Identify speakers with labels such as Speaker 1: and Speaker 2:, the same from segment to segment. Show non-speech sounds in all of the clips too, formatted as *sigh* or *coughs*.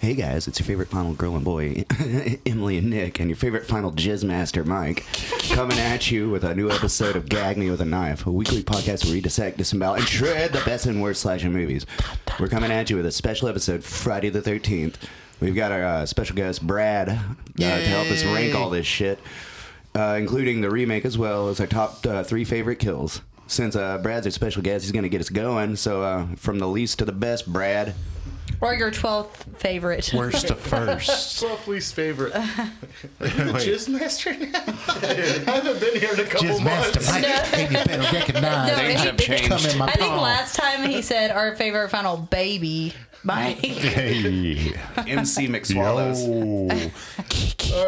Speaker 1: hey guys, it's your favorite final girl and boy, *laughs* Emily and Nick, and your favorite final jizz master, Mike, coming at you with a new episode of Gag Me with a Knife, a weekly podcast where we dissect, disembowel, and shred the best and worst slasher movies. We're coming at you with a special episode Friday the 13th. We've got our uh, special guest, Brad, uh, to help us rank all this shit, uh, including the remake as well as our top uh, three favorite kills. Since uh, Brad's our special guest, he's going to get us going. So, uh, from the least to the best, Brad.
Speaker 2: Or your 12th favorite.
Speaker 3: Worst *laughs* to first.
Speaker 4: Soft least
Speaker 2: *laughs*
Speaker 4: favorite. Are you the jizz master now? I haven't been here in a couple
Speaker 3: Just
Speaker 4: months.
Speaker 3: masturbate, and you better recognize
Speaker 2: No,
Speaker 3: it.
Speaker 2: Things have changed.
Speaker 3: Come in my
Speaker 2: I think
Speaker 3: palm.
Speaker 2: last time he said our favorite final baby,
Speaker 3: *laughs*
Speaker 2: Mike.
Speaker 3: Hey,
Speaker 1: MC McSwallows.
Speaker 3: yo. *laughs*
Speaker 4: All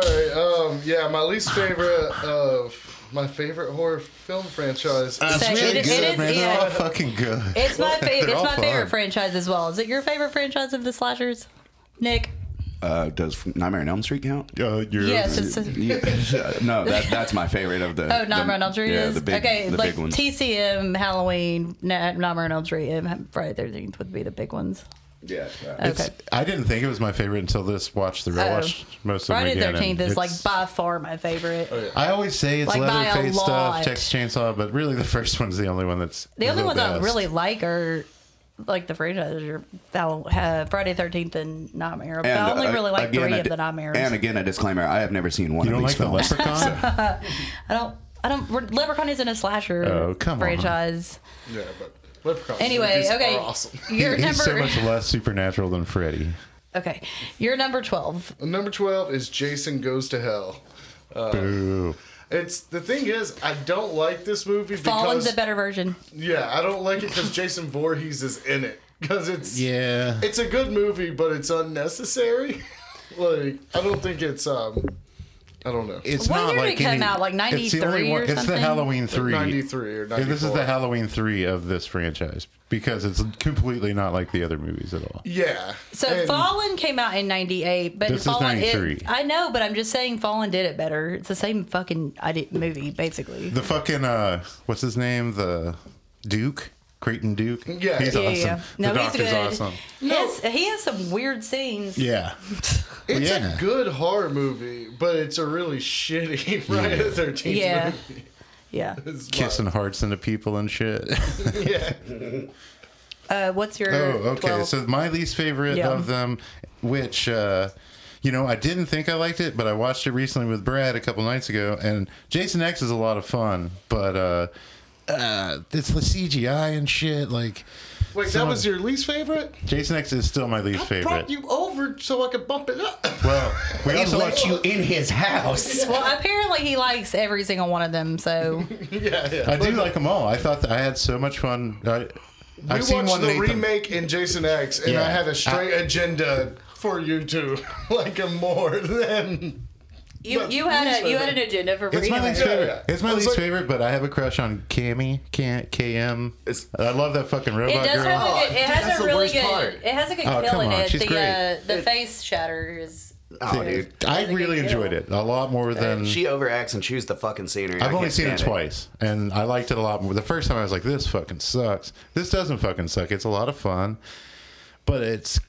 Speaker 4: right. Um. Yeah. My *laughs* least favorite of my favorite horror film franchise.
Speaker 2: Uh,
Speaker 3: It's
Speaker 2: So
Speaker 3: really
Speaker 2: it-
Speaker 3: good,
Speaker 2: it is-
Speaker 3: man. They're
Speaker 2: yeah.
Speaker 3: all fucking good.
Speaker 2: It's my fa-
Speaker 3: They're
Speaker 2: it's
Speaker 3: all
Speaker 2: my
Speaker 3: fun.
Speaker 2: favorite franchise as well. Is it your favorite franchise of the slashers, Nick?
Speaker 1: Uh, does Nightmare on Elm Street count?
Speaker 3: Yo, Oh, you're,
Speaker 2: Yes, it's a, *laughs*
Speaker 1: Yeah, no, that, that's my favorite of the.
Speaker 2: oh Nightmare on
Speaker 1: the-
Speaker 2: Elm Street
Speaker 1: Yeah,
Speaker 2: is
Speaker 1: the big,
Speaker 2: okay.
Speaker 1: the
Speaker 2: like
Speaker 1: big ones.
Speaker 2: TCM, Halloween, Na- Nightmare on Elm Street, and Friday Thirteenth would be the big ones.
Speaker 1: yeah,
Speaker 2: Okay,
Speaker 3: it's- I didn't think it was my favorite until this watch. The I
Speaker 2: Uh-oh.
Speaker 3: watched most of
Speaker 2: Oh. Friday
Speaker 3: them again.
Speaker 2: Thirteenth
Speaker 3: and
Speaker 2: is like
Speaker 3: it's-
Speaker 2: by far my favorite.
Speaker 3: I always say it's
Speaker 2: like, by a
Speaker 3: Leatherface stuff,
Speaker 2: lot.
Speaker 3: Texas Chainsaw, but really the first one's the only one that's
Speaker 2: The only
Speaker 3: real
Speaker 2: ones I
Speaker 3: best.
Speaker 2: really like are like the franchises are Hall- uh, Friday Thirteenth and Nightmare. But I
Speaker 3: uh,
Speaker 2: only really like three of the Nightmares.
Speaker 1: uh, And again, a disclaimer: I have never seen one
Speaker 3: You
Speaker 1: of
Speaker 3: don't
Speaker 1: these
Speaker 3: like the
Speaker 1: films.
Speaker 2: *laughs*
Speaker 3: Leprechaun?
Speaker 2: I don't. I don't. we're- Leprechaun isn't a slasher
Speaker 3: Oh, come on.
Speaker 2: franchise.
Speaker 4: yeah, but Leprechaun.
Speaker 2: Anyway,
Speaker 4: movies
Speaker 2: okay. *laughs*
Speaker 4: Are awesome. *laughs*
Speaker 2: Your
Speaker 3: *laughs*
Speaker 2: number.
Speaker 3: He's so much less supernatural than Freddy.
Speaker 2: *laughs* okay, you're number twelve.
Speaker 4: Number twelve is Jason Goes to Hell.
Speaker 2: Oh.
Speaker 3: Boo.
Speaker 4: It's the thing is, I don't like this movie
Speaker 2: Fallen's
Speaker 4: because
Speaker 2: a better version.
Speaker 4: yeah, I don't like it because Jason Voorhees is in it because it's
Speaker 3: Yeah.
Speaker 4: it's a good movie, but it's unnecessary. *laughs* like I don't think it's um, I don't know.
Speaker 3: It's
Speaker 2: What
Speaker 3: not
Speaker 2: year did
Speaker 3: like
Speaker 2: it come
Speaker 3: any-
Speaker 2: out? Like
Speaker 3: it's the
Speaker 2: 93
Speaker 3: only
Speaker 2: or
Speaker 3: one- It's the
Speaker 2: something?
Speaker 3: Halloween three.
Speaker 4: 93 or
Speaker 3: Yeah, This is
Speaker 4: 94.
Speaker 3: the Halloween three of this franchise because it's completely not like the other movies at all.
Speaker 4: yeah.
Speaker 2: So
Speaker 4: and-
Speaker 2: Fallen came out in '98, but
Speaker 3: This is
Speaker 2: Fallen. it-
Speaker 3: 93.
Speaker 2: I know, but I'm just saying Fallen did it better. It's the same fucking I did movie basically.
Speaker 3: The fucking uh, what's his name? The Duke, Creighton Duke.
Speaker 4: Yeah.
Speaker 3: he's
Speaker 4: Yeah,
Speaker 3: awesome.
Speaker 2: No,
Speaker 3: the
Speaker 2: he's
Speaker 3: doctor's
Speaker 2: good.
Speaker 3: awesome.
Speaker 2: *laughs* He, has, he has some weird scenes.
Speaker 3: Yeah,
Speaker 4: It's
Speaker 3: Yeah.
Speaker 4: a good horror movie, but it's a really shitty *laughs* Friday the Thirteenth.
Speaker 2: Yeah. *laughs* Yeah.
Speaker 4: movie.
Speaker 3: kissing hearts into people and
Speaker 4: *laughs*
Speaker 3: shit.
Speaker 4: Yeah,
Speaker 2: Uh, what's your?
Speaker 3: oh, okay.
Speaker 2: 12?
Speaker 3: So my least favorite
Speaker 2: Yeah.
Speaker 3: of them, which. Uh, you know, I didn't think I liked it, but I watched it recently with Brad a couple nights ago, and Jason X is a lot of fun, but uh, uh, it's the CGI and shit. Like,
Speaker 4: wait, that
Speaker 3: Someone-
Speaker 4: was your least favorite.
Speaker 3: Jason X is still my least favorite.
Speaker 4: Brought you over so I could bump it up. *laughs*
Speaker 3: Well, we also
Speaker 1: let you in his
Speaker 2: *laughs*
Speaker 1: house.
Speaker 2: well, apparently he likes every single one of them.
Speaker 3: *laughs*
Speaker 2: So
Speaker 4: yeah, yeah.
Speaker 3: I do like them all. I thought that I had so much fun. I,
Speaker 4: we
Speaker 3: I've seen
Speaker 4: watched
Speaker 3: one
Speaker 4: the
Speaker 3: Nathan.
Speaker 4: remake in Jason X, and
Speaker 3: Yeah.
Speaker 4: I had a straight agenda for you two, *laughs* like a more than.
Speaker 2: you
Speaker 4: But
Speaker 2: you had
Speaker 4: least
Speaker 2: a you had an
Speaker 4: favorite.
Speaker 2: agenda for
Speaker 3: It's my
Speaker 2: reading.
Speaker 3: least
Speaker 4: Yeah,
Speaker 3: favorite.
Speaker 4: yeah.
Speaker 3: It's my
Speaker 4: I was
Speaker 3: least
Speaker 4: like-
Speaker 3: favorite, but I have a crush on Cammy, Cam, KM.
Speaker 1: It's-
Speaker 3: I love that fucking
Speaker 2: It
Speaker 3: robot
Speaker 2: does
Speaker 3: girl.
Speaker 2: have a
Speaker 4: Oh,
Speaker 2: good. It
Speaker 4: that's
Speaker 2: has a
Speaker 4: the
Speaker 2: really
Speaker 4: worst
Speaker 2: good.
Speaker 4: part.
Speaker 2: It has a good
Speaker 3: Oh,
Speaker 2: kill
Speaker 3: come
Speaker 2: in
Speaker 3: on,
Speaker 2: it.
Speaker 3: she's
Speaker 2: The
Speaker 3: great.
Speaker 2: uh, the face shatter is.
Speaker 1: Oh, dude.
Speaker 2: is- is
Speaker 3: I
Speaker 2: a good
Speaker 3: really
Speaker 2: kill.
Speaker 3: enjoyed it a lot more than
Speaker 1: she overacts and chews the fucking scenery. I
Speaker 3: Um, I've only
Speaker 1: can't
Speaker 3: seen it
Speaker 1: stand
Speaker 3: twice, and I liked it a lot more. The first time I was like, "This fucking sucks." This doesn't fucking suck. It's a lot of fun, but it's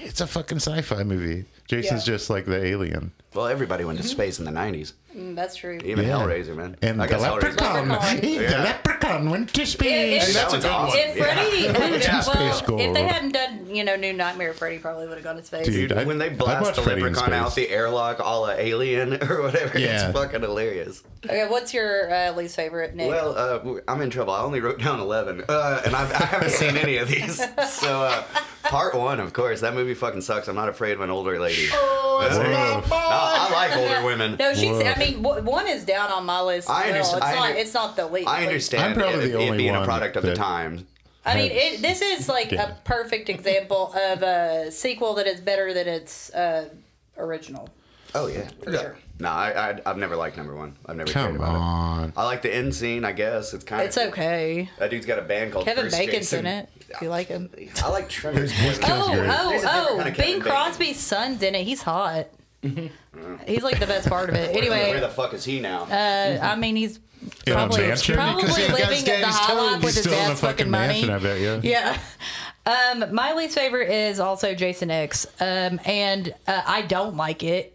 Speaker 3: it's a fucking sci-fi movie. Jason's
Speaker 2: Yeah.
Speaker 3: just like the alien.
Speaker 1: Well, everybody went to space in the '90s.
Speaker 2: Mm, That's true.
Speaker 1: Even
Speaker 3: Yeah.
Speaker 1: Hellraiser, man.
Speaker 3: And
Speaker 1: I
Speaker 3: the
Speaker 1: guess Hellraiser.
Speaker 3: leprechaun,
Speaker 2: Leprechaun.
Speaker 3: the
Speaker 1: Yeah.
Speaker 3: leprechaun went to space.
Speaker 1: That
Speaker 2: If-
Speaker 4: That's a
Speaker 1: one's
Speaker 4: good one.
Speaker 1: awesome.
Speaker 3: *laughs*
Speaker 2: If Freddy, had
Speaker 3: Yeah. Space
Speaker 2: done, well,
Speaker 3: Gold.
Speaker 2: if they hadn't done, you know, New Nightmare, Freddy probably would have gone to space.
Speaker 3: Dude. I'd-
Speaker 1: when they
Speaker 3: I'd
Speaker 1: blast
Speaker 3: watch
Speaker 1: the
Speaker 3: Freddy in
Speaker 1: leprechaun
Speaker 3: space.
Speaker 1: out the airlock, all a alien *laughs* or whatever,
Speaker 3: Yeah.
Speaker 1: it's fucking hilarious.
Speaker 2: Okay, what's your uh, least favorite, Nick?
Speaker 1: Well, uh, w- I'm in trouble. I only wrote down 11, uh, and I've, I haven't seen any of
Speaker 2: *laughs*
Speaker 1: these. So, uh, part one, of course, that movie fucking sucks. I'm not afraid of an older lady.
Speaker 2: Oh,
Speaker 1: That's
Speaker 3: Whoa.
Speaker 1: me. No, I like older women.
Speaker 2: No, she's.
Speaker 3: Whoa.
Speaker 2: I mean, w- one is down on my list. As
Speaker 1: I
Speaker 2: well.
Speaker 1: understand-
Speaker 2: It's
Speaker 1: I
Speaker 2: not.
Speaker 1: under-
Speaker 2: it's not the least.
Speaker 1: I understand
Speaker 3: I'm probably
Speaker 1: it,
Speaker 3: the
Speaker 1: it
Speaker 3: only
Speaker 1: being a
Speaker 3: one
Speaker 1: product of the
Speaker 3: that-
Speaker 1: times.
Speaker 2: I mean, it, this is like
Speaker 3: Yeah.
Speaker 2: a perfect example of a sequel that is better than its uh, original.
Speaker 1: Oh yeah.
Speaker 2: For sure.
Speaker 1: No, I, I I've never liked number one. I've never cared
Speaker 3: Come
Speaker 1: about it.
Speaker 3: on.
Speaker 1: I like the end scene. I guess it's kind
Speaker 2: It's
Speaker 1: of
Speaker 2: okay.
Speaker 1: that dude's got a band called
Speaker 2: Kevin
Speaker 1: First
Speaker 2: Bacon's
Speaker 1: Jason.
Speaker 2: in it. If you like him.
Speaker 1: I like
Speaker 3: *laughs*
Speaker 1: Trevor's
Speaker 2: Oh,
Speaker 3: great.
Speaker 1: There's
Speaker 2: oh,
Speaker 1: a different
Speaker 2: oh!
Speaker 1: kind of Kevin
Speaker 2: Bing
Speaker 1: Bacon.
Speaker 2: Crosby's son's in it.
Speaker 1: *laughs*
Speaker 2: He's hot. He's like the best part of it.
Speaker 1: Where the
Speaker 2: Oh, Anyway,
Speaker 1: fuck is he now?
Speaker 2: uh,
Speaker 3: Mm-hmm.
Speaker 2: I mean, he's
Speaker 3: In a
Speaker 2: probably
Speaker 3: mansion?
Speaker 2: probably
Speaker 3: Because
Speaker 4: he got his
Speaker 2: living the
Speaker 4: daddy's
Speaker 2: high
Speaker 4: toes.
Speaker 2: life with
Speaker 3: He's
Speaker 2: his
Speaker 3: still in a
Speaker 2: dad's
Speaker 3: fucking
Speaker 2: fucking money.
Speaker 3: mansion, I bet you.
Speaker 2: Yeah. Um, my least favorite is also Jason X, um, and uh, I don't like it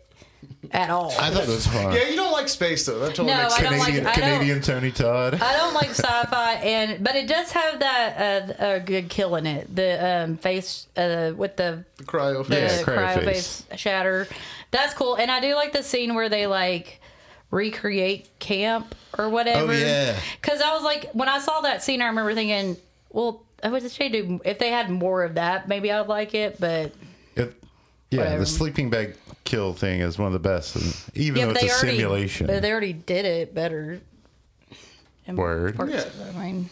Speaker 2: at all.
Speaker 3: I thought it was fun.
Speaker 4: Yeah, you don't like space though. That totally
Speaker 2: No,
Speaker 4: makes
Speaker 2: Oh, I
Speaker 4: sense.
Speaker 2: don't like-
Speaker 3: Canadian,
Speaker 2: I don't-
Speaker 3: Canadian Tony Todd.
Speaker 2: I don't like sci-fi, and but it does have that uh, a good kill in it. The um, face uh, with the
Speaker 4: The cryo
Speaker 2: the
Speaker 4: face.
Speaker 3: Yeah. cryo
Speaker 2: cryo
Speaker 3: face.
Speaker 2: face shatter. That's cool, and I do like the scene where they like recreate camp or whatever.
Speaker 3: Oh, yeah.
Speaker 2: Because I was like, when I saw that scene, I remember thinking, well, I would say, dude, if they had more of that, maybe I'd like it. But
Speaker 3: It, yeah,
Speaker 2: Whatever.
Speaker 3: the sleeping bag kill thing is one of the best, and even
Speaker 2: yeah,
Speaker 3: though
Speaker 2: but
Speaker 3: it's
Speaker 2: they
Speaker 3: a
Speaker 2: already
Speaker 3: simulation.
Speaker 2: but they already did it better. And
Speaker 3: Word.
Speaker 2: parts
Speaker 4: Yeah.
Speaker 2: of it, I mean,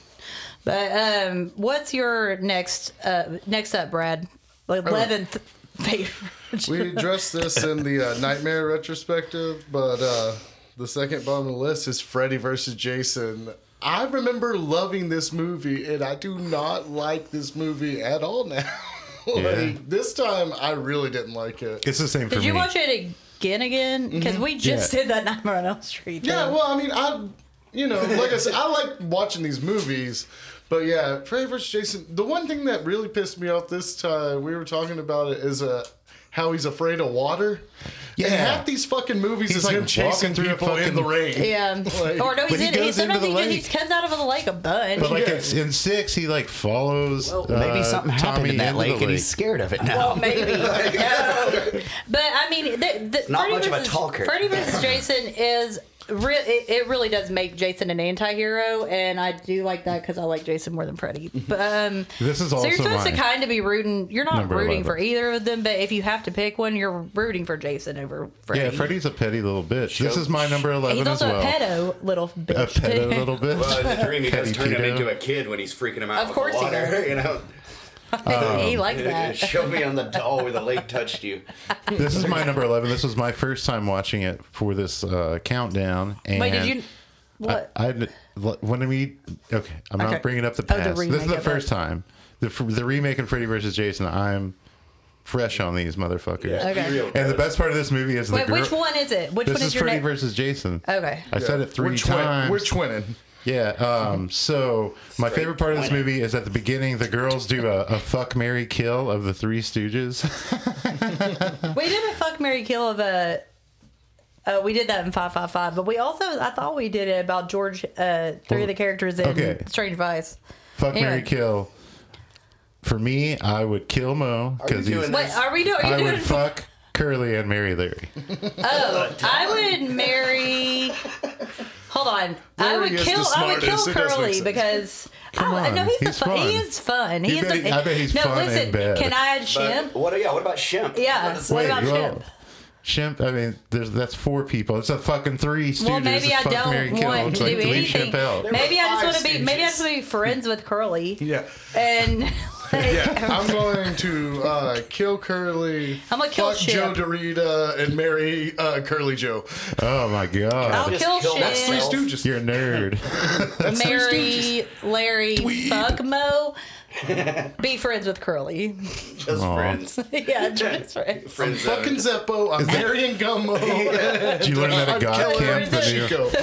Speaker 2: but um, what's your next uh next up, Brad?
Speaker 3: Oh.
Speaker 2: Eleventh *laughs* favorite.
Speaker 4: We addressed this in the uh, nightmare retrospective, but uh, the second bomb on the list is Freddy versus Jason. I remember loving this movie, and I do not like this movie at all now. *laughs* like,
Speaker 3: Yeah.
Speaker 4: This time, I really didn't like it.
Speaker 3: it's the same for
Speaker 2: Did
Speaker 3: me. Mm-hmm.
Speaker 2: you watch it again again? Because we just
Speaker 3: Yeah.
Speaker 2: did that Nightmare on Elm Street.
Speaker 4: Yeah,
Speaker 2: though.
Speaker 4: well, I mean, I, you know, like I said, I like watching these movies, but yeah, Freddy vs. Jason. The one thing that really pissed me off this time, we were talking about it, is uh, how he's afraid of water. Yeah,
Speaker 3: Yeah.
Speaker 4: and half these fucking movies
Speaker 3: He's
Speaker 4: is
Speaker 3: like
Speaker 4: him chasing
Speaker 3: walking
Speaker 4: through
Speaker 3: people
Speaker 4: fucking
Speaker 3: in-
Speaker 4: the rain.
Speaker 3: *laughs*
Speaker 2: yeah.
Speaker 4: Like-
Speaker 2: or no, he's
Speaker 3: he
Speaker 2: in. He
Speaker 3: goes
Speaker 2: sometimes
Speaker 3: into
Speaker 2: he,
Speaker 3: the
Speaker 2: just- he
Speaker 3: lake.
Speaker 2: comes out of the lake a bunch.
Speaker 3: But like
Speaker 4: Yeah.
Speaker 3: it's in six, he like follows.
Speaker 1: Maybe
Speaker 3: uh,
Speaker 1: something happened
Speaker 3: Tommy
Speaker 1: in that
Speaker 3: into
Speaker 1: lake,
Speaker 3: the
Speaker 1: and he's scared of it now.
Speaker 3: *laughs*
Speaker 2: Well, *laughs* maybe. No. But I mean, the, the,
Speaker 1: Not
Speaker 2: Freddy
Speaker 1: much of a
Speaker 2: versus-
Speaker 1: talker.
Speaker 2: Freddy versus Jason is. Re- it, it really does make Jason an anti-hero, and I do like that because I like Jason more than Freddy. But um,
Speaker 3: Mm-hmm. This is
Speaker 2: so you're
Speaker 3: also
Speaker 2: supposed
Speaker 3: mine.
Speaker 2: to kind of be rooting. You're not
Speaker 3: Number
Speaker 2: rooting
Speaker 3: 11.
Speaker 2: for either of them, but if you have to pick one, you're rooting for Jason over Freddy.
Speaker 3: Yeah, Freddy's a petty little bitch. This
Speaker 1: Sure.
Speaker 3: is my number eleven
Speaker 2: He's
Speaker 3: as
Speaker 2: also
Speaker 3: well.
Speaker 2: a pedo little bitch.
Speaker 3: A pedo
Speaker 2: *laughs*
Speaker 3: little bitch.
Speaker 1: Well, *laughs* in the dream, he does
Speaker 3: Petty
Speaker 1: turn him
Speaker 3: pedo.
Speaker 1: into a kid when he's freaking him out.
Speaker 2: Of
Speaker 1: with
Speaker 2: course
Speaker 1: the
Speaker 2: he
Speaker 1: water,
Speaker 2: does.
Speaker 1: *laughs* You know,
Speaker 2: he
Speaker 1: *laughs*
Speaker 2: liked that.
Speaker 1: show me on the doll where the lake touched you.
Speaker 3: this is my number eleven. This was my first time watching it for this uh, countdown. And
Speaker 2: Wait, did you? What?
Speaker 3: I, I when we okay, I'm
Speaker 2: Okay.
Speaker 3: not bringing up the
Speaker 2: Oh, the
Speaker 3: past. this
Speaker 2: remake
Speaker 3: is the
Speaker 2: of
Speaker 3: first
Speaker 2: it.
Speaker 3: time the fr- the remake of Freddy vs. Jason. I'm fresh on these motherfuckers.
Speaker 1: Yeah,
Speaker 2: Okay.
Speaker 1: be real.
Speaker 3: And the best part of this movie is the
Speaker 2: Wait,
Speaker 3: girl.
Speaker 2: which one is it? Which
Speaker 3: This
Speaker 2: one
Speaker 3: is,
Speaker 2: is, your
Speaker 3: Freddy
Speaker 2: name?
Speaker 3: versus Jason.
Speaker 2: Okay.
Speaker 3: I said it 3
Speaker 4: we're twin-
Speaker 3: times.
Speaker 4: We're twinning.
Speaker 3: Yeah. Um, so my
Speaker 1: Straight
Speaker 3: favorite part of this
Speaker 1: twinning.
Speaker 3: movie is at the beginning, the girls do a, a fuck Mary kill of the Three Stooges. *laughs*
Speaker 2: We did a fuck Mary kill of a. Uh, we did that in five five five, but we also I thought we did it about George. Uh, three of the characters in
Speaker 3: Okay.
Speaker 2: Strange Vice.
Speaker 3: fuck
Speaker 2: Anyway.
Speaker 3: Mary kill. For me, I would kill Mo
Speaker 1: Are you
Speaker 3: because
Speaker 1: doing
Speaker 3: he's.
Speaker 2: What are we doing? Are you
Speaker 3: I
Speaker 2: doing?
Speaker 3: would fuck Curly and Mary Larry.
Speaker 2: oh, I would marry. Hold on, I
Speaker 4: Larry
Speaker 2: would
Speaker 4: is
Speaker 2: kill.
Speaker 4: the
Speaker 2: I would kill
Speaker 4: smartest. It does make
Speaker 2: Curly
Speaker 4: sense.
Speaker 2: because I,
Speaker 3: on,
Speaker 2: no, he's,
Speaker 3: he's
Speaker 2: the fun. He
Speaker 3: fun.
Speaker 2: is fun. He
Speaker 3: You
Speaker 2: is
Speaker 3: bet he-
Speaker 2: the,
Speaker 3: I bet he's
Speaker 2: no,
Speaker 3: fun in
Speaker 2: listen,
Speaker 3: bed.
Speaker 2: Can I add
Speaker 1: But
Speaker 2: Shimp?
Speaker 1: What? Yeah. What about Shemp?
Speaker 2: Yeah.
Speaker 1: What
Speaker 2: What
Speaker 1: Wait,
Speaker 2: about
Speaker 3: well,
Speaker 2: Shimp?
Speaker 3: Shemp, I mean, there's, that's four people. It's a fucking three Stooges.
Speaker 2: Well, maybe
Speaker 3: It's
Speaker 2: I
Speaker 3: fuck, Mary,
Speaker 2: don't
Speaker 3: kill.
Speaker 2: want
Speaker 3: It's
Speaker 2: to
Speaker 3: like
Speaker 2: do
Speaker 3: leave
Speaker 2: anything.
Speaker 3: Shemp out.
Speaker 2: Maybe I just
Speaker 4: five
Speaker 2: want to be. Maybe I just
Speaker 4: stooges.
Speaker 2: want to be friends with Curly.
Speaker 4: Yeah.
Speaker 3: *laughs*
Speaker 2: And like,
Speaker 4: I'm going to uh, kill Curly.
Speaker 2: I'm gonna kill
Speaker 4: fuck
Speaker 2: Chip.
Speaker 4: Joe Dorita and marry uh, Curly Joe.
Speaker 3: Oh my god.
Speaker 2: I'll
Speaker 1: Just
Speaker 2: kill
Speaker 1: kill
Speaker 2: Shit,
Speaker 1: that
Speaker 4: Three
Speaker 1: Elf.
Speaker 4: Stooges.
Speaker 3: You're a
Speaker 2: *laughs*
Speaker 3: nerd.
Speaker 2: marry Larry, fuck Mo, be friends with Curly. *laughs*
Speaker 1: Just
Speaker 3: Aw.
Speaker 1: friends.
Speaker 2: yeah, just friends.
Speaker 1: Friends. zone.
Speaker 4: Fucking Zeppo. I'm
Speaker 3: *laughs*
Speaker 4: marrying Gummo.
Speaker 3: Did you learn that at God
Speaker 4: Killing
Speaker 3: camp? The new,
Speaker 4: Chico.
Speaker 2: the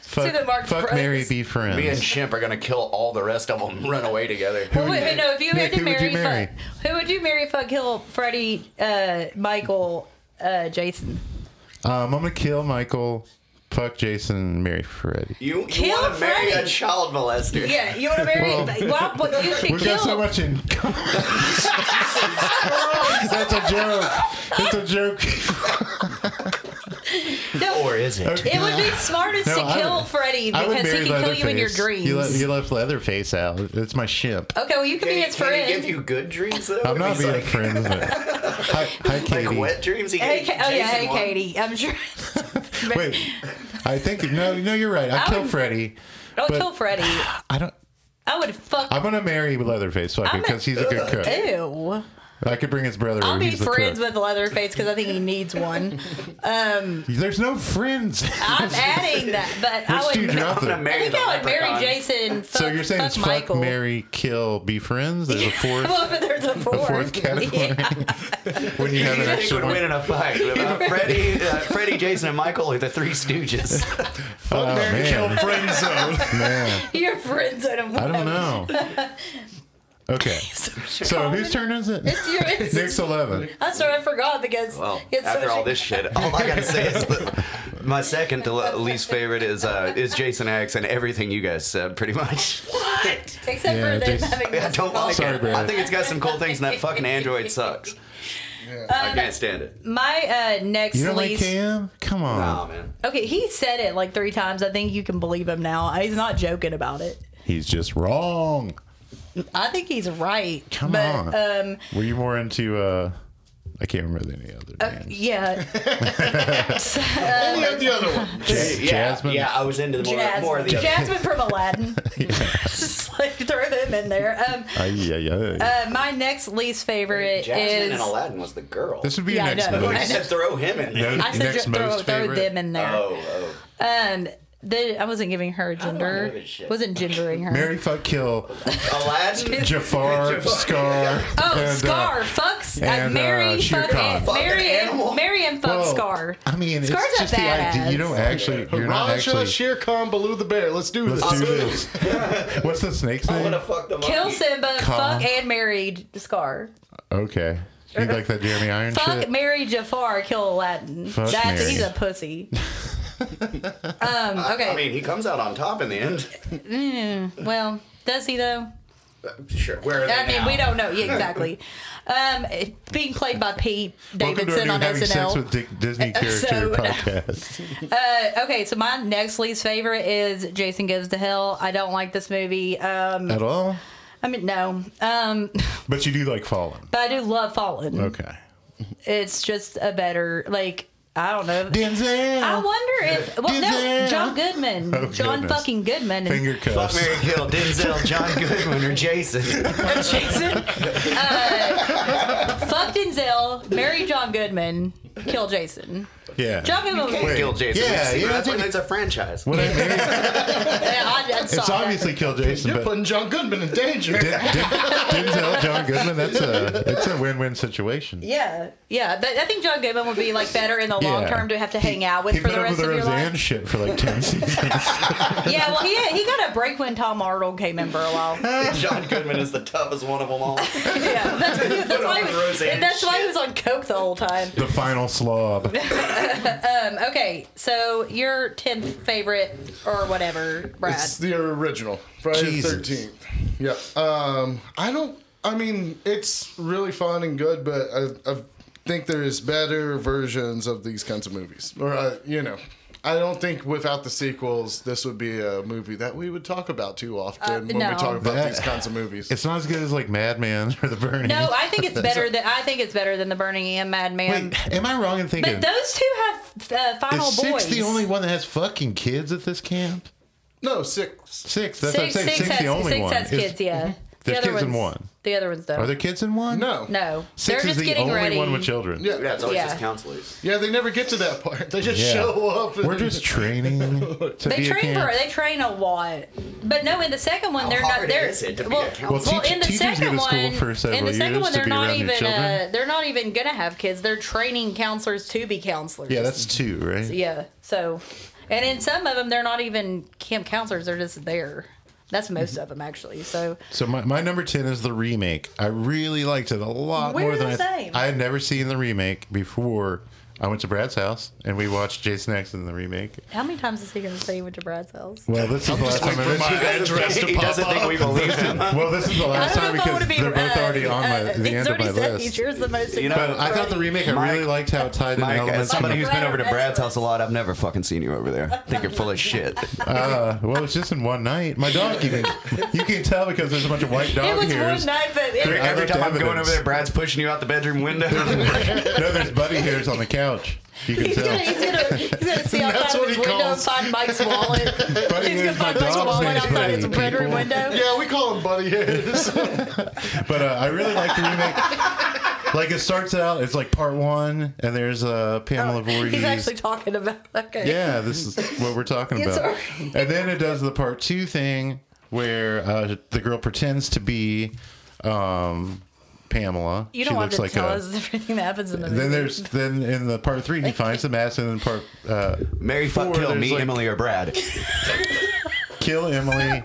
Speaker 3: fuck
Speaker 2: marked
Speaker 3: fuck
Speaker 2: friends.
Speaker 3: Mary, be
Speaker 1: Me and
Speaker 3: friends.
Speaker 1: Shemp are gonna kill all the rest of them. Run away together.
Speaker 2: Well, wait, wait, no, if you
Speaker 3: Nick,
Speaker 2: had to
Speaker 3: who would
Speaker 2: marry,
Speaker 3: you marry?
Speaker 2: Fuck, who would you marry? Fuck, kill Freddie, uh, Michael, uh, Jason.
Speaker 3: Um, I'm gonna kill Michael. Fuck Jason, marry Freddy.
Speaker 1: You, you
Speaker 2: Kill
Speaker 1: want to marry a
Speaker 2: Freddy.
Speaker 1: child molester?
Speaker 2: Yeah, you want to marry?
Speaker 3: Well,
Speaker 2: well,
Speaker 3: *laughs*
Speaker 2: but you should
Speaker 3: We've
Speaker 2: kill.
Speaker 3: got so much in *laughs*
Speaker 2: *laughs*
Speaker 3: common. That's a joke. That's a joke.
Speaker 2: No,
Speaker 1: Or is it?
Speaker 2: it would be smartest
Speaker 3: No,
Speaker 2: to
Speaker 3: I
Speaker 2: kill
Speaker 3: would-
Speaker 2: Freddie
Speaker 3: I would
Speaker 2: because
Speaker 3: marry
Speaker 2: he can kill you in your
Speaker 3: Leatherface. You, le-
Speaker 2: dreams.
Speaker 3: you left Leatherface out. It's my ship.
Speaker 2: okay, well, you can
Speaker 1: Can
Speaker 2: be
Speaker 1: he-
Speaker 2: his
Speaker 1: can he
Speaker 2: friend.
Speaker 1: give you good dreams though?
Speaker 3: I'm not
Speaker 1: He's
Speaker 3: being
Speaker 1: like,
Speaker 3: friends with it. Hi, hi Katie.
Speaker 1: like wet dreams. He
Speaker 2: Hey,
Speaker 1: gave
Speaker 2: Ka- oh yeah,
Speaker 1: Jason
Speaker 2: hey
Speaker 1: one.
Speaker 2: Katie. I'm sure. *laughs*
Speaker 3: Wait, I think no, no, you're right. I,
Speaker 2: I
Speaker 3: kill
Speaker 2: would-
Speaker 3: Freddy.
Speaker 2: Don't
Speaker 3: but
Speaker 2: kill Freddy.
Speaker 3: I don't.
Speaker 2: I would fuck.
Speaker 3: I'm gonna marry Leatherface fucking
Speaker 2: I'm a-
Speaker 3: because he's a good cook.
Speaker 2: Ew.
Speaker 3: I could bring his brother.
Speaker 2: I'll
Speaker 3: over.
Speaker 2: be
Speaker 3: He's the
Speaker 2: friends
Speaker 3: cook.
Speaker 2: with Leatherface because I think he
Speaker 3: *laughs*
Speaker 2: needs one.
Speaker 3: There's no friends.
Speaker 2: I'm adding that, but I
Speaker 3: Which
Speaker 2: would.
Speaker 3: dude
Speaker 1: I'm
Speaker 3: dropped
Speaker 1: gonna
Speaker 3: it?
Speaker 2: I
Speaker 1: marry
Speaker 2: think
Speaker 1: the
Speaker 2: I would marry
Speaker 1: leprechaun.
Speaker 2: Jason. Fuck,
Speaker 3: So you're saying
Speaker 2: fuck
Speaker 3: it's
Speaker 2: Michael.
Speaker 3: fuck, marry, kill, be friends? There's a fourth,
Speaker 2: *laughs* Well, but there's a fourth. *laughs*
Speaker 3: a fourth category
Speaker 2: Yeah.
Speaker 3: when you have
Speaker 2: *laughs*
Speaker 1: Who
Speaker 3: an
Speaker 1: do you think
Speaker 3: extra
Speaker 1: would
Speaker 3: one.
Speaker 1: win in a fight? Without Freddy, uh, Freddy, Jason, and Michael are the three Stooges.
Speaker 3: Oh,
Speaker 4: Kill
Speaker 3: man.
Speaker 4: *laughs* friend zone.
Speaker 3: man,
Speaker 2: *laughs* You're friends with him.
Speaker 3: I don't know. Okay. So whose turn is it?
Speaker 2: It's your.
Speaker 3: *laughs*
Speaker 2: It's,
Speaker 3: Nick's 11.
Speaker 2: I'm sorry, I forgot because
Speaker 1: *laughs* Well,
Speaker 2: it's
Speaker 1: after
Speaker 2: such
Speaker 1: all
Speaker 2: a-
Speaker 1: this *laughs* shit, all I gotta say is that my second to le- least favorite is uh, is Jason X and everything you guys said, pretty much. *laughs* What?
Speaker 2: Except
Speaker 3: Yeah,
Speaker 2: for them
Speaker 3: Jason-
Speaker 2: having.
Speaker 1: *laughs* I don't like
Speaker 3: Sorry,
Speaker 1: it.
Speaker 3: Brad.
Speaker 1: I think it's got some cool things, and that fucking Android sucks. I can't stand it.
Speaker 2: My uh, next
Speaker 3: You don't like
Speaker 2: least.
Speaker 3: Cam? Come
Speaker 1: Oh
Speaker 3: on.
Speaker 1: man.
Speaker 2: okay, he said it like three times. I think you can believe him now. He's not joking about it.
Speaker 3: He's just wrong.
Speaker 2: I think he's right.
Speaker 3: Come
Speaker 2: but,
Speaker 3: on.
Speaker 2: Um,
Speaker 3: Were you more into, uh, I can't remember any other
Speaker 2: Uh,
Speaker 3: names.
Speaker 2: yeah.
Speaker 4: Any of the other ones?
Speaker 3: Ja-
Speaker 1: Yeah,
Speaker 3: Jasmine?
Speaker 1: Yeah, I was into the more,
Speaker 2: Jasmine,
Speaker 1: more of the other.
Speaker 2: Jasmine
Speaker 3: *laughs*
Speaker 2: from Aladdin. Just like throw them in there. Um,
Speaker 3: Ay, ay, ay.
Speaker 2: uh, my next least favorite
Speaker 1: Jasmine
Speaker 2: is.
Speaker 1: and Aladdin was the girl.
Speaker 3: this would be
Speaker 2: yeah, I
Speaker 3: your next
Speaker 2: know.
Speaker 1: But you
Speaker 3: movie.
Speaker 1: said throw him in. there.
Speaker 2: I
Speaker 3: *laughs*
Speaker 2: said
Speaker 3: next
Speaker 2: ju- throw,
Speaker 3: most
Speaker 2: throw
Speaker 3: favorite.
Speaker 2: them in there.
Speaker 1: Oh, oh.
Speaker 2: Um, the, I wasn't giving her
Speaker 1: do I know
Speaker 2: gender.
Speaker 1: this shit?
Speaker 2: Wasn't gendering her.
Speaker 3: Mary fuck
Speaker 2: *laughs*
Speaker 3: kill
Speaker 1: oh. Aladdin.
Speaker 3: Jafar Scar.
Speaker 2: Oh,
Speaker 3: and, uh,
Speaker 2: Scar, fucks,
Speaker 3: and,
Speaker 2: and, Mary,
Speaker 3: uh, Shere
Speaker 2: fuck,
Speaker 3: Khan.
Speaker 2: and,
Speaker 1: Fuck
Speaker 2: Mary,
Speaker 1: an
Speaker 2: and,
Speaker 1: animal.
Speaker 2: Mary, and fuck
Speaker 3: Whoa.
Speaker 2: Scar.
Speaker 3: I mean,
Speaker 2: Scar's
Speaker 3: it's
Speaker 2: a
Speaker 3: just the idea. You don't actually. You're not
Speaker 4: Raja,
Speaker 3: actually.
Speaker 4: Shere Khan, Baloo the Bear. Let's do
Speaker 3: Let's
Speaker 4: this.
Speaker 3: do this. What's the snake's
Speaker 1: I
Speaker 3: name?
Speaker 1: wanna fuck the monkey.
Speaker 2: Kill Simba,
Speaker 3: Khan.
Speaker 2: fuck, and marry Scar.
Speaker 3: Okay. You like that Jeremy Iron
Speaker 2: Fuck,
Speaker 3: shit?
Speaker 2: marry Jafar, kill Aladdin.
Speaker 3: Fuck
Speaker 2: That's
Speaker 3: Mary.
Speaker 2: he's a pussy. um. Okay.
Speaker 1: I mean, he comes out on top in the end.
Speaker 2: well, does he though?
Speaker 1: *laughs* Sure. Where are they
Speaker 2: I mean,
Speaker 1: now?
Speaker 2: we don't know. Yeah, exactly. um, it- being played by Pete
Speaker 3: Welcome to a
Speaker 2: Davidson
Speaker 3: new
Speaker 2: on
Speaker 3: having sex
Speaker 2: SNL.
Speaker 3: with Dick, Disney character
Speaker 2: *laughs* So-
Speaker 3: podcast.
Speaker 2: Uh, okay, so my next least favorite is Jason Goes to Hell. I don't like this movie. Um,
Speaker 3: At all?
Speaker 2: I mean, no. Um,
Speaker 3: But you do like Fallen.
Speaker 2: but I do love Fallen.
Speaker 3: Okay.
Speaker 2: It's just a better, like, I don't know.
Speaker 3: Denzel.
Speaker 2: I wonder if, well, no,
Speaker 3: Denzel.
Speaker 2: John Goodman.
Speaker 3: Oh,
Speaker 2: John
Speaker 3: goodness.
Speaker 2: fucking Goodman. and
Speaker 3: Finger
Speaker 1: Fuck
Speaker 3: cuffs.
Speaker 1: Mary Kill, Denzel, John Goodman, or Jason. *laughs*
Speaker 2: Jason. Uh, fuck Denzel, marry John Goodman, kill Jason.
Speaker 3: Yeah.
Speaker 2: John Goodman was
Speaker 1: Kill Jason.
Speaker 3: Yeah,
Speaker 1: That's-
Speaker 3: yeah,
Speaker 1: that's
Speaker 3: I think-
Speaker 1: when it's a franchise.
Speaker 3: What I mean,
Speaker 2: Yeah, I, I saw
Speaker 3: it's
Speaker 2: that.
Speaker 3: obviously Kill Jason,
Speaker 4: You're
Speaker 3: but
Speaker 4: putting John Goodman in danger.
Speaker 3: Den- Den- Denzel, John Goodman, that's a, it's a win-win situation.
Speaker 2: Yeah, yeah. But I think John Goodman would be like better in the long
Speaker 3: Yeah.
Speaker 2: term to have to hang out with
Speaker 3: He
Speaker 2: for
Speaker 3: put
Speaker 2: the
Speaker 3: up
Speaker 2: rest
Speaker 3: with
Speaker 2: of
Speaker 3: the
Speaker 2: your
Speaker 3: Roseanne
Speaker 2: life.
Speaker 3: shit for like 10 *laughs* seasons.
Speaker 2: Yeah, well, he he got a break when Tom Arnold came in for a
Speaker 3: *laughs*
Speaker 1: *laughs*
Speaker 2: while.
Speaker 1: John Goodman is the toughest one of them all.
Speaker 2: Yeah, that's, that's why he
Speaker 1: with
Speaker 2: was,
Speaker 1: Roseanne
Speaker 2: and that's why he
Speaker 1: shit.
Speaker 2: was on coke the whole time.
Speaker 3: the final slob.
Speaker 2: Um, okay, so your tenth favorite or whatever, Brad.
Speaker 4: It's the original Friday
Speaker 3: Jesus.
Speaker 4: the Thirteenth. Yeah. Um, I don't. I mean, it's really fun and good, but I, I think there is better versions of these kinds of movies. Or uh, you know, I don't think without the sequels, this would be a movie that we would talk about too often
Speaker 2: Uh,
Speaker 4: when
Speaker 2: no.
Speaker 4: we talk about
Speaker 3: That-
Speaker 4: these kinds of movies.
Speaker 3: It's not as good as like Madman or The Burning.
Speaker 2: no, I
Speaker 3: *laughs*
Speaker 2: think it's better than I think it's better than the Burning and Madman.
Speaker 3: Wait, am I wrong in thinking?
Speaker 2: But those two have uh, final
Speaker 3: Is six
Speaker 2: boys.
Speaker 3: the only one that has fucking kids at this camp?
Speaker 4: no, six.
Speaker 3: Six. That's
Speaker 2: six,
Speaker 3: what I'm saying.
Speaker 2: six,
Speaker 3: Six,
Speaker 2: has,
Speaker 3: the only
Speaker 2: six
Speaker 3: one.
Speaker 2: has
Speaker 3: Is-
Speaker 2: kids. Yeah,
Speaker 3: There's
Speaker 2: other
Speaker 3: kids in
Speaker 2: ones-
Speaker 3: one.
Speaker 2: The other ones don't.
Speaker 3: Are there kids in one?
Speaker 4: No.
Speaker 2: No,
Speaker 3: Six
Speaker 2: they're
Speaker 3: is
Speaker 2: just
Speaker 3: the
Speaker 2: getting
Speaker 3: only
Speaker 2: ready.
Speaker 3: one with children.
Speaker 4: Yeah.
Speaker 1: Yeah, it's always
Speaker 2: Yeah.
Speaker 1: just counselors.
Speaker 4: Yeah, they never get to that part. They just
Speaker 3: Yeah.
Speaker 4: show up. And
Speaker 3: We're just
Speaker 4: *laughs*
Speaker 3: training to
Speaker 2: They
Speaker 3: be a
Speaker 2: train
Speaker 3: camp.
Speaker 2: for they train a lot, but no, in the second one
Speaker 1: How
Speaker 2: they're
Speaker 1: hard
Speaker 2: not. They're
Speaker 1: is it to be
Speaker 2: well,
Speaker 1: a counselor?
Speaker 2: well,
Speaker 3: Well,
Speaker 2: in the
Speaker 3: teach- teachers go
Speaker 2: second
Speaker 3: to school
Speaker 2: one,
Speaker 3: for several
Speaker 2: in the second
Speaker 3: years
Speaker 2: one,
Speaker 3: to
Speaker 2: they're
Speaker 3: be
Speaker 2: not
Speaker 3: around your
Speaker 2: even uh,
Speaker 3: children.
Speaker 2: they're not even gonna have kids. They're training counselors to be counselors.
Speaker 3: Yeah, that's two, right?
Speaker 2: yeah. So, and in some of them, they're not even camp counselors. They're just there. That's most of them actually. So
Speaker 3: So my, my number ten is the remake. I really liked it a lot
Speaker 2: We're
Speaker 3: more than
Speaker 2: the
Speaker 3: I.
Speaker 2: same.
Speaker 3: I had never seen the remake before. I went to Brad's house and we watched Jason X in the remake.
Speaker 2: how many times is he gonna say with your Brad's house?
Speaker 3: Well, this is the last time. I mentioned-
Speaker 4: address to
Speaker 1: He
Speaker 4: pop
Speaker 1: doesn't think we believe *laughs* him.
Speaker 3: *laughs* Well, this is the
Speaker 2: I
Speaker 3: last
Speaker 2: don't
Speaker 3: time
Speaker 2: know if I want
Speaker 3: because
Speaker 2: to be.
Speaker 3: they're both
Speaker 2: uh,
Speaker 3: already on my,
Speaker 2: uh,
Speaker 3: the
Speaker 2: it's
Speaker 3: end of
Speaker 2: already
Speaker 3: my
Speaker 2: said
Speaker 3: list.
Speaker 2: Yours the most.
Speaker 1: You know,
Speaker 3: But I thought the remake. I really
Speaker 1: Mike-
Speaker 3: liked how it tied in
Speaker 1: Mike, as
Speaker 3: elements. of
Speaker 2: *laughs*
Speaker 1: somebody
Speaker 2: Mike uh,
Speaker 1: who's been
Speaker 2: Brad
Speaker 1: over to
Speaker 2: Brad
Speaker 1: Brad's
Speaker 2: Brad.
Speaker 1: house a lot, I've never fucking seen you over there. I think you're full of
Speaker 2: *laughs*
Speaker 1: shit.
Speaker 3: Uh, well, it's just in one night. My dog even. You can tell because there's a bunch of white
Speaker 2: It
Speaker 3: dog
Speaker 2: was
Speaker 3: hairs.
Speaker 2: one night, but
Speaker 3: Three-
Speaker 2: it,
Speaker 1: Every
Speaker 3: left
Speaker 1: time I'm going
Speaker 3: evidence.
Speaker 1: over there, Brad's pushing you out the bedroom window.
Speaker 3: *laughs* No, there's buddy hairs on the couch. You can
Speaker 2: he's gonna
Speaker 3: tell.
Speaker 2: he's gonna
Speaker 3: *laughs*
Speaker 2: he's gonna see outside
Speaker 4: That's
Speaker 2: of
Speaker 4: what
Speaker 2: his
Speaker 4: he
Speaker 2: window and
Speaker 4: calls-
Speaker 2: find Mike's wallet.
Speaker 3: Buddy
Speaker 2: He's gonna
Speaker 3: hairs, my
Speaker 2: find Mike's
Speaker 3: dog's
Speaker 2: wallet
Speaker 3: name's
Speaker 2: outside his
Speaker 3: buddy.
Speaker 2: bedroom
Speaker 3: people.
Speaker 2: window.
Speaker 3: *laughs*
Speaker 4: Yeah, we call him Buddy Harris.
Speaker 3: But uh, I really like the remake. Like it starts out, it's like part one, and there's uh, Pamela Voorhees.
Speaker 2: Oh, He's actually talking about *laughs* okay.
Speaker 3: yeah, this is what we're talking
Speaker 2: Yeah,
Speaker 3: about.
Speaker 2: sorry.
Speaker 3: And then it does the part two thing where uh, the girl pretends to be um, Pamela.
Speaker 2: You don't have to tell
Speaker 3: a-
Speaker 2: us everything that happens in the movie.
Speaker 3: uh, Then there's then in the part three he finds the mask, and in part uh,
Speaker 1: *laughs* Mary, fuck,
Speaker 3: Four,
Speaker 1: kill
Speaker 3: there's
Speaker 1: me,
Speaker 3: like-
Speaker 1: Emily, or Brad.
Speaker 2: *laughs*
Speaker 3: kill Emily.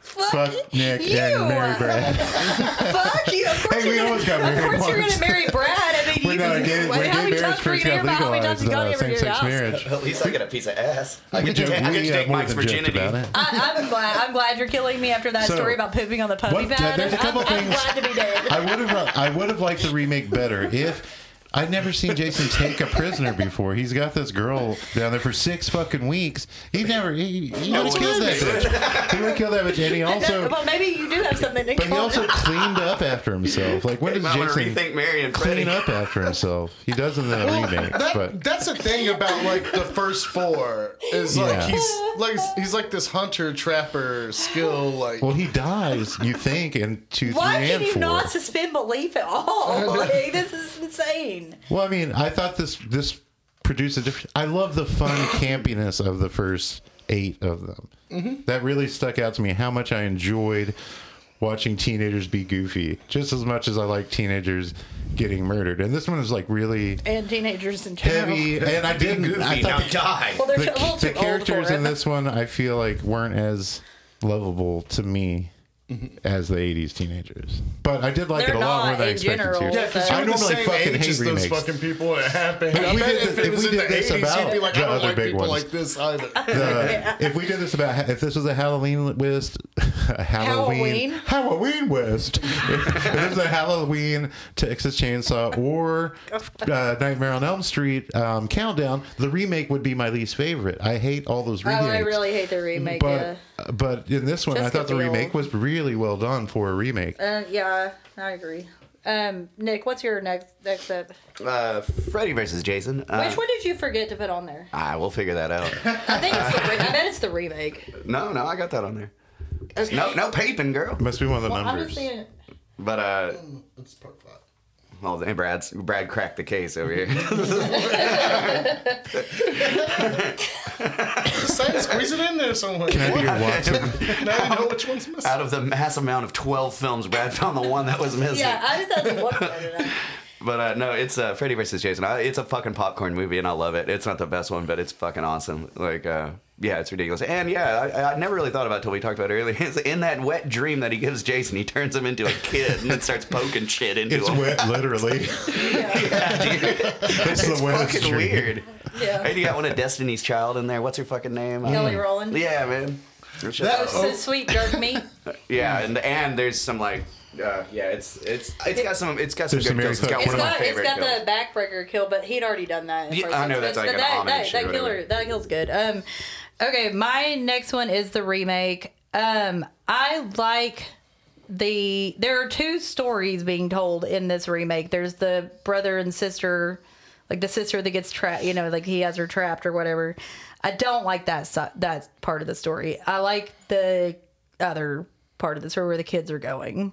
Speaker 2: fuck,
Speaker 3: Fuck Nick
Speaker 2: you.
Speaker 3: and marry Brad.
Speaker 2: Fuck you.
Speaker 3: *laughs*
Speaker 2: Of course,
Speaker 3: Hey, we
Speaker 2: you're,
Speaker 3: almost got
Speaker 2: gonna, of
Speaker 3: married
Speaker 2: course you're gonna
Speaker 3: once. *laughs*
Speaker 2: marry Brad. I mean,
Speaker 3: When
Speaker 2: you,
Speaker 3: uh, gay,
Speaker 2: why-
Speaker 3: when
Speaker 2: how
Speaker 3: gay
Speaker 2: many
Speaker 3: marriage
Speaker 2: times were you
Speaker 3: first
Speaker 2: gonna
Speaker 3: got
Speaker 2: hear about how many
Speaker 3: legalized,
Speaker 2: times you got
Speaker 3: uh,
Speaker 2: over your
Speaker 3: same-sex
Speaker 2: house?
Speaker 3: marriage,
Speaker 1: At least I get a piece of ass. I
Speaker 3: we
Speaker 1: get to
Speaker 3: joked,
Speaker 1: take, I get
Speaker 3: we
Speaker 1: to
Speaker 3: uh,
Speaker 1: take
Speaker 3: more
Speaker 1: Mike's
Speaker 3: than joked
Speaker 1: virginity.
Speaker 3: about it.
Speaker 2: I, I'm glad. I'm glad you're killing me after that
Speaker 3: So,
Speaker 2: story about pooping on the pony
Speaker 3: what- uh,
Speaker 2: pad.
Speaker 3: there's a couple
Speaker 2: I'm, I'm
Speaker 3: things-
Speaker 2: glad to
Speaker 3: *laughs*
Speaker 2: be dead.
Speaker 3: I would have I would have liked the remake better if I'd never seen Jason take a prisoner before. He's got this girl down there for six fucking weeks. He never he, he would have killed that bitch. He would have killed that bitch, and he also
Speaker 2: well, maybe you do have something in
Speaker 3: but he *laughs*
Speaker 2: common.
Speaker 3: also cleaned up after himself. Like when
Speaker 1: You
Speaker 3: did
Speaker 1: might want to rethink
Speaker 3: Jason
Speaker 1: Mary and Freddie.
Speaker 3: clean up after himself? He does in the remake,
Speaker 4: *laughs* that,
Speaker 3: but
Speaker 4: that's the thing about like the first four is like
Speaker 3: Yeah.
Speaker 4: he's like he's like this hunter trapper skill like
Speaker 3: well, he dies. You think in two,
Speaker 2: Why
Speaker 3: three,
Speaker 2: can
Speaker 3: and
Speaker 2: you
Speaker 3: four.
Speaker 2: not suspend belief
Speaker 3: *laughs*
Speaker 2: at all? Like, this is insane.
Speaker 3: Well, I mean, I thought this this produced a different. I love the
Speaker 2: *coughs*
Speaker 3: fun campiness of the first eight of them.
Speaker 2: Mm-hmm.
Speaker 3: That really stuck out to me. How much I enjoyed watching teenagers be goofy, just as much as I like teenagers getting murdered. And this one is like really
Speaker 2: And teenagers in general. *laughs*
Speaker 3: heavy. And I didn't.
Speaker 1: Goofy,
Speaker 3: I
Speaker 1: now
Speaker 3: thought the-
Speaker 1: die.
Speaker 2: Well, they're a
Speaker 3: the,
Speaker 2: little
Speaker 3: the
Speaker 2: too old
Speaker 3: characters
Speaker 2: for it.
Speaker 3: in this one, I feel like weren't as lovable to me. As the '80s teenagers, but I did like
Speaker 2: Mm-hmm.
Speaker 3: it
Speaker 2: They're
Speaker 3: a lot more
Speaker 2: not
Speaker 3: than I
Speaker 2: in
Speaker 3: expected
Speaker 2: general,
Speaker 3: to.
Speaker 4: yeah, 'cause
Speaker 2: I
Speaker 4: you're the
Speaker 3: normally
Speaker 4: same
Speaker 3: fucking
Speaker 4: age
Speaker 3: hate
Speaker 4: as those
Speaker 3: remakes.
Speaker 4: fucking people that happened.
Speaker 3: If
Speaker 4: I
Speaker 3: we
Speaker 4: bet
Speaker 3: did
Speaker 4: if
Speaker 3: this-
Speaker 4: it
Speaker 3: if
Speaker 4: was
Speaker 3: we
Speaker 4: in the
Speaker 3: did this
Speaker 4: 80s, you'd be
Speaker 3: about
Speaker 4: like,
Speaker 3: the
Speaker 4: I don't
Speaker 3: other
Speaker 4: like
Speaker 3: big
Speaker 4: people
Speaker 3: ones.
Speaker 4: like this either.
Speaker 2: *laughs*
Speaker 3: The- if we did this about if this was a Halloween list, *laughs* a Halloween
Speaker 2: Halloween?
Speaker 3: Halloween list, *laughs* if this was a Halloween Texas Chainsaw or uh, Nightmare on Elm Street um, countdown, the remake would be my least favorite. I hate all those
Speaker 2: Oh,
Speaker 3: remakes.
Speaker 2: I really hate the remake.
Speaker 3: but but in this one, I
Speaker 2: Just
Speaker 3: thought the
Speaker 2: get the
Speaker 3: remake was really well done for a remake.
Speaker 2: yeah. Uh, yeah, I agree. Um, Nick, what's your next next up?
Speaker 1: Uh, Freddy versus Jason. Uh,
Speaker 2: Which one did you forget to put on there?
Speaker 1: Ah, we'll figure that
Speaker 3: *laughs*
Speaker 1: out.
Speaker 2: I think it's the re- I bet it's the remake.
Speaker 1: no, no, I got that on there.
Speaker 2: Okay.
Speaker 1: No, no paping, girl.
Speaker 3: Must be one of the
Speaker 2: Well, I'm
Speaker 3: numbers.
Speaker 2: just saying.
Speaker 1: But uh,
Speaker 4: That's part five.
Speaker 1: well, hey, Brad's Brad cracked the case over
Speaker 3: *laughs*
Speaker 1: here.
Speaker 4: Just say it, squeeze it in there somewhere.
Speaker 3: Can I be
Speaker 4: Now
Speaker 3: your
Speaker 2: *laughs*
Speaker 4: *laughs*
Speaker 3: Watson?
Speaker 1: *laughs*
Speaker 4: you know which one's missing.
Speaker 1: Out of the mass amount of twelve films, Brad found the one that was missing.
Speaker 2: Yeah, I just had to look at it.
Speaker 1: But uh, no, it's uh, Freddy versus Jason. I, it's a fucking popcorn movie, and I love it. It's not the best one, but it's fucking awesome. Like, uh, yeah, it's ridiculous. And yeah, I, I never really thought about it till we talked about it earlier. *laughs* It's in that wet dream that he gives Jason, he turns him into a kid and then starts poking shit into
Speaker 3: It's
Speaker 1: him.
Speaker 3: wet, literally. That's the wettest
Speaker 1: Fucking
Speaker 3: dream.
Speaker 1: weird.
Speaker 2: Yeah.
Speaker 1: And you got one of Destiny's Child in there. What's her fucking name? Uh,
Speaker 2: Kelly Rowland. Oh,
Speaker 1: Yeah, Oh. man. Shut
Speaker 4: That-
Speaker 1: up.
Speaker 2: So sweet jerk
Speaker 1: *laughs*
Speaker 2: meat.
Speaker 1: yeah, and and there's some like. Uh, yeah, it's it's it's got some it's got some
Speaker 3: There's
Speaker 1: good
Speaker 3: some
Speaker 1: kills. It's got
Speaker 3: Mary
Speaker 2: It's
Speaker 1: one of my
Speaker 2: got, it's
Speaker 1: favorite
Speaker 2: got
Speaker 1: kills.
Speaker 2: the backbreaker kill, but he'd already done that. in
Speaker 1: Yeah,
Speaker 2: first
Speaker 1: I know
Speaker 2: instance.
Speaker 1: that's like
Speaker 2: But
Speaker 1: an
Speaker 2: that,
Speaker 1: homage
Speaker 2: that,
Speaker 1: or
Speaker 2: that
Speaker 1: whatever.
Speaker 2: killer, that kill's good. Um, okay, my next one is the remake. Um, I like the. There are two stories being told in this remake. There's the brother and sister, like the sister that gets trapped. You know, like he has her trapped or whatever. I don't like that si- that part of the story. I like the other part of the story where the kids are going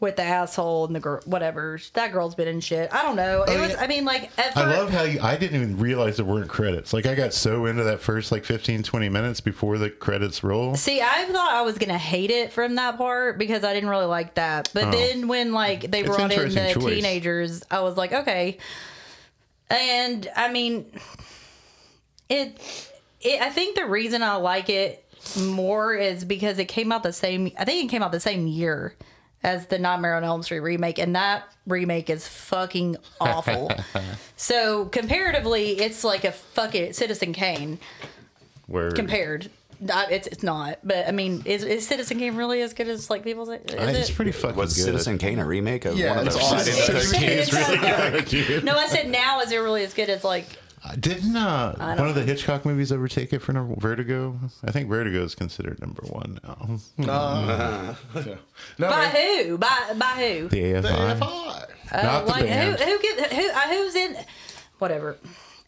Speaker 2: with the asshole and the girl, whatever. That girl's been in shit. I don't know. It was. I mean, like at
Speaker 3: Oh, I
Speaker 2: fir-
Speaker 3: love how you, I didn't even realize there weren't credits. Like I got so into that first like 15, 20 minutes before the credits roll.
Speaker 2: See, I thought I was gonna hate it from that part because I didn't really like that. But then when like they
Speaker 3: Oh. It's
Speaker 2: brought in
Speaker 3: interesting
Speaker 2: the
Speaker 3: choice.
Speaker 2: teenagers, I was like, okay. And I mean, it, it. I think the reason I like it more is because it came out the same. I think it came out the same year as the Nightmare on Elm Street remake, and that remake is fucking awful.
Speaker 3: *laughs*
Speaker 2: so comparatively, it's like a fucking Citizen Kane
Speaker 3: Where
Speaker 2: compared. Not, it's it's not, but I mean, is, is Citizen Kane really as good as like people say? Is
Speaker 3: I- it's
Speaker 2: it?
Speaker 3: pretty fucking
Speaker 1: Was
Speaker 3: good.
Speaker 1: Citizen Kane a remake of
Speaker 4: Yeah,
Speaker 1: one of
Speaker 4: it's
Speaker 1: those?
Speaker 4: awesome.
Speaker 1: I didn't know.
Speaker 2: Citizen Kane is really good.
Speaker 3: Dude.
Speaker 2: No, I said now is it really as good as like?
Speaker 3: Didn't uh, one of the Hitchcock movies overtake it for number, Vertigo? I think Vertigo is considered number one now.
Speaker 4: Yeah. No,
Speaker 2: By
Speaker 4: man,
Speaker 2: who? By by who? Uh,
Speaker 3: The AFI,
Speaker 4: the AFI.
Speaker 3: not the
Speaker 2: like
Speaker 3: band,
Speaker 2: who who get who uh, who's in? Whatever.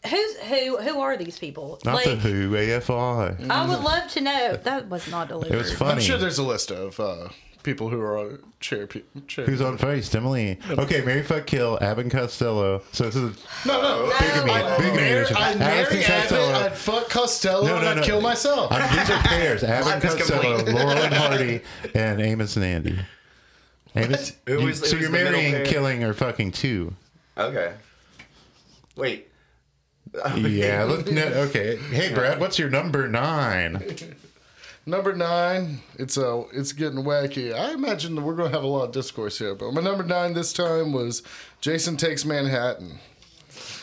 Speaker 2: Who's who? Who are these people?
Speaker 3: not
Speaker 2: like,
Speaker 3: the Who AFI.
Speaker 2: I would love to know. That was not
Speaker 3: It
Speaker 2: delivered.
Speaker 3: was funny.
Speaker 4: I'm sure there's a list of uh, people who are on chair. Pe- chair.
Speaker 3: Who's on first? Emily. Okay, Mary Fuck Kill, Abbott Costello. So this is
Speaker 4: No, no.
Speaker 3: Oh, Bigamy.
Speaker 4: I,
Speaker 3: Bigamy
Speaker 4: Mary,
Speaker 3: issue.
Speaker 4: I'd
Speaker 3: Allison
Speaker 4: marry Abbott,
Speaker 3: Costello.
Speaker 4: I'd fuck Costello,
Speaker 3: No,
Speaker 4: and
Speaker 3: no,
Speaker 4: I'd
Speaker 3: no.
Speaker 4: kill myself.
Speaker 3: I mean, uh,
Speaker 1: *laughs*
Speaker 3: these are pairs: Abbott
Speaker 1: Life is
Speaker 3: Costello,
Speaker 1: complete.
Speaker 3: Laurel
Speaker 1: *laughs*
Speaker 3: and Hardy, and Amos and Andy. Amos,
Speaker 1: It
Speaker 3: you-
Speaker 1: was- it
Speaker 3: so
Speaker 1: was
Speaker 3: you're
Speaker 1: the middle pair.
Speaker 3: marrying, killing, or fucking two?
Speaker 1: Okay. Wait.
Speaker 3: *laughs* Yeah. Look, no, okay. Hey, Brad, what's your number nine?
Speaker 4: Number nine, it's a, it's getting wacky. I imagine that we're gonna have a lot of discourse here, but my number nine this time was Jason Takes Manhattan.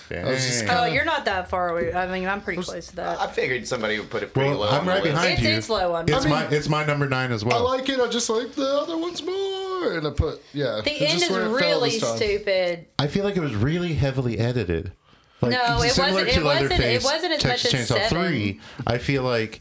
Speaker 3: Dang.
Speaker 4: was just
Speaker 2: Oh, you're not that far away. I mean, I'm pretty close to that.
Speaker 1: I figured somebody would put it pretty
Speaker 3: well,
Speaker 1: low.
Speaker 3: I'm
Speaker 1: on the
Speaker 3: right
Speaker 1: list.
Speaker 3: behind
Speaker 2: It's-
Speaker 3: you.
Speaker 2: it's low on
Speaker 3: It's
Speaker 2: mine.
Speaker 3: my it's my number nine as
Speaker 4: I
Speaker 3: well.
Speaker 4: like it. I just like the other ones more, and I put yeah.
Speaker 2: The
Speaker 4: it's
Speaker 2: end
Speaker 4: just
Speaker 2: is
Speaker 4: where it fell
Speaker 2: really
Speaker 4: this time.
Speaker 2: stupid.
Speaker 3: I feel like it was really heavily edited. Like,
Speaker 2: No, it
Speaker 3: similar
Speaker 2: wasn't- it
Speaker 3: to
Speaker 2: wasn't-
Speaker 3: Leatherface,
Speaker 2: it wasn't as
Speaker 3: Texas
Speaker 2: much as
Speaker 3: Chainsaw
Speaker 2: seven.
Speaker 3: Three. I feel like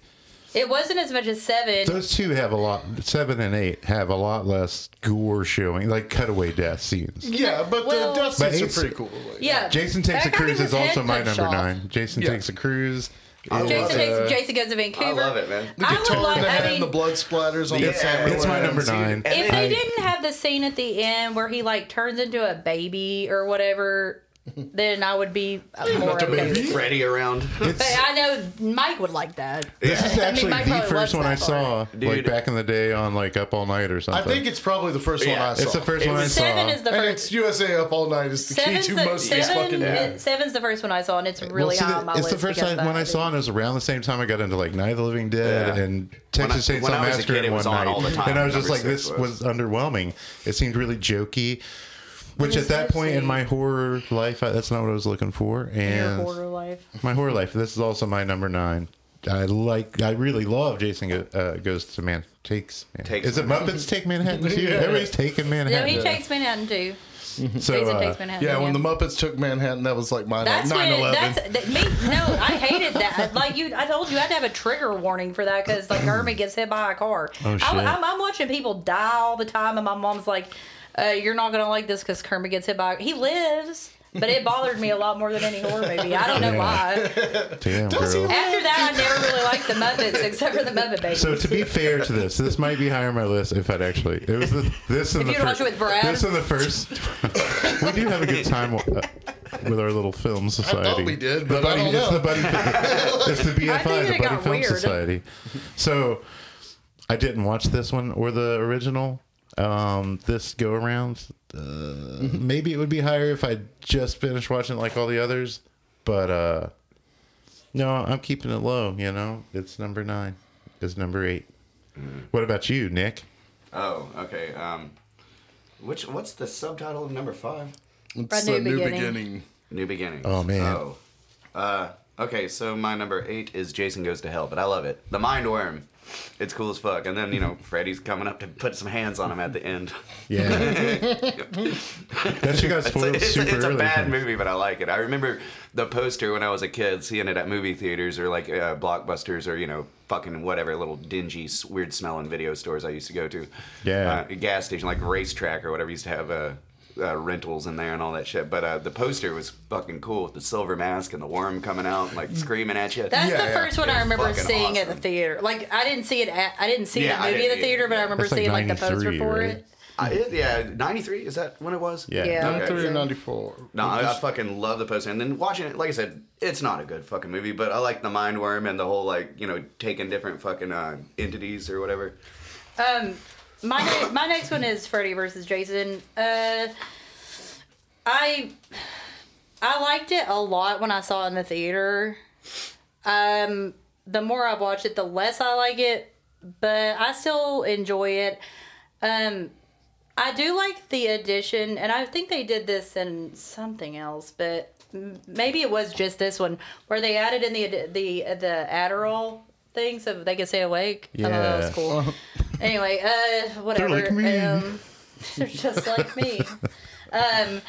Speaker 2: It wasn't as much as seven.
Speaker 3: those two have a lot. Seven and eight have a lot less gore showing, like cutaway death scenes.
Speaker 4: Yeah, but
Speaker 2: Well-
Speaker 4: the death
Speaker 3: But
Speaker 4: scenes are
Speaker 3: it's-
Speaker 4: pretty cool. like-
Speaker 2: yeah.
Speaker 3: Jason takes
Speaker 2: That
Speaker 3: a
Speaker 2: guy
Speaker 3: cruise
Speaker 2: with
Speaker 3: is
Speaker 2: his
Speaker 3: also
Speaker 2: head
Speaker 3: my
Speaker 2: cut
Speaker 3: number
Speaker 2: off.
Speaker 3: nine. Jason
Speaker 4: Yeah.
Speaker 3: takes a cruise. uh,
Speaker 1: I
Speaker 2: Jason,
Speaker 1: love
Speaker 2: takes,
Speaker 1: it.
Speaker 2: Jason goes to
Speaker 1: I
Speaker 2: Vancouver.
Speaker 1: love it, man.
Speaker 4: The guitar
Speaker 2: I would
Speaker 4: in
Speaker 2: love.
Speaker 4: the hand,
Speaker 2: I mean,
Speaker 4: the blood splatters on
Speaker 1: Yeah,
Speaker 4: the family.
Speaker 3: it's my
Speaker 4: land.
Speaker 3: number nine.
Speaker 1: And
Speaker 2: if
Speaker 1: then-
Speaker 2: they
Speaker 3: I-
Speaker 2: didn't have the scene at the end where he like turns into a baby or
Speaker 3: *laughs*
Speaker 2: whatever, then I would be more
Speaker 4: not a
Speaker 2: okay.
Speaker 4: baby.
Speaker 2: with it.
Speaker 1: Freddy around.
Speaker 2: But I know Mike would like that.
Speaker 3: This
Speaker 2: *laughs*
Speaker 3: is actually
Speaker 2: Mike
Speaker 3: the
Speaker 2: probably
Speaker 3: first
Speaker 2: loves
Speaker 3: one I
Speaker 2: that
Speaker 3: saw, like
Speaker 1: Dude.
Speaker 3: back in the day on like Up All Night or
Speaker 4: I
Speaker 3: something.
Speaker 4: think it's probably the first
Speaker 1: Yeah,
Speaker 4: one I saw.
Speaker 3: it's the first
Speaker 1: It
Speaker 3: one I
Speaker 1: was-
Speaker 3: saw.
Speaker 2: Seven is the
Speaker 4: and it's
Speaker 2: first.
Speaker 4: USA Up All Night is the key
Speaker 2: Seven's
Speaker 4: to
Speaker 2: the,
Speaker 4: most of these
Speaker 2: seven-
Speaker 4: fucking
Speaker 1: Yeah.
Speaker 2: seven's the first one I saw, and it's
Speaker 3: Well,
Speaker 2: really
Speaker 3: see,
Speaker 2: high
Speaker 3: the-
Speaker 2: on my
Speaker 3: it's
Speaker 2: list.
Speaker 3: the first
Speaker 2: because
Speaker 3: time
Speaker 2: of
Speaker 3: when
Speaker 2: that.
Speaker 3: I saw it. It was around the same time I got into like Night of the Living Dead
Speaker 1: Yeah.
Speaker 3: and
Speaker 1: When I-
Speaker 3: Texas Chainsaw
Speaker 1: when I was a
Speaker 3: Massacre
Speaker 1: kid, it
Speaker 3: in one
Speaker 1: was on
Speaker 3: night,
Speaker 1: all the time,
Speaker 3: and I was just
Speaker 1: number
Speaker 3: like,
Speaker 1: six
Speaker 3: this
Speaker 1: was.
Speaker 3: was. underwhelming. It seemed really jokey, which at
Speaker 2: was
Speaker 3: that
Speaker 2: so
Speaker 3: point in
Speaker 2: sweet.
Speaker 3: my horror life, I, that's not what I was looking for.
Speaker 2: Your
Speaker 3: And
Speaker 2: horror life.
Speaker 3: my horror life, this is also my number nine. I like. I really love Jason Go, uh, goes to man takes. Man.
Speaker 1: Takes
Speaker 3: is it
Speaker 1: Manhattan.
Speaker 3: Muppets take
Speaker 4: *laughs*
Speaker 3: Manhattan too? Everybody's taking
Speaker 2: No,
Speaker 3: Manhattan.
Speaker 2: he takes Manhattan too.
Speaker 3: so,
Speaker 2: Jason
Speaker 3: uh,
Speaker 2: takes Manhattan.
Speaker 4: Yeah, when the Muppets took Manhattan, that was like my
Speaker 2: That's
Speaker 4: 9
Speaker 2: when
Speaker 4: 11.
Speaker 2: that's that, me. No, I hated that. Like you, I told you, I had to have a trigger warning for that because like Herman gets hit by a car.
Speaker 3: Oh, shit.
Speaker 2: I'm, I'm, I'm watching people die all the time, and my mom's like, uh, "You're not gonna like this because Kermit gets hit by." He lives, but it bothered me a lot more than any horror movie. I don't know
Speaker 3: Yeah.
Speaker 2: why.
Speaker 3: Damn, girl.
Speaker 2: After that, I never really liked the Muppets except for the Muppet Babies.
Speaker 3: So to be fair to this, this might be higher on my list if I'd actually. It was the, this and
Speaker 2: If
Speaker 3: the
Speaker 2: you'd
Speaker 3: first.
Speaker 2: watch it with Brad?
Speaker 3: This and the first. *laughs* we do have a good time uh, with our little film society.
Speaker 4: we did,
Speaker 3: The
Speaker 4: but I
Speaker 3: buddy,
Speaker 4: don't
Speaker 3: it's
Speaker 4: know.
Speaker 1: *laughs*
Speaker 3: the buddy. it's the
Speaker 2: I
Speaker 3: BFI,
Speaker 2: think it
Speaker 3: the Buddy
Speaker 2: got
Speaker 3: Film
Speaker 2: weird.
Speaker 3: Society. So I didn't watch this one or the original. Um, this go around, uh, maybe it would be higher if I just finished watching it like all the others, but uh, no, I'm keeping it low. You know, it's number nine. It's number eight.
Speaker 1: Mm.
Speaker 3: What about you, Nick?
Speaker 1: *laughs* Oh, okay. Um, which what's the subtitle of number five?
Speaker 4: It's
Speaker 2: New
Speaker 4: a new
Speaker 2: beginning.
Speaker 4: beginning.
Speaker 1: New beginnings.
Speaker 3: Oh, man.
Speaker 1: Oh. Uh, okay, so my number eight is Jason Goes to Hell, but I love it. The Mind Worm. It's cool as fuck. And then, you know, Freddy's coming up to put some hands on him at the end.
Speaker 3: Yeah, *laughs* that shit got
Speaker 1: It's, a,
Speaker 3: spoiled
Speaker 1: it's,
Speaker 3: super
Speaker 1: a, it's a
Speaker 3: early.
Speaker 1: bad
Speaker 3: for me.
Speaker 1: movie, but I like it. I remember the poster when I was a kid, seeing it at movie theaters or like uh, blockbusters or you know fucking whatever little dingy, s- weird smelling video stores I used to go to.
Speaker 3: Yeah.
Speaker 1: uh, gas station like racetrack or whatever used to have uh, uh, rentals in there and all that shit. But uh, the poster was fucking cool with the silver mask and the worm coming out like screaming at you.
Speaker 2: That's
Speaker 4: Yeah,
Speaker 2: the
Speaker 4: yeah.
Speaker 2: first one
Speaker 1: It
Speaker 2: I
Speaker 1: was
Speaker 2: remember
Speaker 1: fucking
Speaker 2: seeing at the
Speaker 1: awesome.
Speaker 2: theater. Like I didn't see it. At, I didn't see
Speaker 1: Yeah,
Speaker 2: the
Speaker 1: I
Speaker 2: movie at the
Speaker 1: didn't-
Speaker 2: theater, but I remember
Speaker 3: That's like
Speaker 2: seeing like the
Speaker 3: 93,
Speaker 2: poster for
Speaker 3: right?
Speaker 2: it.
Speaker 1: I, it, yeah, ninety three is that when it was?
Speaker 3: Yeah.
Speaker 2: Yeah.
Speaker 1: Okay.
Speaker 4: 93 or 94.
Speaker 1: No, I, I fucking love the poster. And then watching it, like I said, it's not a good fucking movie, but I like the mind worm and the whole, like, you know, taking different fucking uh, entities or whatever.
Speaker 2: Um, my ne- my next one is Freddy versus Jason. Uh, I I liked it a lot when I saw it in the theater. Um, the more I watch it, the less I like it, but I still enjoy it. Um, I do like the addition, and I think they did this in something else, but m- maybe it was just this one where they added in the ad- the the Adderall thing so they could stay awake. I thought that was
Speaker 3: Yeah.
Speaker 2: cool anyway, uh, whatever.
Speaker 3: like me.
Speaker 2: Um, *laughs* they're just like me.
Speaker 3: *laughs*
Speaker 2: Um,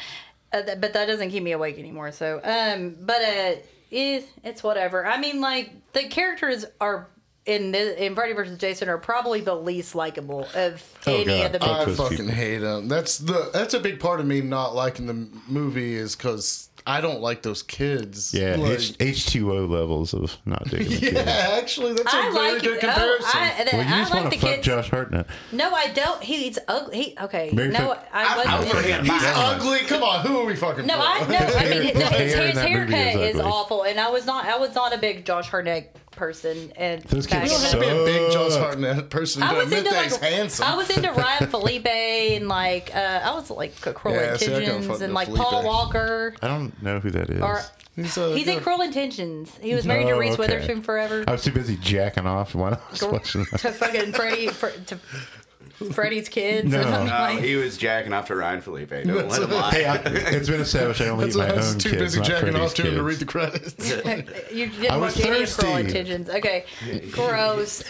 Speaker 2: uh, th- but that doesn't keep me awake anymore. So, um, but uh, it, it's whatever. I mean, like the characters are in the in Freddy versus Jason are probably the least likable of
Speaker 3: Oh,
Speaker 2: any
Speaker 3: God.
Speaker 2: of the.
Speaker 3: Uh,
Speaker 4: I
Speaker 3: those
Speaker 4: fucking
Speaker 3: people.
Speaker 4: hate them. That's the that's a big part of me not liking the movie is because I don't like those kids.
Speaker 3: Yeah,
Speaker 4: Like-
Speaker 3: H two O levels of not digging.
Speaker 4: *laughs*
Speaker 3: the kid.
Speaker 4: yeah. Actually, that's a
Speaker 2: I
Speaker 4: very
Speaker 2: like
Speaker 4: good
Speaker 2: oh,
Speaker 4: comparison.
Speaker 2: I,
Speaker 3: Well, you
Speaker 2: I
Speaker 3: just
Speaker 2: like
Speaker 3: want
Speaker 2: the
Speaker 3: to fuck
Speaker 2: kids.
Speaker 3: Josh Hartnett.
Speaker 2: No, I don't. He, he's ugly. He, okay.
Speaker 3: Mary
Speaker 2: no,
Speaker 3: Poppins.
Speaker 2: I
Speaker 1: I
Speaker 2: wasn't.
Speaker 1: was looking at
Speaker 4: He's
Speaker 1: my-
Speaker 4: ugly. Come on, who are we fucking?
Speaker 2: No,
Speaker 4: for?
Speaker 2: I no. I mean,
Speaker 3: hair-
Speaker 2: no,
Speaker 3: his
Speaker 2: his,
Speaker 3: hair in
Speaker 2: his
Speaker 3: that movie
Speaker 2: haircut
Speaker 3: is
Speaker 2: is,
Speaker 3: ugly.
Speaker 2: awful, and I was not. I was not a big Josh Hartnett person. And
Speaker 3: Those
Speaker 2: back
Speaker 4: We
Speaker 3: kids
Speaker 2: in the-
Speaker 4: don't have to be a big Josh
Speaker 3: Suck.
Speaker 4: Hartnett person
Speaker 2: I
Speaker 4: to
Speaker 2: was
Speaker 4: admit
Speaker 2: into
Speaker 4: that he's
Speaker 2: like
Speaker 4: handsome.
Speaker 2: I was into
Speaker 4: *laughs*
Speaker 2: Ryan Felipe and like uh, I was like Cruel
Speaker 4: Yeah, see, I couldn't fuck
Speaker 2: Intentions
Speaker 4: with
Speaker 2: and like
Speaker 4: Felipe.
Speaker 2: Paul Walker.
Speaker 3: I don't know who that is.
Speaker 2: Or
Speaker 4: He's
Speaker 2: he's,
Speaker 4: a-
Speaker 2: in Cruel Intentions. He was married
Speaker 3: Oh,
Speaker 2: to Reese
Speaker 3: okay. Oh.
Speaker 2: Witherspoon forever.
Speaker 3: I was too busy jacking off when I was watching that.
Speaker 2: to fucking Freddie Fre- to Freddie's kids.
Speaker 3: No.
Speaker 2: And I'm
Speaker 1: Oh,
Speaker 2: like,
Speaker 1: he was jacking off to Ryan Felipe. Don't let him
Speaker 3: Hey, I,
Speaker 1: lie.
Speaker 3: *laughs* it's been established I only eat
Speaker 4: That's why
Speaker 3: my
Speaker 4: I was
Speaker 3: own
Speaker 4: too
Speaker 3: kids,
Speaker 4: busy
Speaker 3: not
Speaker 4: jacking
Speaker 3: Freddy's
Speaker 4: off to him to
Speaker 3: kids.
Speaker 4: read the
Speaker 2: *laughs*
Speaker 4: credits.
Speaker 2: you didn't
Speaker 3: I
Speaker 2: watch
Speaker 3: was
Speaker 2: any of Cruel
Speaker 3: thirsty.
Speaker 2: Intentions. Okay, gross.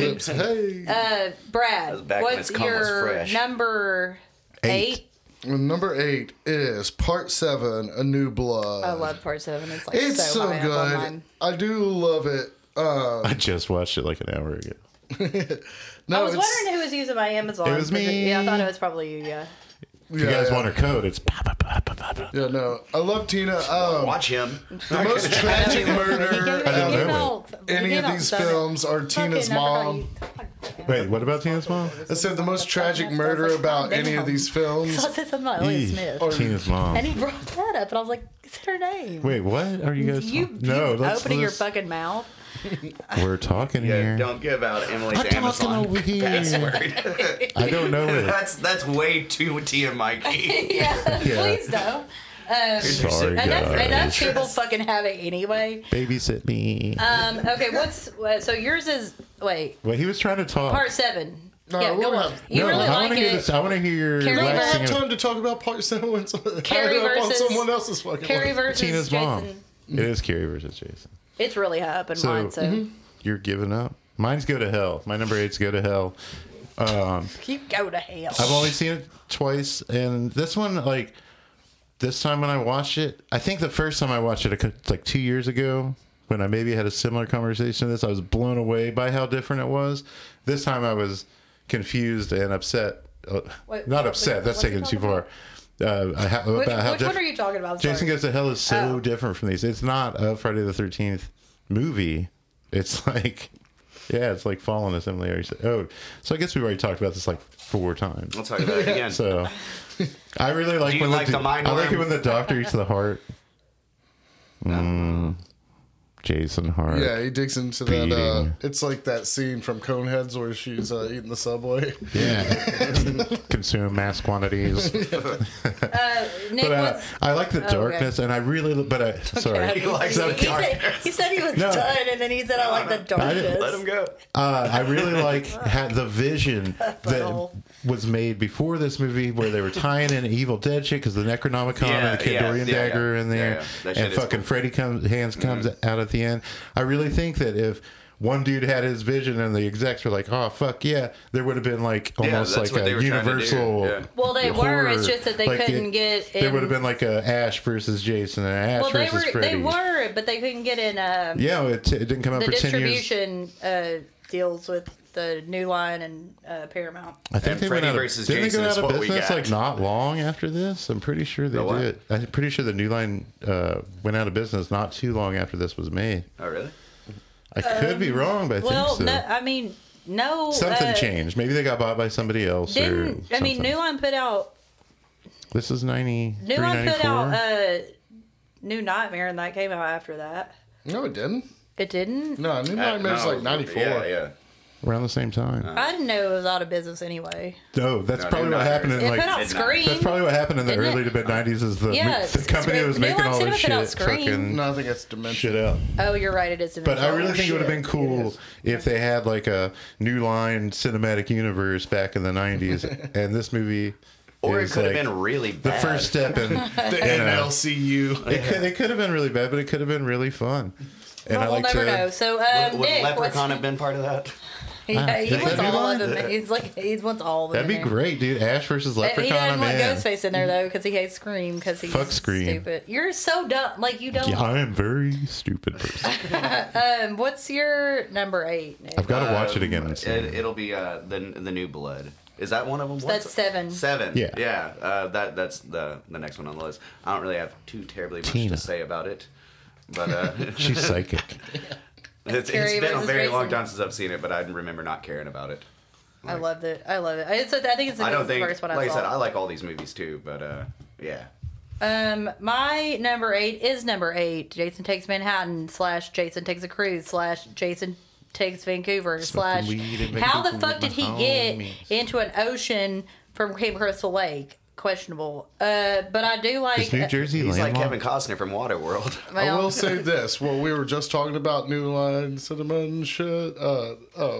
Speaker 3: *laughs*
Speaker 4: Oops, *laughs* hey.
Speaker 2: uh,
Speaker 1: was
Speaker 2: Brad,
Speaker 1: back when
Speaker 2: what's
Speaker 1: his cum was
Speaker 2: your
Speaker 1: fresh.
Speaker 2: number
Speaker 3: Eight.
Speaker 2: eight?
Speaker 4: And number eight is part seven, A New Blood.
Speaker 2: I love part seven. It's like
Speaker 4: It's so,
Speaker 2: high up on
Speaker 4: good.
Speaker 2: mine.
Speaker 4: I do love it. Uh,
Speaker 3: I just watched it like an hour ago.
Speaker 4: no,
Speaker 2: I was
Speaker 4: it's,
Speaker 2: wondering who was using my Amazon.
Speaker 3: It was me.
Speaker 2: Yeah, I thought it was probably you. Yeah.
Speaker 3: If you
Speaker 4: Yeah,
Speaker 3: guys
Speaker 4: yeah.
Speaker 3: want her code, it's ba, ba, ba, ba, ba, ba.
Speaker 4: Yeah, no, I
Speaker 3: *laughs*
Speaker 4: love Tina. Um,
Speaker 1: Watch him.
Speaker 4: the most tragic murder
Speaker 3: I don't
Speaker 4: out
Speaker 3: know.
Speaker 4: of any of these films are Tina's mom.
Speaker 3: Wait, what about Tina's mom?
Speaker 4: I said the most tragic murder about any of these films.
Speaker 2: *laughs* So I said something about Elliot
Speaker 3: Eee,
Speaker 2: Smith.
Speaker 3: Tina's mom.
Speaker 2: And he brought that up, and I was like, "Is it her name?"
Speaker 3: Wait, what are you guys?
Speaker 2: you,
Speaker 3: talking-
Speaker 2: you
Speaker 3: no, let's,
Speaker 2: opening your
Speaker 3: let's-
Speaker 2: fucking mouth.
Speaker 3: We're talking
Speaker 1: Yeah,
Speaker 3: here.
Speaker 1: don't give out Emily's
Speaker 3: I'm talking
Speaker 1: Amazon
Speaker 3: over here.
Speaker 1: password.
Speaker 3: I don't know it.
Speaker 1: that's that's way too Tia Mikey.
Speaker 2: *laughs* yeah,
Speaker 3: Yeah.
Speaker 2: please don't. Um,
Speaker 3: Sorry,
Speaker 2: enough, enough
Speaker 3: guys.
Speaker 2: people fucking have it anyway.
Speaker 3: Babysit
Speaker 2: *laughs*
Speaker 3: me.
Speaker 2: Um, okay, what's uh, so yours is wait
Speaker 3: well, he was trying to talk.
Speaker 2: part seven.
Speaker 4: No,
Speaker 2: yeah,
Speaker 4: we're
Speaker 2: go
Speaker 4: gonna
Speaker 2: on.
Speaker 4: have-
Speaker 2: You
Speaker 3: no,
Speaker 2: really
Speaker 3: I
Speaker 2: like
Speaker 3: want to hear this.
Speaker 2: it.
Speaker 3: I want to hear
Speaker 4: We
Speaker 2: Carrie
Speaker 4: don't
Speaker 2: Lexington.
Speaker 4: have
Speaker 3: waxing of
Speaker 4: time to talk about part seven *laughs* when someone
Speaker 2: Carrie
Speaker 4: hung up on
Speaker 2: versus-
Speaker 4: someone else's fucking
Speaker 2: Carrie
Speaker 4: life.
Speaker 2: versus
Speaker 3: Tina's
Speaker 2: Jason.
Speaker 3: mom. It is Carrie versus Jason.
Speaker 2: It's really high up in
Speaker 3: So- mm-hmm.
Speaker 2: mine. So
Speaker 3: You're giving up. Mine's go to hell. My number eight's go to hell. Um,
Speaker 2: you go to hell.
Speaker 3: I've only seen it twice, and this one, like, this time when I watched it, I think the first time I watched it, I could- like two years ago, when I maybe had a similar conversation to this, I was blown away by how different it was. This time I was confused and upset. Uh,
Speaker 2: What-
Speaker 3: not
Speaker 2: what-
Speaker 3: upset. that's
Speaker 2: what are you
Speaker 3: taken too
Speaker 2: talking
Speaker 3: far. Uh, I ha-
Speaker 2: which
Speaker 3: about how
Speaker 2: which one
Speaker 3: diff-
Speaker 2: are you talking about? I'm
Speaker 3: Jason
Speaker 2: sorry.
Speaker 3: Goes to Hell is so
Speaker 2: Oh.
Speaker 3: different from these. It's not a Friday the Thirteenth movie. It's like, yeah, it's like following us. Emily already said. Oh, so I guess we've already talked about this like four times.
Speaker 1: We'll talk about it again.
Speaker 3: So I really like
Speaker 1: Do you
Speaker 3: when
Speaker 1: like
Speaker 3: the,
Speaker 1: the
Speaker 3: do-
Speaker 1: mind
Speaker 3: I like it
Speaker 1: worm?
Speaker 3: when the doctor eats the heart. Mm. Jason Hart.
Speaker 4: Yeah, he digs into that. Uh, it's like that scene from Coneheads where she's uh, eating the subway. *laughs*
Speaker 3: Yeah. *laughs* Consume mass
Speaker 2: *laughs*
Speaker 3: quantities.
Speaker 2: Nick
Speaker 3: But uh,
Speaker 2: what's-
Speaker 3: I like the darkness, and I really. But I sorry.
Speaker 1: He likes
Speaker 2: *laughs* he,
Speaker 1: the
Speaker 2: he said,
Speaker 1: darkness.
Speaker 2: he said he was
Speaker 3: No.
Speaker 2: done, and then he said, "I like the darkness."
Speaker 1: Let him go.
Speaker 3: Uh, I really like
Speaker 2: *laughs*
Speaker 3: had the vision that
Speaker 2: Butthole.
Speaker 3: was made before this movie where they were tying in Evil Dead shit because the Necronomicon
Speaker 1: Yeah,
Speaker 3: and the Kid
Speaker 1: yeah,
Speaker 3: Dorian
Speaker 1: yeah, yeah.
Speaker 3: dagger in
Speaker 1: Yeah, yeah.
Speaker 3: there,
Speaker 1: That shit
Speaker 3: and
Speaker 1: is
Speaker 3: fucking
Speaker 1: cool. Mm.
Speaker 3: Freddy comes hands comes out at the end. I really think that if one dude had his vision and the execs were like, "Oh fuck yeah," there would have been like almost
Speaker 1: that's
Speaker 3: like
Speaker 1: what
Speaker 3: a
Speaker 1: they were trying to do,
Speaker 3: universal.
Speaker 1: yeah.
Speaker 2: Well, they
Speaker 3: horror.
Speaker 2: were. It's just that they
Speaker 3: Like,
Speaker 2: couldn't
Speaker 3: it-
Speaker 2: get. In,
Speaker 3: There would have been like a Ash versus Jason and an Ash
Speaker 2: Well, they
Speaker 3: versus
Speaker 2: were.
Speaker 3: Freddy.
Speaker 2: They were, but they couldn't get in. Um,
Speaker 3: Yeah, it, it didn't come out
Speaker 2: the
Speaker 3: for ten years.
Speaker 2: distribution uh, deals with the New Line and uh, Paramount.
Speaker 3: I think
Speaker 1: And
Speaker 3: they
Speaker 1: Freddy
Speaker 3: went out
Speaker 1: versus
Speaker 3: of, didn't
Speaker 1: Jason
Speaker 3: they go
Speaker 1: is
Speaker 3: out
Speaker 1: what
Speaker 3: of
Speaker 1: we
Speaker 3: business
Speaker 1: got.
Speaker 3: like not long after this. I'm pretty sure they
Speaker 1: The what?
Speaker 3: did. I'm pretty sure the New Line uh, went out of business not too long after this was made.
Speaker 1: Oh really?
Speaker 3: I could be wrong, but I
Speaker 2: Um, Well,
Speaker 3: think so.
Speaker 2: no, I mean, no.
Speaker 3: something
Speaker 2: uh,
Speaker 3: changed. Maybe they got bought by somebody else. or
Speaker 2: Didn't I mean
Speaker 3: something.
Speaker 2: New Line put out
Speaker 3: This is
Speaker 2: New
Speaker 3: 93,
Speaker 2: Line
Speaker 3: 94?
Speaker 2: put out uh, New Nightmare, and that came out after that.
Speaker 4: No, it didn't.
Speaker 2: It didn't.
Speaker 4: No, New
Speaker 1: Uh,
Speaker 4: Nightmare's
Speaker 1: no,
Speaker 4: like '94.
Speaker 1: Yeah, yeah.
Speaker 2: uh,
Speaker 3: around the same time.
Speaker 2: I didn't know it was out of business anyway.
Speaker 3: no, that's
Speaker 1: Uh, No,
Speaker 3: probably
Speaker 1: New
Speaker 3: what
Speaker 1: Nightmare.
Speaker 3: happened in
Speaker 2: It
Speaker 3: like.
Speaker 2: put out
Speaker 1: Midnight.
Speaker 2: Scream.
Speaker 3: That's probably what happened in the
Speaker 2: Didn't it?
Speaker 3: early to mid '90s. Is the, *laughs*
Speaker 2: Yeah,
Speaker 3: the
Speaker 2: it's-
Speaker 3: company that was
Speaker 2: New Line
Speaker 3: making all
Speaker 2: Cinema
Speaker 3: this
Speaker 2: put out
Speaker 3: shit
Speaker 2: Scream.
Speaker 3: fucking
Speaker 4: No, I think that's dementia.
Speaker 3: shit up.
Speaker 2: Oh, you're right. It is.
Speaker 3: But I really
Speaker 2: Oh,
Speaker 3: think it would have
Speaker 2: shit.
Speaker 3: been cool if they had like a new line cinematic universe back in the
Speaker 2: *laughs*
Speaker 3: 90s. and this movie.
Speaker 1: Or it
Speaker 3: is,
Speaker 1: could have
Speaker 3: like,
Speaker 1: been really
Speaker 3: The
Speaker 1: bad.
Speaker 3: first step in.
Speaker 4: The
Speaker 3: *laughs*
Speaker 4: NLCU.
Speaker 3: it, could, it could have been really bad, but it could have been really fun. *laughs* And I
Speaker 2: Well,
Speaker 3: like
Speaker 2: we'll never
Speaker 3: to.
Speaker 2: know. So, um,
Speaker 1: Would, would
Speaker 2: Nick, what's,
Speaker 1: Leprechaun have been part of that?
Speaker 2: yeah, he
Speaker 3: That'd
Speaker 2: wants
Speaker 3: be
Speaker 2: all of
Speaker 3: fun.
Speaker 2: them. He's like, he wants all of them.
Speaker 3: That'd be
Speaker 2: in there.
Speaker 3: great, dude. Ash versus
Speaker 2: Uh, He
Speaker 3: Leprechaun.
Speaker 2: doesn't
Speaker 3: I'm
Speaker 2: want
Speaker 3: in.
Speaker 2: Ghostface in there though because he hates Scream because he's
Speaker 3: Fuck Scream.
Speaker 2: stupid. You're so dumb. Like you don't.
Speaker 3: Yeah, I am very stupid person.
Speaker 2: Um, what's your number eight? Nick?
Speaker 3: I've got to
Speaker 1: Um,
Speaker 3: watch it again. and see.
Speaker 1: It, will be uh, the the new blood. Is that one of them?
Speaker 2: That's
Speaker 1: What's-
Speaker 2: seven.
Speaker 1: Seven.
Speaker 3: Yeah.
Speaker 1: Yeah. Uh, that that's the the next one on the list. I don't really have too terribly much
Speaker 3: Tina.
Speaker 1: to say about it, but
Speaker 3: *laughs*
Speaker 1: uh, *laughs*
Speaker 3: She's psychic.
Speaker 1: it's,
Speaker 2: Carrie
Speaker 1: it's been a
Speaker 2: versus
Speaker 1: very long
Speaker 2: Jason.
Speaker 1: time since I've seen it, but I remember not caring about it.
Speaker 2: I love it. I love it. It's, I think it's the
Speaker 1: I don't
Speaker 2: best-
Speaker 1: think,
Speaker 2: first one
Speaker 1: like I
Speaker 2: I
Speaker 1: said, I
Speaker 2: saw.
Speaker 1: like all these movies too, but uh, yeah.
Speaker 2: Um, my number eight is number eight. Jason takes Manhattan slash Jason takes a cruise slash Jason takes Vancouver slash.
Speaker 3: weed in
Speaker 2: How the
Speaker 3: Vancouver
Speaker 2: fuck
Speaker 3: with
Speaker 2: did he
Speaker 3: my homies.
Speaker 2: get into an ocean from Cape Crystal Lake? Questionable. Uh, but I do like. uh,
Speaker 3: Is New Jersey
Speaker 1: He's like
Speaker 3: landlocked?
Speaker 1: Kevin Costner from
Speaker 2: *laughs*
Speaker 1: Waterworld. *laughs*
Speaker 4: I
Speaker 2: well,
Speaker 4: will say this: what we were just talking about, New Line cinema and shit. Uh, uh,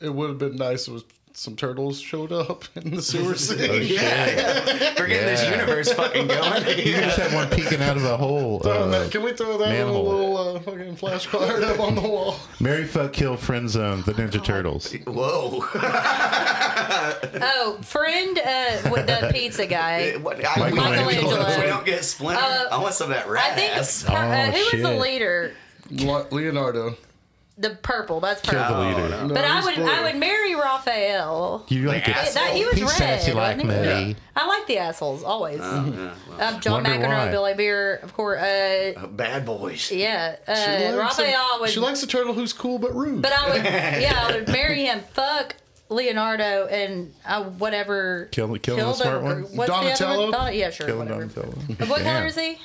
Speaker 4: it would have been nice if some turtles showed up *laughs* in
Speaker 3: *laughs*
Speaker 4: the
Speaker 3: Oh,
Speaker 4: sewer scene.
Speaker 1: We're getting this
Speaker 3: Yeah.
Speaker 1: universe fucking
Speaker 3: *laughs* You
Speaker 1: going.
Speaker 3: just had one peeking out of
Speaker 1: *laughs*
Speaker 3: a hole.
Speaker 4: Throw
Speaker 3: uh,
Speaker 4: that- Can we throw that on a
Speaker 3: manhole.
Speaker 4: little uh, fucking flashcard up on
Speaker 3: *laughs*
Speaker 4: the wall?
Speaker 3: Mary fuck kill friend zone the
Speaker 1: Oh
Speaker 3: Ninja Turtles.
Speaker 1: Whoa. *laughs*
Speaker 2: oh, friend, uh, with the
Speaker 3: *laughs*
Speaker 2: pizza guy.
Speaker 1: What- I- we-
Speaker 2: Michelangelo.
Speaker 1: We don't get Splinter. I want some of that rat
Speaker 2: I think.
Speaker 1: ass.
Speaker 2: uh, who was the
Speaker 3: Oh, shit.
Speaker 2: leader?
Speaker 4: Le- Leonardo.
Speaker 2: The purple. That's
Speaker 3: Kill the
Speaker 2: purple.
Speaker 3: leader.
Speaker 4: No,
Speaker 2: But I
Speaker 4: he's
Speaker 2: would,
Speaker 4: blue.
Speaker 2: I would marry Raphael.
Speaker 3: You
Speaker 1: Like
Speaker 3: like
Speaker 2: Yeah,
Speaker 1: ass-
Speaker 3: it?
Speaker 2: that, he was
Speaker 3: He's
Speaker 2: red.
Speaker 3: sassy like
Speaker 2: wasn't he?
Speaker 3: me. Yeah.
Speaker 2: I like the assholes always. um, John
Speaker 3: Wonder
Speaker 2: McEnroe,
Speaker 3: why.
Speaker 2: Billy Beer, of course. Uh,
Speaker 1: Bad boys.
Speaker 2: yeah,
Speaker 4: She
Speaker 2: uh,
Speaker 4: likes a-
Speaker 2: Raphael would.
Speaker 4: She likes a turtle who's cool but rude.
Speaker 2: but I would, yeah, I would marry him. Fuck Leonardo and uh, whatever.
Speaker 3: Kill- kill the smart one?
Speaker 2: What's The other
Speaker 4: Donatello?
Speaker 2: one? Don- yeah, sure.
Speaker 3: Kill him,
Speaker 2: whatever.
Speaker 3: Donatello.
Speaker 2: But what color
Speaker 3: Damn.
Speaker 2: is he?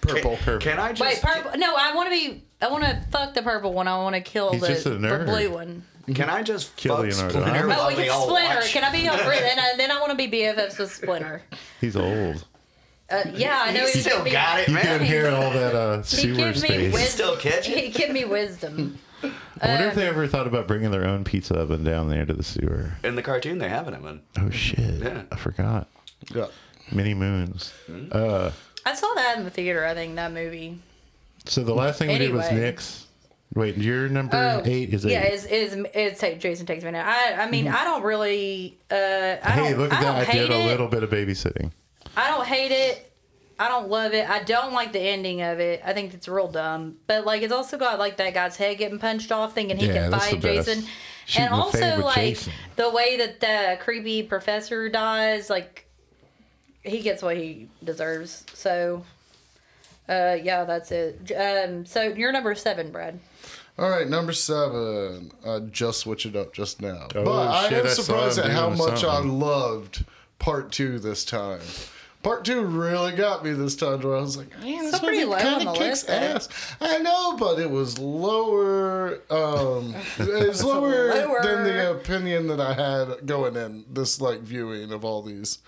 Speaker 4: Purple.
Speaker 1: Can I just?
Speaker 2: Wait, purple. No, I want to be. I want to fuck the purple one. I want to kill
Speaker 3: He's
Speaker 2: the,
Speaker 3: just a
Speaker 2: the
Speaker 3: nerd.
Speaker 2: blue one.
Speaker 1: Can I just
Speaker 3: Kill
Speaker 1: fuck
Speaker 3: Leonardo.
Speaker 1: Splinter?
Speaker 3: Oh,
Speaker 2: Oh,
Speaker 1: while
Speaker 2: we
Speaker 1: we
Speaker 2: can
Speaker 1: all
Speaker 2: splinter.
Speaker 1: watch?
Speaker 2: Can I be your friend? And I, then I want to be BFFs with Splinter.
Speaker 3: He's old.
Speaker 2: Uh, yeah, I know
Speaker 1: He
Speaker 2: he's
Speaker 1: still
Speaker 2: gonna be-
Speaker 1: got it,
Speaker 3: You can
Speaker 1: man.
Speaker 3: hear all that uh,
Speaker 2: He
Speaker 3: sewer
Speaker 2: gives me
Speaker 3: space.
Speaker 1: win-
Speaker 2: wisdom.
Speaker 1: Still catch it.
Speaker 2: He *laughs* give me wisdom.
Speaker 3: I wonder if they ever thought about bringing their own pizza oven down there to the sewer.
Speaker 1: In the cartoon, they have it. in mean,
Speaker 3: Oh shit!
Speaker 1: Yeah.
Speaker 3: I forgot.
Speaker 4: Yeah.
Speaker 3: Many moons. Uh,
Speaker 2: I saw that in the theater. I think that movie.
Speaker 3: so the last thing we did was
Speaker 2: Anyway. Oh,
Speaker 3: Nick's. Wait, your number eight Oh. is eight.
Speaker 2: yeah. Is is it's take Jason takes me now. I I mean I don't really. Uh, I
Speaker 3: hey,
Speaker 2: don't,
Speaker 3: look
Speaker 2: I
Speaker 3: at
Speaker 2: don't
Speaker 3: that! I
Speaker 2: hate
Speaker 3: did a
Speaker 2: it.
Speaker 3: little bit of babysitting.
Speaker 2: I don't hate it. I don't love it. I don't like the ending of it. I think it's real dumb. But like, it's also got like that guy's head getting punched off, thinking he
Speaker 3: Yeah,
Speaker 2: can
Speaker 3: that's the
Speaker 2: fight
Speaker 3: best.
Speaker 2: Jason,
Speaker 3: Shooting
Speaker 2: and
Speaker 3: the
Speaker 2: also
Speaker 3: fade with
Speaker 2: like
Speaker 3: Jason.
Speaker 2: the way that the creepy professor dies. Like, he gets what he deserves. So, uh, yeah, that's it. J- Um, so you're number seven, Brad.
Speaker 4: All right, number seven. I just switched it up just now.
Speaker 3: Oh,
Speaker 4: but
Speaker 3: shit,
Speaker 4: I am
Speaker 3: I saw
Speaker 4: surprised
Speaker 3: him
Speaker 4: at how
Speaker 3: doing
Speaker 4: much I
Speaker 3: something.
Speaker 4: loved part two this time. Part two really got me this time, where I was like, man, this
Speaker 2: Still pretty
Speaker 4: movie
Speaker 2: low on
Speaker 4: kind
Speaker 2: the
Speaker 4: of
Speaker 2: list,
Speaker 4: kicks
Speaker 2: though.
Speaker 4: ass. I know, but it was lower. Um,
Speaker 2: *laughs*
Speaker 4: it was lower,
Speaker 2: lower.
Speaker 4: than the opinion that I had going in this like viewing of all these.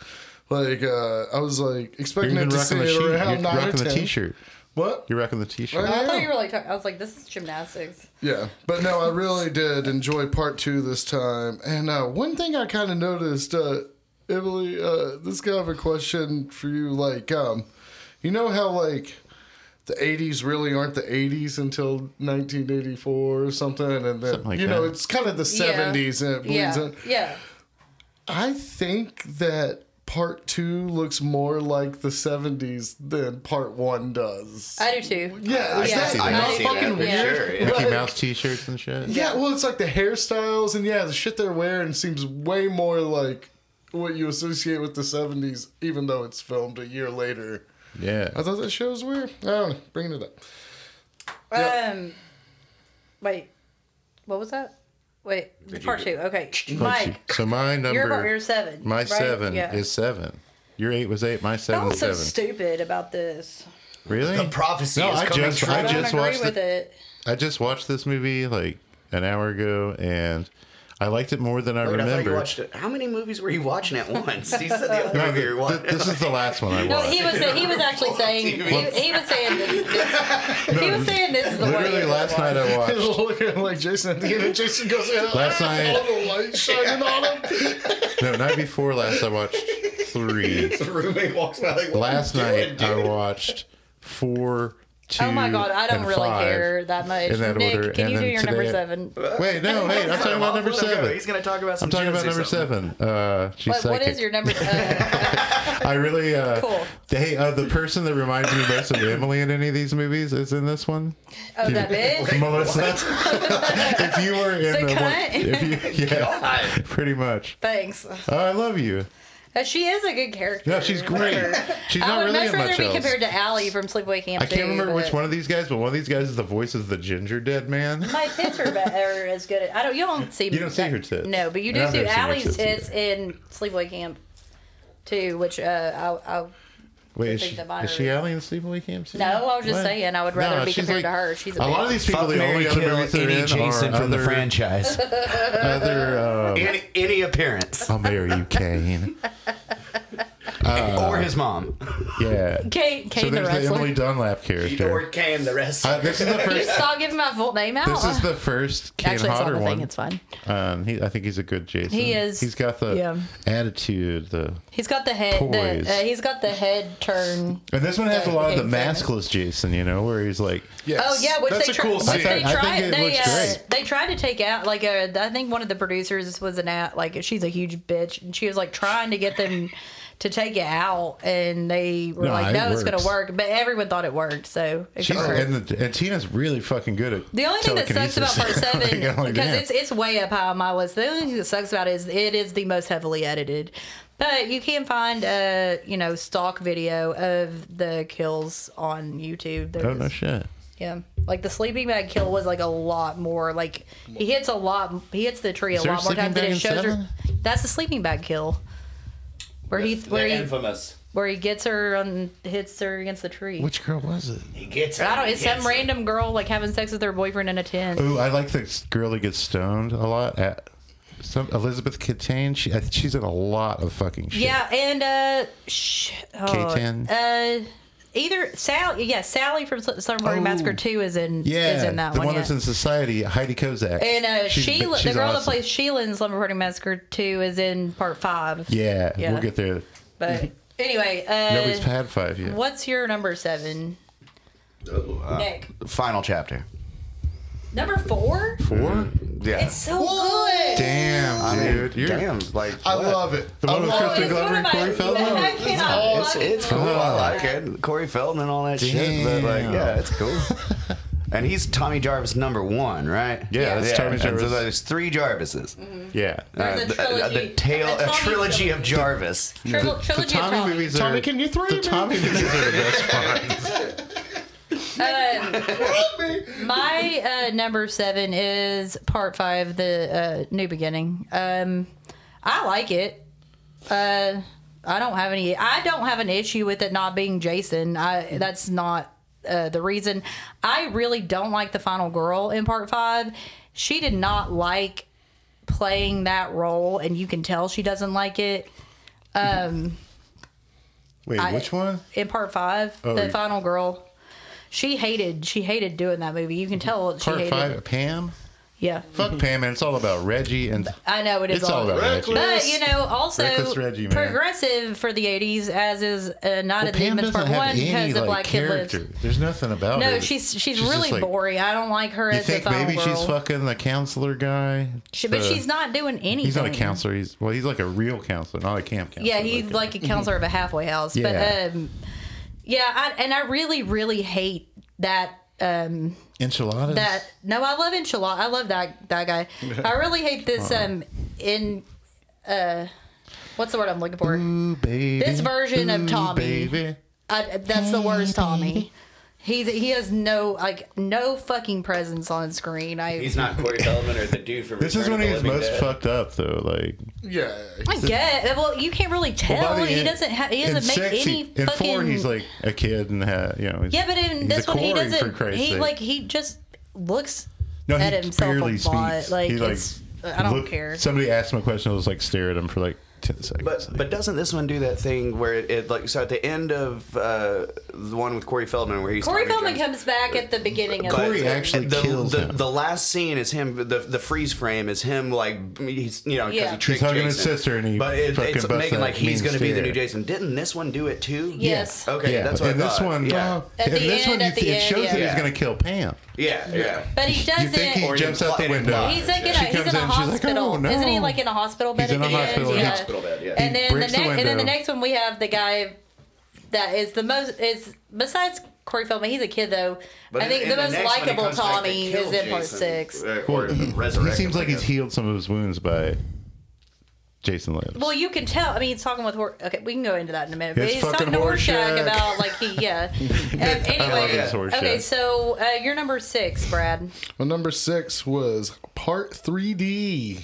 Speaker 4: Like, uh, I was like
Speaker 3: You're
Speaker 4: expecting
Speaker 3: even
Speaker 4: it to
Speaker 3: rocking the
Speaker 4: sit
Speaker 3: shirt. You're
Speaker 4: around nine or
Speaker 3: rocking the
Speaker 4: ten.
Speaker 3: t-shirt.
Speaker 4: What?
Speaker 3: You're rocking the t-shirt.
Speaker 4: Right.
Speaker 2: I thought
Speaker 4: Yeah.
Speaker 2: you were like talking. I was like, this is gymnastics.
Speaker 4: Yeah, but no, I really did enjoy part two this time. And uh, one thing I kind of noticed, uh, Emily, uh, this kind of a question for you. Like, um, you know how like the '80s really aren't the '80s until 1984 or something, and then
Speaker 3: Something like
Speaker 4: you know
Speaker 3: that.
Speaker 4: it's kind of the
Speaker 2: Yeah.
Speaker 4: '70s and it bleeds
Speaker 2: Yeah,
Speaker 4: in.
Speaker 2: yeah.
Speaker 4: I think that part two looks more like the '70s than part one does.
Speaker 2: I do too.
Speaker 4: yeah, is
Speaker 2: I
Speaker 4: that
Speaker 2: see
Speaker 1: I
Speaker 2: that.
Speaker 4: not
Speaker 1: can see that
Speaker 4: fucking
Speaker 1: for
Speaker 4: weird?
Speaker 1: sure.
Speaker 2: *laughs*
Speaker 1: yeah.
Speaker 3: Mickey
Speaker 4: Right.
Speaker 3: Mouse t-shirts and shit.
Speaker 4: Yeah, well, it's like the hairstyles and yeah, the shit they're wearing seems way more like what you associate with the '70s, even though it's filmed a year later.
Speaker 3: Yeah.
Speaker 4: I thought that shit was weird. I don't know. Bringing it up. Yep.
Speaker 2: Um, wait, what was that? Wait,
Speaker 1: Did
Speaker 2: part
Speaker 1: you-
Speaker 2: two. Okay,
Speaker 3: Let's see.
Speaker 2: Mike,
Speaker 3: So my
Speaker 2: you're about
Speaker 3: number,
Speaker 2: your seven.
Speaker 3: my
Speaker 2: right?
Speaker 3: seven
Speaker 2: Yeah.
Speaker 3: is seven. Your eight was eight. My
Speaker 2: I
Speaker 3: seven
Speaker 2: was
Speaker 3: is
Speaker 2: so
Speaker 3: seven.
Speaker 2: stupid about this.
Speaker 3: really?
Speaker 1: The prophecy
Speaker 3: No,
Speaker 1: is
Speaker 3: I
Speaker 1: coming
Speaker 3: just-
Speaker 1: true.
Speaker 2: I
Speaker 3: I
Speaker 2: don't
Speaker 3: just
Speaker 2: agree
Speaker 3: watched
Speaker 2: with it.
Speaker 3: I just watched this movie like an hour ago, and I liked it more than I
Speaker 1: Wait, I thought you
Speaker 3: remember.
Speaker 1: watched it. How many movies were you watching at once? You said
Speaker 2: *laughs*
Speaker 1: the
Speaker 3: No,
Speaker 1: other movie
Speaker 3: th-
Speaker 1: you were watching.
Speaker 3: th- this is the last one I
Speaker 2: No,
Speaker 3: watched.
Speaker 2: he was he
Speaker 1: *laughs*
Speaker 2: was actually saying he, he was saying
Speaker 3: *laughs*
Speaker 2: this. this he was saying this is the one.
Speaker 3: Literally
Speaker 2: he
Speaker 3: last
Speaker 2: watched.
Speaker 3: night I
Speaker 4: *laughs*
Speaker 3: watched.
Speaker 4: Looking like Jason at the end, and Jason goes, "Ah,
Speaker 3: Last night-
Speaker 4: all the
Speaker 3: *laughs*
Speaker 4: light shining on him."
Speaker 3: No, night before last I watched
Speaker 1: *laughs*
Speaker 3: three.
Speaker 1: the roommate walks by like, what
Speaker 3: Last
Speaker 1: you doing,
Speaker 3: night
Speaker 1: dude?
Speaker 3: I watched four, two.
Speaker 2: Oh my god, I don't
Speaker 3: and
Speaker 2: really
Speaker 3: five.
Speaker 2: care that much.
Speaker 3: in that
Speaker 2: Nick,
Speaker 3: order,
Speaker 2: can
Speaker 3: and
Speaker 2: you do
Speaker 3: then
Speaker 2: your number
Speaker 3: today-
Speaker 2: seven?
Speaker 1: *laughs*
Speaker 3: Wait, no, wait, I'm talking about number
Speaker 1: Let him go.
Speaker 3: seven.
Speaker 1: He's gonna talk about some.
Speaker 3: I'm talking about
Speaker 1: jizz or
Speaker 3: number
Speaker 1: something.
Speaker 3: seven. Uh, she's
Speaker 2: What,
Speaker 3: psychic.
Speaker 2: what is your number? Uh,
Speaker 3: I really uh,
Speaker 2: Cool.
Speaker 3: Hey, uh, the person that reminds me most of Emily in any of these movies is in this one. *laughs*
Speaker 2: oh, that bitch.
Speaker 3: Melissa. *laughs* if you were in
Speaker 2: The
Speaker 3: the
Speaker 2: cunt?
Speaker 3: if you, *laughs*
Speaker 1: *laughs*
Speaker 3: yeah,
Speaker 1: God.
Speaker 3: pretty much.
Speaker 2: Thanks.
Speaker 3: Oh, I love you.
Speaker 2: Uh, She is a good character.
Speaker 3: No, she's great. She's
Speaker 2: I
Speaker 3: not
Speaker 2: would
Speaker 3: really
Speaker 2: much
Speaker 3: in
Speaker 2: rather
Speaker 3: much
Speaker 2: be
Speaker 3: else.
Speaker 2: compared to Allie from Sleepaway Camp.
Speaker 3: I can't
Speaker 2: too,
Speaker 3: remember
Speaker 2: but-
Speaker 3: which one of these guys, but one of these guys is the voice of the ginger dead
Speaker 2: *laughs*
Speaker 3: man.
Speaker 2: My tits are better as good. I don't. You don't see.
Speaker 3: You don't see her tits.
Speaker 2: No, but you
Speaker 3: And
Speaker 2: do
Speaker 3: I've
Speaker 2: see
Speaker 3: never seen her
Speaker 2: Allie's
Speaker 3: tits
Speaker 2: tits in Sleepaway Camp, too. Which uh, I, I
Speaker 3: Wait, is
Speaker 2: think
Speaker 3: she,
Speaker 2: that mine
Speaker 3: is she
Speaker 2: is-
Speaker 3: Allie in the Sleepaway Camp? Too?
Speaker 2: No, I was just
Speaker 3: What?
Speaker 2: saying I would rather be
Speaker 3: she's
Speaker 2: compared to her. She's a
Speaker 3: a lot of
Speaker 2: bitch.
Speaker 3: these people.
Speaker 1: Fuck,
Speaker 3: The only
Speaker 1: Mary,
Speaker 3: other
Speaker 1: kill
Speaker 3: movies they're
Speaker 1: any
Speaker 3: in
Speaker 1: Jason
Speaker 3: are
Speaker 1: from the
Speaker 3: other- *laughs*
Speaker 1: franchise.
Speaker 3: Other, um,
Speaker 2: *laughs*
Speaker 1: any, any appearance.
Speaker 3: I'll marry you, Kane. Uh,
Speaker 1: or his mom.
Speaker 3: Yeah.
Speaker 2: Kate, Kate
Speaker 3: So
Speaker 2: the
Speaker 3: there's the,
Speaker 2: wrestler.
Speaker 3: Emily Dunlap
Speaker 1: *laughs*
Speaker 3: character.
Speaker 1: Cam, the rest.
Speaker 3: Uh, this is the
Speaker 2: *laughs* you
Speaker 3: first.
Speaker 2: *laughs* stop giving my full name out.
Speaker 3: This is the first Kane
Speaker 2: Actually, it's not
Speaker 3: Hodder
Speaker 2: the thing.
Speaker 3: one.
Speaker 2: It's fine.
Speaker 3: Um, he, I think he's a good Jason.
Speaker 2: He is.
Speaker 3: He's got the
Speaker 2: Yeah.
Speaker 3: attitude. The
Speaker 2: He's got the head.
Speaker 3: Poise.
Speaker 2: The, uh, he's got the head turn.
Speaker 3: and this one has a
Speaker 2: Yeah,
Speaker 3: lot
Speaker 2: he
Speaker 3: of the
Speaker 2: gets it.
Speaker 3: maskless Jason. You know, where he's like,
Speaker 4: Yes.
Speaker 2: Oh yeah, which
Speaker 4: That's
Speaker 2: they,
Speaker 4: a
Speaker 2: try,
Speaker 4: cool
Speaker 2: which
Speaker 4: scene.
Speaker 2: they
Speaker 3: I think
Speaker 2: tried.
Speaker 3: it
Speaker 2: They,
Speaker 3: looks
Speaker 2: uh,
Speaker 3: great.
Speaker 2: they tried to take out like uh, I think one of the producers was an out like she's a huge bitch and she was like trying to get them to take it out and they were
Speaker 3: Nah,
Speaker 2: like
Speaker 3: it
Speaker 2: no it's
Speaker 3: works.
Speaker 2: gonna work but everyone thought it worked so it
Speaker 3: she's
Speaker 2: worked.
Speaker 3: and, the, and Tina's really fucking good at.
Speaker 2: The only thing that sucks about part
Speaker 3: telekinesis. *laughs*
Speaker 2: seven
Speaker 3: Like, oh, I'm like,
Speaker 2: because
Speaker 3: "Damn."
Speaker 2: it's it's way up high on my list. The only thing that sucks about it is it is the most heavily edited. But you can find a you know stock video of the kills on YouTube. There
Speaker 3: Oh
Speaker 2: is-
Speaker 3: no shit.
Speaker 2: Yeah, like the sleeping bag kill was like a lot more. Like he hits a lot. He hits the tree a
Speaker 3: there a
Speaker 2: lot more
Speaker 3: sleeping
Speaker 2: times than
Speaker 3: bag
Speaker 2: it
Speaker 3: in
Speaker 2: shows her.
Speaker 3: seven?
Speaker 2: That's the sleeping bag kill. Where he where he
Speaker 1: infamous.
Speaker 2: where he gets her on hits her against the tree.
Speaker 3: Which girl was it?
Speaker 1: He gets
Speaker 2: I don't. It's some random girl like having sex with her boyfriend in a tent.
Speaker 3: Ooh, I like the girl that gets stoned a lot. At some Elizabeth Catane. She, I- she's in a lot of fucking shit.
Speaker 2: Yeah, and uh, sh- oh,
Speaker 3: K10.
Speaker 2: Uh, either Sally, yeah, Sally from S- Slumber
Speaker 3: Oh.
Speaker 2: Massacre Two is in
Speaker 3: Yeah,
Speaker 2: is in that
Speaker 3: the
Speaker 2: one.
Speaker 3: one
Speaker 2: yeah.
Speaker 3: that's in Society, Heidi Kozak,
Speaker 2: and uh,
Speaker 3: She's-
Speaker 2: Sheila, the
Speaker 3: she's
Speaker 2: girl that
Speaker 3: awesome.
Speaker 2: plays Sheila in Slumber Party Massacre Two, is in Part Five.
Speaker 3: Yeah,
Speaker 2: Yeah.
Speaker 3: we'll get there.
Speaker 2: But anyway,
Speaker 3: Nobody's
Speaker 2: uh,
Speaker 3: had five yet.
Speaker 2: what's your number seven?
Speaker 1: Oh,
Speaker 2: Nick,
Speaker 1: Final chapter.
Speaker 2: number four.
Speaker 3: Four?
Speaker 1: Mm-hmm. Yeah.
Speaker 2: It's so good.
Speaker 3: Damn, dude. You're,
Speaker 1: Damn, like
Speaker 4: I love it.
Speaker 3: The
Speaker 4: I
Speaker 3: one with
Speaker 4: love
Speaker 3: Kristen
Speaker 2: It's one
Speaker 4: it.
Speaker 3: Glover
Speaker 2: of
Speaker 3: and
Speaker 2: my-
Speaker 3: Corey Feldman?
Speaker 2: I cannot
Speaker 1: It's,
Speaker 2: fucking-
Speaker 1: it's cool. I like it. Corey Feldman and all that shit. But like,
Speaker 3: Damn.
Speaker 1: yeah, it's *laughs* cool. and he's Tommy Jarvis number one, right?
Speaker 3: Yeah, that's Tommy
Speaker 1: and
Speaker 3: Jarvis.
Speaker 1: So there's three Jarvises.
Speaker 3: Yeah.
Speaker 2: Mm-hmm. There's a
Speaker 1: the, uh, the
Speaker 2: trilogy.
Speaker 1: tale,
Speaker 2: A
Speaker 1: a
Speaker 2: Tommy
Speaker 1: trilogy of
Speaker 2: trilogy.
Speaker 1: Jarvis.
Speaker 2: Trilo-
Speaker 3: The
Speaker 2: trilogy of
Speaker 3: Tommy
Speaker 2: Tommy.
Speaker 3: movies are.
Speaker 4: Tommy, can you throw
Speaker 3: The
Speaker 4: me?
Speaker 3: Tommy movies are the
Speaker 2: *laughs*
Speaker 3: best part.
Speaker 2: Uh, My uh, number seven is part five, the uh, new beginning. Um, I like it. Uh, I don't have any. I don't have an issue with it not being Jason. I that's not uh, the reason. I really don't like the final girl in part five. She did not like playing that role, and you can tell she doesn't like it.
Speaker 3: Wait,
Speaker 2: I-
Speaker 3: which one?
Speaker 2: in part five,
Speaker 3: Oh,
Speaker 2: the
Speaker 3: you-
Speaker 2: final girl. She hated. She hated doing that movie. You can tell she
Speaker 3: Part
Speaker 2: hated.
Speaker 3: five,
Speaker 2: it.
Speaker 3: Pam?
Speaker 2: Yeah,
Speaker 3: Fuck Pam, and it's all about Reggie and.
Speaker 2: I know it is
Speaker 3: It's all about Reggie.
Speaker 4: Reckless.
Speaker 2: But you know, also
Speaker 3: Reckless Reggie, man.
Speaker 2: progressive for the '80s, as is uh, Night
Speaker 3: Well,
Speaker 2: of the
Speaker 3: Pam
Speaker 2: Demons
Speaker 3: doesn't
Speaker 2: Part
Speaker 3: have
Speaker 2: One,
Speaker 3: any
Speaker 2: because the
Speaker 3: like,
Speaker 2: black kid lives.
Speaker 3: character. There's nothing about her.
Speaker 2: No, she's she's,
Speaker 3: just,
Speaker 2: really
Speaker 3: like-
Speaker 2: boring. I don't like her
Speaker 3: You
Speaker 2: as the
Speaker 3: think
Speaker 2: final
Speaker 3: maybe
Speaker 2: girl.
Speaker 3: she's fucking the counselor guy?
Speaker 2: She- but
Speaker 3: The-
Speaker 2: she's not doing anything.
Speaker 3: He's not a counselor. He's well, he's like a real counselor, not a camp counselor.
Speaker 2: Um, Yeah, he's like a counselor of a halfway house.
Speaker 3: Yeah.
Speaker 2: But um, yeah, I, and I really, really hate that um,
Speaker 3: enchiladas.
Speaker 2: that no i love enchilada i love that that
Speaker 3: *laughs*
Speaker 2: guy i really hate this
Speaker 3: Uh-huh.
Speaker 2: um in uh what's the word i'm looking for
Speaker 3: Ooh, baby.
Speaker 2: this version of tommy
Speaker 3: Baby.
Speaker 2: I, that's the worst tommy He's, he has no like no fucking presence on screen. I
Speaker 1: He's not Corey Feldman or the dude *laughs* from
Speaker 3: This is
Speaker 1: Return
Speaker 3: when
Speaker 1: of
Speaker 3: he
Speaker 1: the
Speaker 3: was
Speaker 1: Living
Speaker 3: most
Speaker 1: Dead.
Speaker 3: fucked up, though. Like
Speaker 4: Yeah.
Speaker 2: I get well. You can't really tell.
Speaker 3: Well, by the
Speaker 2: he
Speaker 3: end-
Speaker 2: doesn't. Ha- he
Speaker 3: in
Speaker 2: doesn't make
Speaker 3: six,
Speaker 2: any
Speaker 3: he- in
Speaker 2: fucking.
Speaker 3: four, he's like a kid and ha you know. he's-
Speaker 2: yeah, but in
Speaker 3: he's
Speaker 2: this
Speaker 3: a
Speaker 2: one he
Speaker 3: Corey, for
Speaker 2: doesn't.
Speaker 3: Christ's
Speaker 2: He
Speaker 3: sake.
Speaker 2: like he just looks
Speaker 3: no,
Speaker 2: at himself a lot. Like,
Speaker 3: He,
Speaker 2: it's I don't
Speaker 3: look-
Speaker 2: care.
Speaker 3: Somebody asked him a question. I was like stare at him for like ten seconds.
Speaker 1: But
Speaker 3: like,
Speaker 1: but doesn't this one do that thing where it, it like so at the end of uh, the one with Corey Feldman where he's
Speaker 2: Corey
Speaker 1: Tommy
Speaker 2: Feldman
Speaker 1: Jarvis-
Speaker 2: comes back at the beginning of
Speaker 1: But
Speaker 3: Corey
Speaker 2: it.
Speaker 3: actually
Speaker 1: the,
Speaker 3: kills
Speaker 1: the,
Speaker 3: him.
Speaker 1: The last scene is him. The, the freeze frame is him like he's you know because
Speaker 2: Yeah.
Speaker 1: he
Speaker 2: He's
Speaker 1: tricked
Speaker 3: hugging his
Speaker 1: Jason.
Speaker 3: sister and he
Speaker 1: but it,
Speaker 3: fucking
Speaker 1: it's
Speaker 3: busts
Speaker 1: making
Speaker 3: that
Speaker 1: like he's
Speaker 3: mean
Speaker 1: going to be the
Speaker 3: stare.
Speaker 1: new Jason. Didn't this one do it too?
Speaker 2: Yes.
Speaker 1: Okay,
Speaker 3: yeah,
Speaker 1: that's what
Speaker 3: and
Speaker 1: I
Speaker 3: this
Speaker 1: thought.
Speaker 3: one,
Speaker 1: yeah,
Speaker 3: oh,
Speaker 2: At
Speaker 3: and
Speaker 2: the
Speaker 3: this
Speaker 2: end,
Speaker 3: one, you
Speaker 2: at the
Speaker 3: th- it
Speaker 2: end,
Speaker 3: shows that
Speaker 1: yeah.
Speaker 3: he's gonna kill Pam.
Speaker 1: yeah, yeah.
Speaker 2: But he doesn't.
Speaker 3: You think he
Speaker 1: Or
Speaker 3: jumps out the
Speaker 1: implied-
Speaker 3: window?
Speaker 2: He's like in a,
Speaker 3: She
Speaker 2: he's
Speaker 3: comes
Speaker 2: in a
Speaker 3: in, she's like,
Speaker 2: hospital.
Speaker 3: "Oh, no."
Speaker 2: Isn't he like in a hospital bed?
Speaker 3: He's in
Speaker 2: at
Speaker 3: a
Speaker 2: the
Speaker 3: hospital,
Speaker 2: End?
Speaker 3: yeah.
Speaker 1: Hospital bed, yeah.
Speaker 2: uh, And
Speaker 3: He
Speaker 2: then the,
Speaker 3: breaks the
Speaker 2: next, and then the
Speaker 3: window.
Speaker 2: next one we have the guy that is the most is besides Corey Feldman. He's a kid though. I
Speaker 1: in-
Speaker 2: think
Speaker 1: in
Speaker 2: the most
Speaker 1: next one, he
Speaker 2: likable
Speaker 1: comes back to
Speaker 2: Tommy
Speaker 1: kill
Speaker 2: is in part
Speaker 1: Jason,
Speaker 2: six.
Speaker 1: uh, Or
Speaker 3: He
Speaker 1: resurrected.
Speaker 3: seems like he's
Speaker 1: I
Speaker 3: healed some of his wounds by Jason Lives.
Speaker 2: Well, you can tell. I mean, he's talking with Hor- okay. We can go into that in a minute. But
Speaker 3: It's
Speaker 2: he's
Speaker 3: fucking
Speaker 2: talking to Horshack
Speaker 3: Horshack.
Speaker 2: about like
Speaker 1: *laughs*
Speaker 2: he yeah. Um, anyway,
Speaker 1: his
Speaker 3: Horshack.
Speaker 2: okay. So uh, you're number six, Brad.
Speaker 4: My number six was Part 3D.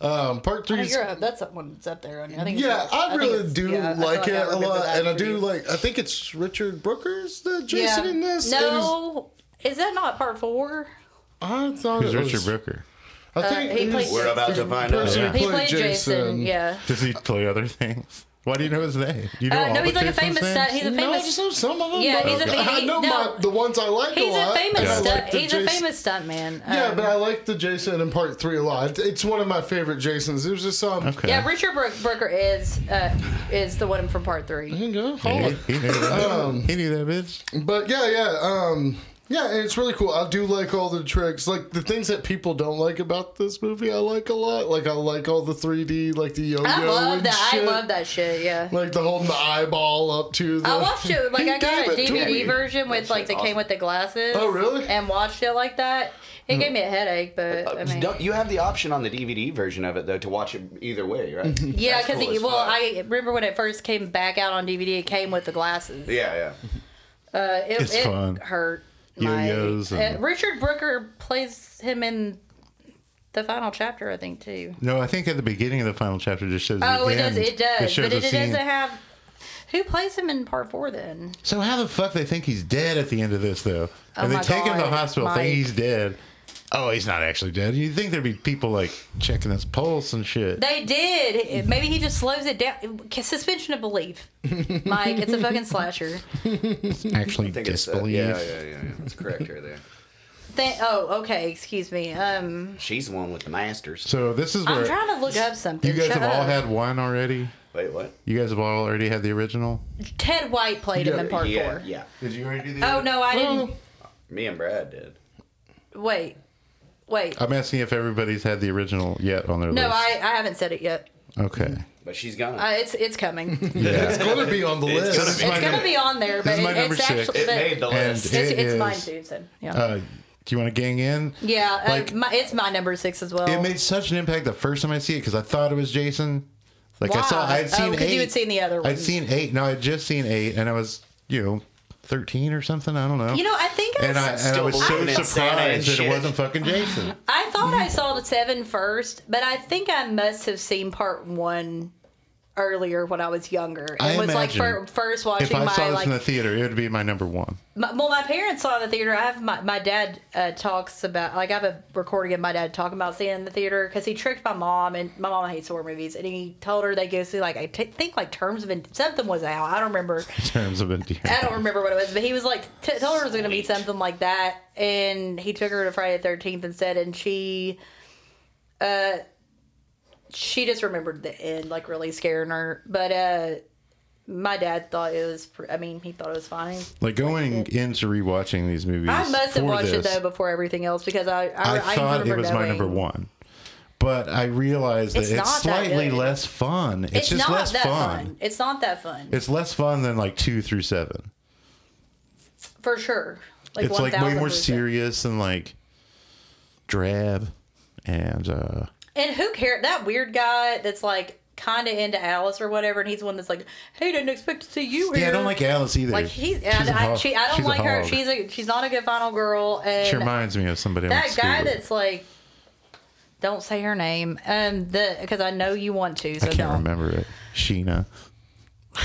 Speaker 4: Um, part
Speaker 2: I
Speaker 4: three.
Speaker 2: think you're up. That's up one that's up there. On you. I think.
Speaker 4: Yeah,
Speaker 2: it's,
Speaker 4: I
Speaker 2: think
Speaker 4: really
Speaker 2: it's-
Speaker 4: do
Speaker 2: yeah, I feel
Speaker 4: like
Speaker 2: I
Speaker 4: it a
Speaker 2: remember
Speaker 4: lot,
Speaker 2: that
Speaker 4: and I
Speaker 2: for
Speaker 4: do
Speaker 2: you.
Speaker 4: like. I think it's Richard Brooker's the Jason
Speaker 2: Yeah.
Speaker 4: in this. It is-
Speaker 2: No, is that not part four?
Speaker 4: I thought
Speaker 3: Who's
Speaker 4: it was,
Speaker 3: Richard Brooker?
Speaker 4: I think
Speaker 2: Uh, he
Speaker 4: it
Speaker 2: played-
Speaker 4: was-
Speaker 1: We're about to find out.
Speaker 4: Person-
Speaker 1: Yeah.
Speaker 2: He
Speaker 4: played
Speaker 2: played Jason.
Speaker 4: Jason.
Speaker 2: Yeah.
Speaker 3: Does he play other things? Why do you know his name? Do you know
Speaker 2: Uh,
Speaker 3: all
Speaker 2: no,
Speaker 3: the
Speaker 2: he's like a
Speaker 3: Jason's
Speaker 2: famous.
Speaker 3: names?
Speaker 2: Stu- he's a
Speaker 4: No, I
Speaker 2: famous.
Speaker 4: just know some of them.
Speaker 2: Yeah,
Speaker 4: but
Speaker 2: he's a-
Speaker 4: I
Speaker 2: he-
Speaker 4: know
Speaker 2: no.
Speaker 4: my, the ones I like
Speaker 2: He's a
Speaker 4: a lot.
Speaker 2: famous.
Speaker 4: and I
Speaker 2: Stu-
Speaker 4: like the
Speaker 2: he's a
Speaker 4: Jason-
Speaker 2: famous stuntman.
Speaker 4: Yeah,
Speaker 2: Um,
Speaker 4: but I like the Jason in part three a lot. It's- It's one of my favorite Jasons. It was just um.
Speaker 3: Okay.
Speaker 2: yeah, Richard Brook- Brooker is uh, is the one from part three.
Speaker 4: There you go. Hold on. Um,
Speaker 3: He, he
Speaker 2: *laughs*
Speaker 3: knew that. he knew that bitch.
Speaker 4: But yeah, yeah, um, yeah, and it's really cool. I do like all the tricks, like the things that people don't like about this movie. I like a lot. Like I like all the 3D, like the yo-yo.
Speaker 2: I love
Speaker 4: and
Speaker 2: that.
Speaker 4: Shit.
Speaker 2: I love that shit. Yeah.
Speaker 4: Like the holding the eyeball up to the.
Speaker 2: I watched it like
Speaker 4: He
Speaker 2: I got a
Speaker 4: gave it to me.
Speaker 2: DVD version with like that came with the glasses.
Speaker 4: Oh, really?
Speaker 2: And watched it like that. It gave me a headache, but I mean,
Speaker 1: Don't- you have the option on the DVD version of it though to watch it either way, right?
Speaker 2: *laughs* yeah,
Speaker 1: That's
Speaker 2: because
Speaker 1: cool as
Speaker 2: well,
Speaker 1: fuck.
Speaker 2: I remember when it first came back out on DVD, it came with the glasses.
Speaker 1: yeah,
Speaker 2: Uh, it,
Speaker 3: It's
Speaker 2: it
Speaker 3: fun.
Speaker 2: hurt.
Speaker 3: Yo-yos
Speaker 2: My,
Speaker 3: and-
Speaker 2: uh, Richard Brooker plays him in the final chapter, I think, too.
Speaker 3: No, I think at the beginning of the final chapter it just shows.
Speaker 2: Oh,
Speaker 3: the
Speaker 2: it does.
Speaker 3: end.
Speaker 2: It does.
Speaker 3: shows
Speaker 2: but
Speaker 3: a
Speaker 2: it, it
Speaker 3: scene.
Speaker 2: doesn't have. Who plays him in part four then?
Speaker 3: So how the fuck they think he's dead at the end of this though?
Speaker 2: Oh
Speaker 3: and they
Speaker 2: my
Speaker 3: take him to the
Speaker 2: God,
Speaker 3: hospital,
Speaker 2: Mike.
Speaker 3: think he's dead. Oh, he's not actually dead. You'd think there'd be people like checking his pulse and shit.
Speaker 2: They did. Maybe he just slows it down. Suspension
Speaker 3: *laughs*
Speaker 2: of belief. Mike, it's a fucking slasher.
Speaker 1: *laughs*
Speaker 3: actually
Speaker 1: I think it's, uh,
Speaker 3: disbelief.
Speaker 1: yeah, yeah, yeah, yeah. That's correct right there.
Speaker 2: Th- oh, okay. Excuse me. Um,
Speaker 1: She's the one with the masters.
Speaker 3: So this is
Speaker 2: I'm
Speaker 3: where
Speaker 2: trying to look up something.
Speaker 3: you guys
Speaker 2: Shut
Speaker 3: have all
Speaker 2: up.
Speaker 3: had one already.
Speaker 1: Wait, what?
Speaker 3: You guys have all already had the original.
Speaker 2: Ted White played him in part
Speaker 1: yeah,
Speaker 2: four.
Speaker 1: yeah.
Speaker 3: Did you already do the?
Speaker 2: Oh no, I didn't.
Speaker 1: Me and Brad did.
Speaker 2: Wait, wait.
Speaker 3: I'm asking if everybody's had the original yet on their
Speaker 2: No,
Speaker 3: list.
Speaker 2: I, I haven't said it yet.
Speaker 3: okay.
Speaker 1: But she's gonna.
Speaker 2: Uh, it's it's coming.
Speaker 4: *laughs* It's gonna be on the
Speaker 1: It's
Speaker 4: list.
Speaker 1: gonna be-
Speaker 2: it's gonna be on there, but
Speaker 3: is
Speaker 2: it,
Speaker 3: my number
Speaker 2: it's
Speaker 3: six.
Speaker 2: actually
Speaker 1: it
Speaker 2: but
Speaker 1: made the
Speaker 3: And
Speaker 1: list.
Speaker 2: it's,
Speaker 3: it
Speaker 2: it's
Speaker 3: is-
Speaker 2: mine too. So yeah,
Speaker 3: Uh, do you want to gang in?
Speaker 2: yeah.
Speaker 3: like-
Speaker 2: uh, my, it's my number six as well.
Speaker 3: It made such an impact the first time I see it because I thought it was Jason. Like I saw,
Speaker 2: Why?
Speaker 3: I had
Speaker 2: Oh,
Speaker 3: seen
Speaker 2: 'cause
Speaker 3: eight.
Speaker 2: you had seen the other
Speaker 3: I'd
Speaker 2: ones.
Speaker 3: seen eight. No, I'd just seen eight, and I was, you know, thirteen or something. I don't know.
Speaker 2: you know, I think I,
Speaker 3: and I,
Speaker 2: s-
Speaker 3: and I was so
Speaker 1: believing in Santa and
Speaker 3: surprised that
Speaker 1: shit.
Speaker 3: it wasn't fucking Jason.
Speaker 2: I thought I saw the seven first, but I think I must have seen part one earlier when I was younger. It
Speaker 3: I
Speaker 2: was like
Speaker 3: imagine
Speaker 2: fir- first *laughs* watching
Speaker 3: if I
Speaker 2: my
Speaker 3: saw this
Speaker 2: like
Speaker 3: in the theater, it would be my number one.
Speaker 2: My, well, my parents saw it in the theater. I have my, my dad uh, talks about like I have a recording of my dad talking about seeing it in the theater because he tricked my mom and my mom hates horror movies and he told her they go see like I t- think like Terms of Ind- something was out. I don't remember.
Speaker 3: In terms of endearment.
Speaker 2: I don't remember what it was, but he was like t- told her it was going to be something like that, and he took her to Friday the Thirteenth instead, and she, uh, she just remembered the end, like really scaring her. But uh, my dad thought it was. Pr- I mean, he thought it was fine.
Speaker 3: Like going into rewatching these movies.
Speaker 2: I must
Speaker 3: for
Speaker 2: have watched it
Speaker 3: this,
Speaker 2: though before everything else because I I,
Speaker 3: I thought it
Speaker 2: remember
Speaker 3: was my
Speaker 2: knowing-
Speaker 3: number one. But I realized that
Speaker 2: It's
Speaker 3: it's,
Speaker 2: not that
Speaker 3: slightly
Speaker 2: good.
Speaker 3: less fun. It's,
Speaker 2: It's,
Speaker 3: just
Speaker 2: not
Speaker 3: less
Speaker 2: that fun.
Speaker 3: fun.
Speaker 2: It's not that fun
Speaker 3: It's less fun than like two through seven.
Speaker 2: for sure. Like
Speaker 3: it's like way more
Speaker 2: 1000%.
Speaker 3: serious and like drab and uh
Speaker 2: And who cares? That weird guy that's like kind of into Alice or whatever, and he's the one that's like, "Hey, didn't expect to see you here."
Speaker 3: yeah i don't like alice either
Speaker 2: Mm. Like he's,
Speaker 3: She's
Speaker 2: and
Speaker 3: a
Speaker 2: I,
Speaker 3: hog.
Speaker 2: she, I don't
Speaker 3: She's a
Speaker 2: like her.
Speaker 3: hog.
Speaker 2: She's a, she's not a good final girl. And
Speaker 3: she reminds me of somebody
Speaker 2: that
Speaker 3: on
Speaker 2: guy
Speaker 3: Scooby.
Speaker 2: that's like, don't say her name, um, the because I know you want to, so
Speaker 3: i can't
Speaker 2: don't.
Speaker 3: remember it sheena I
Speaker 2: *laughs*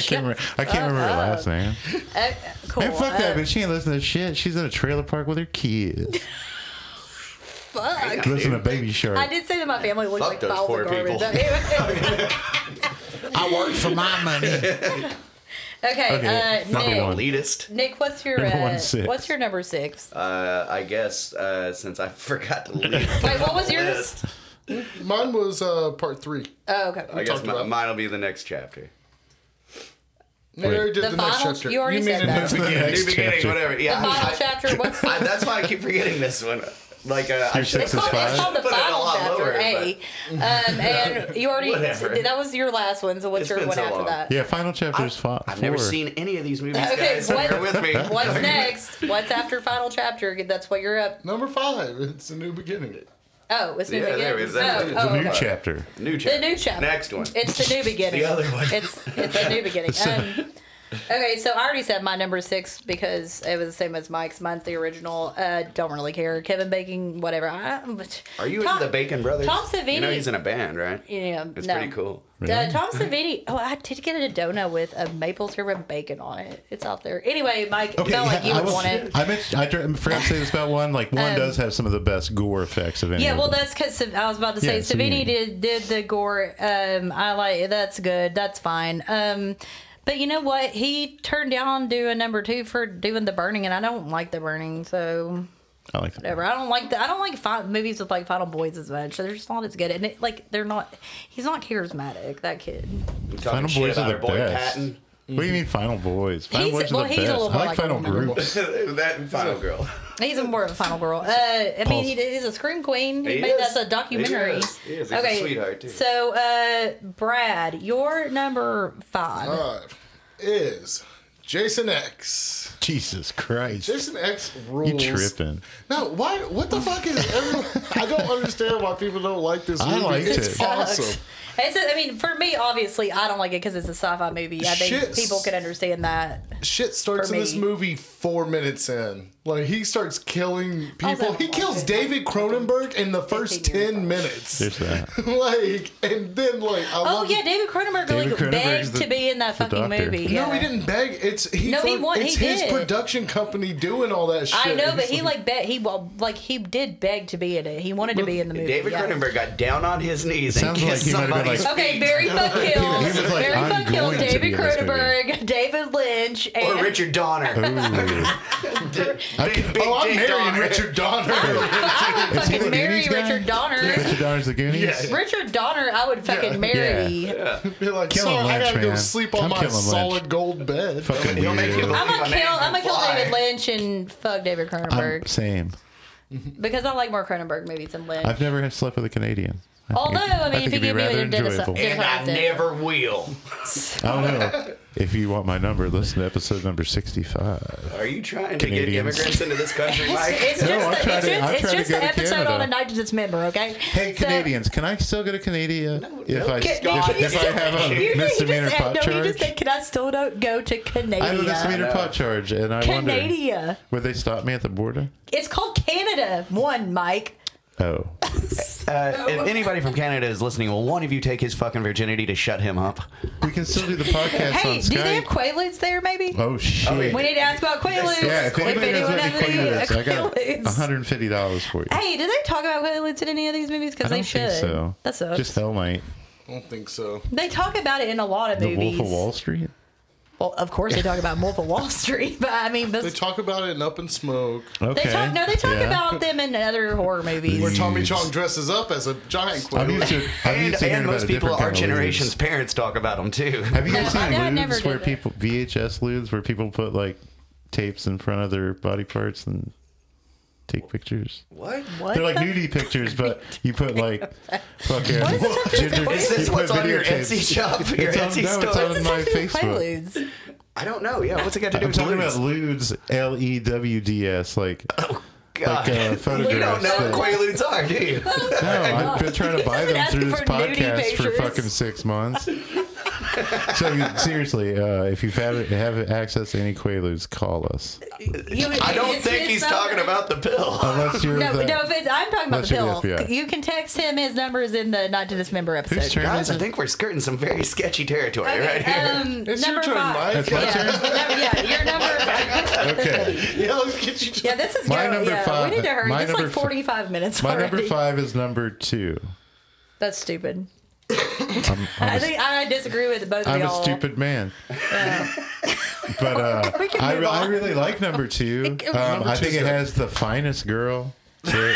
Speaker 3: can't. Re- I can't remember her last name.
Speaker 2: Uh, cool.
Speaker 3: Hey, fuck that
Speaker 2: uh,
Speaker 3: bitch. She ain't listening to shit. She's in a trailer park with
Speaker 1: *laughs*
Speaker 3: her kids.
Speaker 2: Fuck.
Speaker 3: Listen to Baby Shark.
Speaker 2: I did say that my family looks
Speaker 1: Fuck
Speaker 2: like
Speaker 1: those
Speaker 2: piles
Speaker 1: poor
Speaker 2: of garbage.
Speaker 1: people. *laughs*
Speaker 2: okay,
Speaker 3: I work for my money.
Speaker 2: uh,
Speaker 3: Okay, number
Speaker 2: Nick.
Speaker 3: one.
Speaker 1: Elitist.
Speaker 2: Nick, what's your
Speaker 3: Number
Speaker 2: uh,
Speaker 3: one six.
Speaker 2: what's your number six?
Speaker 1: Uh, I guess uh, since I *laughs* forgot to leave.
Speaker 2: Wait, what was yours?
Speaker 1: *laughs* list,
Speaker 4: Mine was uh, part three.
Speaker 2: Oh,
Speaker 1: I
Speaker 2: okay.
Speaker 1: guess
Speaker 4: about
Speaker 1: my,
Speaker 4: it.
Speaker 1: mine will be the next chapter.
Speaker 4: We already did
Speaker 2: The
Speaker 4: the, next
Speaker 2: final-
Speaker 4: chapter.
Speaker 2: you already
Speaker 4: mean
Speaker 2: said
Speaker 4: the
Speaker 2: that.
Speaker 4: next-
Speaker 3: The next
Speaker 1: New beginning,
Speaker 3: chapter.
Speaker 1: whatever.
Speaker 2: The
Speaker 1: Yeah, I-
Speaker 2: final
Speaker 1: I- *laughs*
Speaker 2: chapter. What's
Speaker 1: I, that's why I keep forgetting this one. Like uh, I
Speaker 3: Your
Speaker 1: should
Speaker 3: six
Speaker 2: it's
Speaker 3: is
Speaker 2: called, it's
Speaker 3: five.
Speaker 2: called the
Speaker 1: Put it a
Speaker 2: final
Speaker 1: lot
Speaker 2: chapter
Speaker 1: lower,
Speaker 2: A,
Speaker 1: *laughs*
Speaker 2: um, and you already
Speaker 1: Whatever.
Speaker 2: that was your last one. So what's
Speaker 1: It's
Speaker 2: your
Speaker 1: been
Speaker 2: one
Speaker 1: so
Speaker 2: after
Speaker 1: long.
Speaker 2: that?
Speaker 3: Yeah, final chapter is fi-
Speaker 1: I've never
Speaker 3: four.
Speaker 1: seen any of these movies,
Speaker 2: Okay,
Speaker 1: guys. so
Speaker 2: what-
Speaker 1: bear
Speaker 3: *laughs*
Speaker 1: with me.
Speaker 2: What's next? What's after final chapter? That's what you're up.
Speaker 4: Number five. It's a new beginning.
Speaker 2: Oh, it's new
Speaker 1: Yeah, there
Speaker 2: beginning.
Speaker 1: is that.
Speaker 2: Oh,
Speaker 1: It's
Speaker 2: oh,
Speaker 1: a
Speaker 3: New
Speaker 2: okay.
Speaker 3: chapter.
Speaker 1: New chapter.
Speaker 2: The new chapter.
Speaker 1: Next one.
Speaker 2: It's the new beginning.
Speaker 1: The other one.
Speaker 2: It's it's the new beginning. Um, Okay, so I already said my number six because it was the same as Mike's. Mine's the original. Uh, don't really care. Kevin Bacon, whatever. I, but
Speaker 1: Are you
Speaker 2: Tom-
Speaker 1: into the Bacon Brothers?
Speaker 2: Tom
Speaker 1: You know
Speaker 2: Savini-
Speaker 1: he's in a band, right?
Speaker 2: Yeah,
Speaker 1: It's
Speaker 2: no.
Speaker 1: pretty cool.
Speaker 2: Uh,
Speaker 1: *laughs*
Speaker 2: Tom Savini. Oh, I did get a donut with a maple syrup and bacon on it. It's out there. Anyway, Mike, it felt like you
Speaker 3: I,
Speaker 2: would
Speaker 3: was-
Speaker 2: want it.
Speaker 3: I, meant, I dr- I forgot to say this about one. Like one
Speaker 2: Um,
Speaker 3: does have some of the best gore effects of any.
Speaker 2: Yeah,
Speaker 3: of
Speaker 2: well,
Speaker 3: them.
Speaker 2: that's because I was about to say
Speaker 3: Yeah,
Speaker 2: Savini
Speaker 3: Savini.
Speaker 2: did did the gore. Um, I like that's good. That's fine. Um, but you know what? He turned down doing number two for doing the burning, and I don't like the burning. So
Speaker 3: I like that.
Speaker 2: whatever. I don't like the, I don't like fi- movies with like Final Boys as much. They're just not as good, and it, like they're not. He's not charismatic. That kid.
Speaker 1: We're talking
Speaker 3: Final
Speaker 1: shit
Speaker 3: Boys
Speaker 1: about
Speaker 3: are the
Speaker 1: our boy
Speaker 3: best.
Speaker 1: Patton.
Speaker 3: What do you mean Final Boys? Final
Speaker 2: He's-
Speaker 3: Boys
Speaker 2: well,
Speaker 3: are the
Speaker 2: he's a
Speaker 3: best.
Speaker 2: little
Speaker 3: I
Speaker 2: more
Speaker 3: like,
Speaker 2: like
Speaker 3: Final
Speaker 2: Final
Speaker 1: *laughs*
Speaker 3: Group.
Speaker 1: that and Final Girl.
Speaker 2: He's more of a final girl. Uh, I mean, he, he's a scream queen. He,
Speaker 1: He
Speaker 2: made
Speaker 1: is.
Speaker 2: that's a documentary.
Speaker 1: He is. He is. He's a sweetheart, too.
Speaker 2: So, uh, Brad, your number five.
Speaker 4: Five is Jason X.
Speaker 3: Jesus Christ.
Speaker 4: Jason X rules.
Speaker 3: You tripping?
Speaker 4: No, why? What the fuck is everyone? I don't understand why people don't like this
Speaker 3: I
Speaker 4: movie.
Speaker 3: liked
Speaker 4: it's
Speaker 3: it.
Speaker 2: Sucks.
Speaker 4: awesome.
Speaker 2: It's a, I mean, for me, obviously, I don't like it because it's a sci-fi movie. I think
Speaker 4: Shit.
Speaker 2: people could understand that.
Speaker 4: Shit starts
Speaker 2: For
Speaker 4: in this
Speaker 2: me.
Speaker 4: movie four minutes in. Like he starts killing people.
Speaker 2: Oh, that
Speaker 4: He kills
Speaker 2: one?
Speaker 4: David Cronenberg in the first
Speaker 2: 15 years
Speaker 4: ten minutes.
Speaker 3: There's that.
Speaker 2: *laughs*
Speaker 4: *laughs* like, and then like I
Speaker 2: Oh
Speaker 4: love
Speaker 2: yeah, David Cronenberg
Speaker 3: David
Speaker 2: like
Speaker 3: Cronenberg's
Speaker 2: begged
Speaker 3: the-
Speaker 2: to be in that
Speaker 3: the
Speaker 2: fucking
Speaker 3: doctor.
Speaker 2: movie.
Speaker 4: No,
Speaker 2: yeah.
Speaker 4: he didn't beg. It's he.
Speaker 2: No, he
Speaker 4: fuck-
Speaker 2: won-
Speaker 4: It's
Speaker 2: he
Speaker 4: his
Speaker 2: did.
Speaker 4: production company doing all that shit.
Speaker 2: I know, but
Speaker 4: He's
Speaker 2: he like bet he well, like he did beg to be in it. He wanted to be in the movie.
Speaker 1: David
Speaker 2: yeah.
Speaker 1: Cronenberg got down on his knees and
Speaker 3: Sounds like
Speaker 1: kissed
Speaker 3: he might have been
Speaker 1: somebody's
Speaker 3: like-
Speaker 2: Okay, Barry
Speaker 3: He was
Speaker 2: Funkill,
Speaker 3: like,
Speaker 2: Barry
Speaker 3: "I'm
Speaker 2: Funkill,
Speaker 3: going to be
Speaker 2: David
Speaker 3: in this movie."
Speaker 2: Cronenberg, David Lynch, and
Speaker 1: or
Speaker 2: *laughs*
Speaker 1: Richard Donner. big, big
Speaker 4: Oh, I'm
Speaker 1: dick
Speaker 4: marrying
Speaker 1: Donner.
Speaker 4: Richard
Speaker 2: *laughs*
Speaker 4: Donner.
Speaker 3: *laughs*
Speaker 2: I would
Speaker 3: he the
Speaker 2: fucking marry
Speaker 3: Goonies guy?
Speaker 2: Richard Donner.
Speaker 3: Richard Donner's the Goonies.
Speaker 4: Yeah.
Speaker 2: Richard Donner, I would fucking marry.
Speaker 4: Be like,
Speaker 3: Kill
Speaker 4: sorry,
Speaker 3: him,
Speaker 4: I
Speaker 3: Lynch,
Speaker 4: gotta go
Speaker 3: man.
Speaker 4: sleep on
Speaker 3: I'm
Speaker 4: my
Speaker 3: killing Lynch.
Speaker 4: solid gold bed.
Speaker 3: Fucking
Speaker 1: He'll make you
Speaker 3: weirdo.
Speaker 1: look-
Speaker 2: I'm gonna
Speaker 1: Leave a
Speaker 2: kill.
Speaker 1: man
Speaker 2: I'm gonna kill
Speaker 1: fly.
Speaker 2: David Lynch and fuck David
Speaker 3: I'm,
Speaker 2: Cronenberg
Speaker 3: same.
Speaker 2: because I like more Cronenberg movies than Lynch.
Speaker 3: I've never had slept with a Canadian. I think-
Speaker 2: Although, I mean, if
Speaker 3: think
Speaker 2: you
Speaker 3: it'd be
Speaker 2: give me
Speaker 3: rather
Speaker 2: a bit of some-
Speaker 3: enjoyable.
Speaker 1: And I never will.
Speaker 3: I don't *laughs* know. If you want my number, listen to episode number 65.
Speaker 1: Are you trying to get
Speaker 3: Canadians.
Speaker 1: immigrants into this
Speaker 2: *laughs*
Speaker 1: country, Mike?
Speaker 2: It's
Speaker 3: No, I'm
Speaker 2: just, the,
Speaker 3: trying to-
Speaker 2: it's
Speaker 3: I'm
Speaker 2: just,
Speaker 3: trying
Speaker 2: it's
Speaker 3: to
Speaker 2: just
Speaker 3: go
Speaker 2: an
Speaker 3: to
Speaker 2: epismember,
Speaker 3: Canada.
Speaker 2: on a night to dismember, okay?
Speaker 3: Hey,
Speaker 2: So-
Speaker 3: Canadians, can I still go to Canada if, I,
Speaker 2: Can-
Speaker 1: God,
Speaker 3: if,
Speaker 2: can you
Speaker 3: if I
Speaker 2: say-
Speaker 3: have
Speaker 2: you- you
Speaker 3: a
Speaker 2: just
Speaker 3: misdemeanor
Speaker 2: said-
Speaker 3: pot
Speaker 2: no, you
Speaker 3: charge?
Speaker 2: just said, can I still don't go to Canada?
Speaker 3: I have a misdemeanor
Speaker 1: know.
Speaker 3: pot charge, and I wonder,
Speaker 2: Canada.
Speaker 3: would they stop me at the border?
Speaker 2: It's called Canada. One, Mike.
Speaker 3: Oh.
Speaker 1: Uh, if anybody from Canada is listening, will one of you take his fucking virginity to shut him up?
Speaker 3: *laughs* We can still do the podcast on
Speaker 2: Hey,
Speaker 3: Skype.
Speaker 2: do they have Quaaludes there? Maybe.
Speaker 3: oh, shit.
Speaker 1: yeah.
Speaker 2: We need to ask about Quaaludes.
Speaker 3: yeah, if anybody knows
Speaker 2: anyone
Speaker 3: what
Speaker 2: has any
Speaker 3: Quaaludes, I got
Speaker 2: Quaaludes.
Speaker 3: $150 for you.
Speaker 2: Hey, do they talk about Quaaludes in any of these movies?
Speaker 3: I
Speaker 2: Because
Speaker 3: don't
Speaker 2: they should.
Speaker 3: think so.
Speaker 2: That sucks.
Speaker 3: Just Hell Night.
Speaker 4: I don't think so.
Speaker 2: they talk about it in a lot of
Speaker 3: The
Speaker 2: movies.
Speaker 3: Wolf of Wall Street?
Speaker 2: Well, of course they talk about Wolf of Wall Street, but I mean,
Speaker 4: They
Speaker 2: this,
Speaker 4: talk about it in Up in Smoke,
Speaker 3: Okay.
Speaker 2: they talk. No, they talk
Speaker 3: Yeah.
Speaker 2: about them in other horror movies.
Speaker 4: where Tommy
Speaker 3: Yes.
Speaker 4: Chong dresses up as a giant
Speaker 3: I'm
Speaker 4: quail.
Speaker 3: used to, I'm
Speaker 1: And,
Speaker 3: used to hearing
Speaker 1: and
Speaker 3: about
Speaker 1: most
Speaker 3: a
Speaker 1: people,
Speaker 3: different
Speaker 1: our
Speaker 3: kind of
Speaker 1: generation's
Speaker 3: lewds.
Speaker 1: parents talk about them too.
Speaker 3: Have you
Speaker 2: No,
Speaker 3: guys
Speaker 2: my dad
Speaker 3: seen
Speaker 2: never
Speaker 3: lewds
Speaker 2: did
Speaker 3: where
Speaker 2: that.
Speaker 3: people VHS lewds where people put like tapes in front of their body parts and take pictures?
Speaker 1: What?
Speaker 2: what?
Speaker 3: They're like
Speaker 2: the-
Speaker 3: nudie pictures, but you put
Speaker 2: *laughs*
Speaker 3: like fucking
Speaker 2: What is
Speaker 3: *laughs*
Speaker 2: this up to-
Speaker 3: ginger.
Speaker 2: what
Speaker 1: Is
Speaker 3: you
Speaker 1: this
Speaker 3: put
Speaker 1: what's on your
Speaker 3: videotapes.
Speaker 1: Etsy shop? Your
Speaker 3: It's on-
Speaker 1: Etsy
Speaker 3: no, it's
Speaker 1: store?
Speaker 3: on-
Speaker 2: What's this
Speaker 3: my
Speaker 2: have to do with
Speaker 3: Facebook.
Speaker 2: Quaaludes?
Speaker 1: I don't know. Yeah, what's it got to do
Speaker 3: I'm
Speaker 1: with
Speaker 3: talking about
Speaker 1: lewds?
Speaker 3: lewds, L E W D S. Like,
Speaker 1: *laughs* God.
Speaker 3: uh,
Speaker 1: you don't
Speaker 3: photographs
Speaker 1: know what
Speaker 3: that-
Speaker 1: Quaaludes are, do
Speaker 3: *laughs*
Speaker 1: you?
Speaker 3: no, I've been trying to buy
Speaker 2: He's
Speaker 3: them
Speaker 2: asking
Speaker 3: through this
Speaker 2: for nudie
Speaker 3: podcast for
Speaker 2: pictures.
Speaker 3: fucking six months. so you, seriously, uh, if you've had have access to any Quaaludes, call us.
Speaker 2: You-
Speaker 1: I don't
Speaker 2: it's-
Speaker 1: think
Speaker 2: it's
Speaker 1: he's
Speaker 2: not-
Speaker 1: talking about the pill.
Speaker 3: Unless you're
Speaker 2: No,
Speaker 3: the,
Speaker 2: no, if it's, I'm talking about
Speaker 3: Unless
Speaker 2: the
Speaker 3: you're the
Speaker 2: pill.
Speaker 3: FBI.
Speaker 2: You can text him. His number is in the Not to Dismember episode.
Speaker 3: whose
Speaker 1: *laughs*
Speaker 3: turn
Speaker 1: Guys,
Speaker 3: is
Speaker 1: I
Speaker 3: it?
Speaker 1: think we're skirting some very sketchy territory right here. *laughs*
Speaker 2: Um,
Speaker 3: *laughs*
Speaker 4: It's
Speaker 2: number
Speaker 4: your turn,
Speaker 2: five.
Speaker 4: Mike.
Speaker 3: my
Speaker 2: Yeah, *laughs* number- yeah,
Speaker 3: *laughs*
Speaker 2: your number. Five.
Speaker 3: Okay.
Speaker 2: *laughs*
Speaker 4: Yeah, let's get you. To
Speaker 2: Yeah, this is
Speaker 3: My
Speaker 2: go-
Speaker 3: number
Speaker 2: yeah,
Speaker 3: five-
Speaker 2: We need to hurry.
Speaker 3: my
Speaker 2: It's
Speaker 3: number
Speaker 2: like
Speaker 3: f-
Speaker 2: 45 minutes
Speaker 3: My
Speaker 2: already.
Speaker 3: number five is number two.
Speaker 2: That's stupid.
Speaker 3: I'm, I'm
Speaker 2: I
Speaker 3: a-
Speaker 2: think I disagree with both of
Speaker 3: I'm a
Speaker 2: y'all.
Speaker 3: stupid man. but uh,
Speaker 2: *laughs* We can
Speaker 3: I,
Speaker 2: move
Speaker 3: re- I
Speaker 2: on.
Speaker 3: really like
Speaker 2: *laughs*
Speaker 3: number two.
Speaker 2: can-
Speaker 3: Um, I think
Speaker 4: two's
Speaker 3: it
Speaker 4: good.
Speaker 3: has the finest girl, Ter-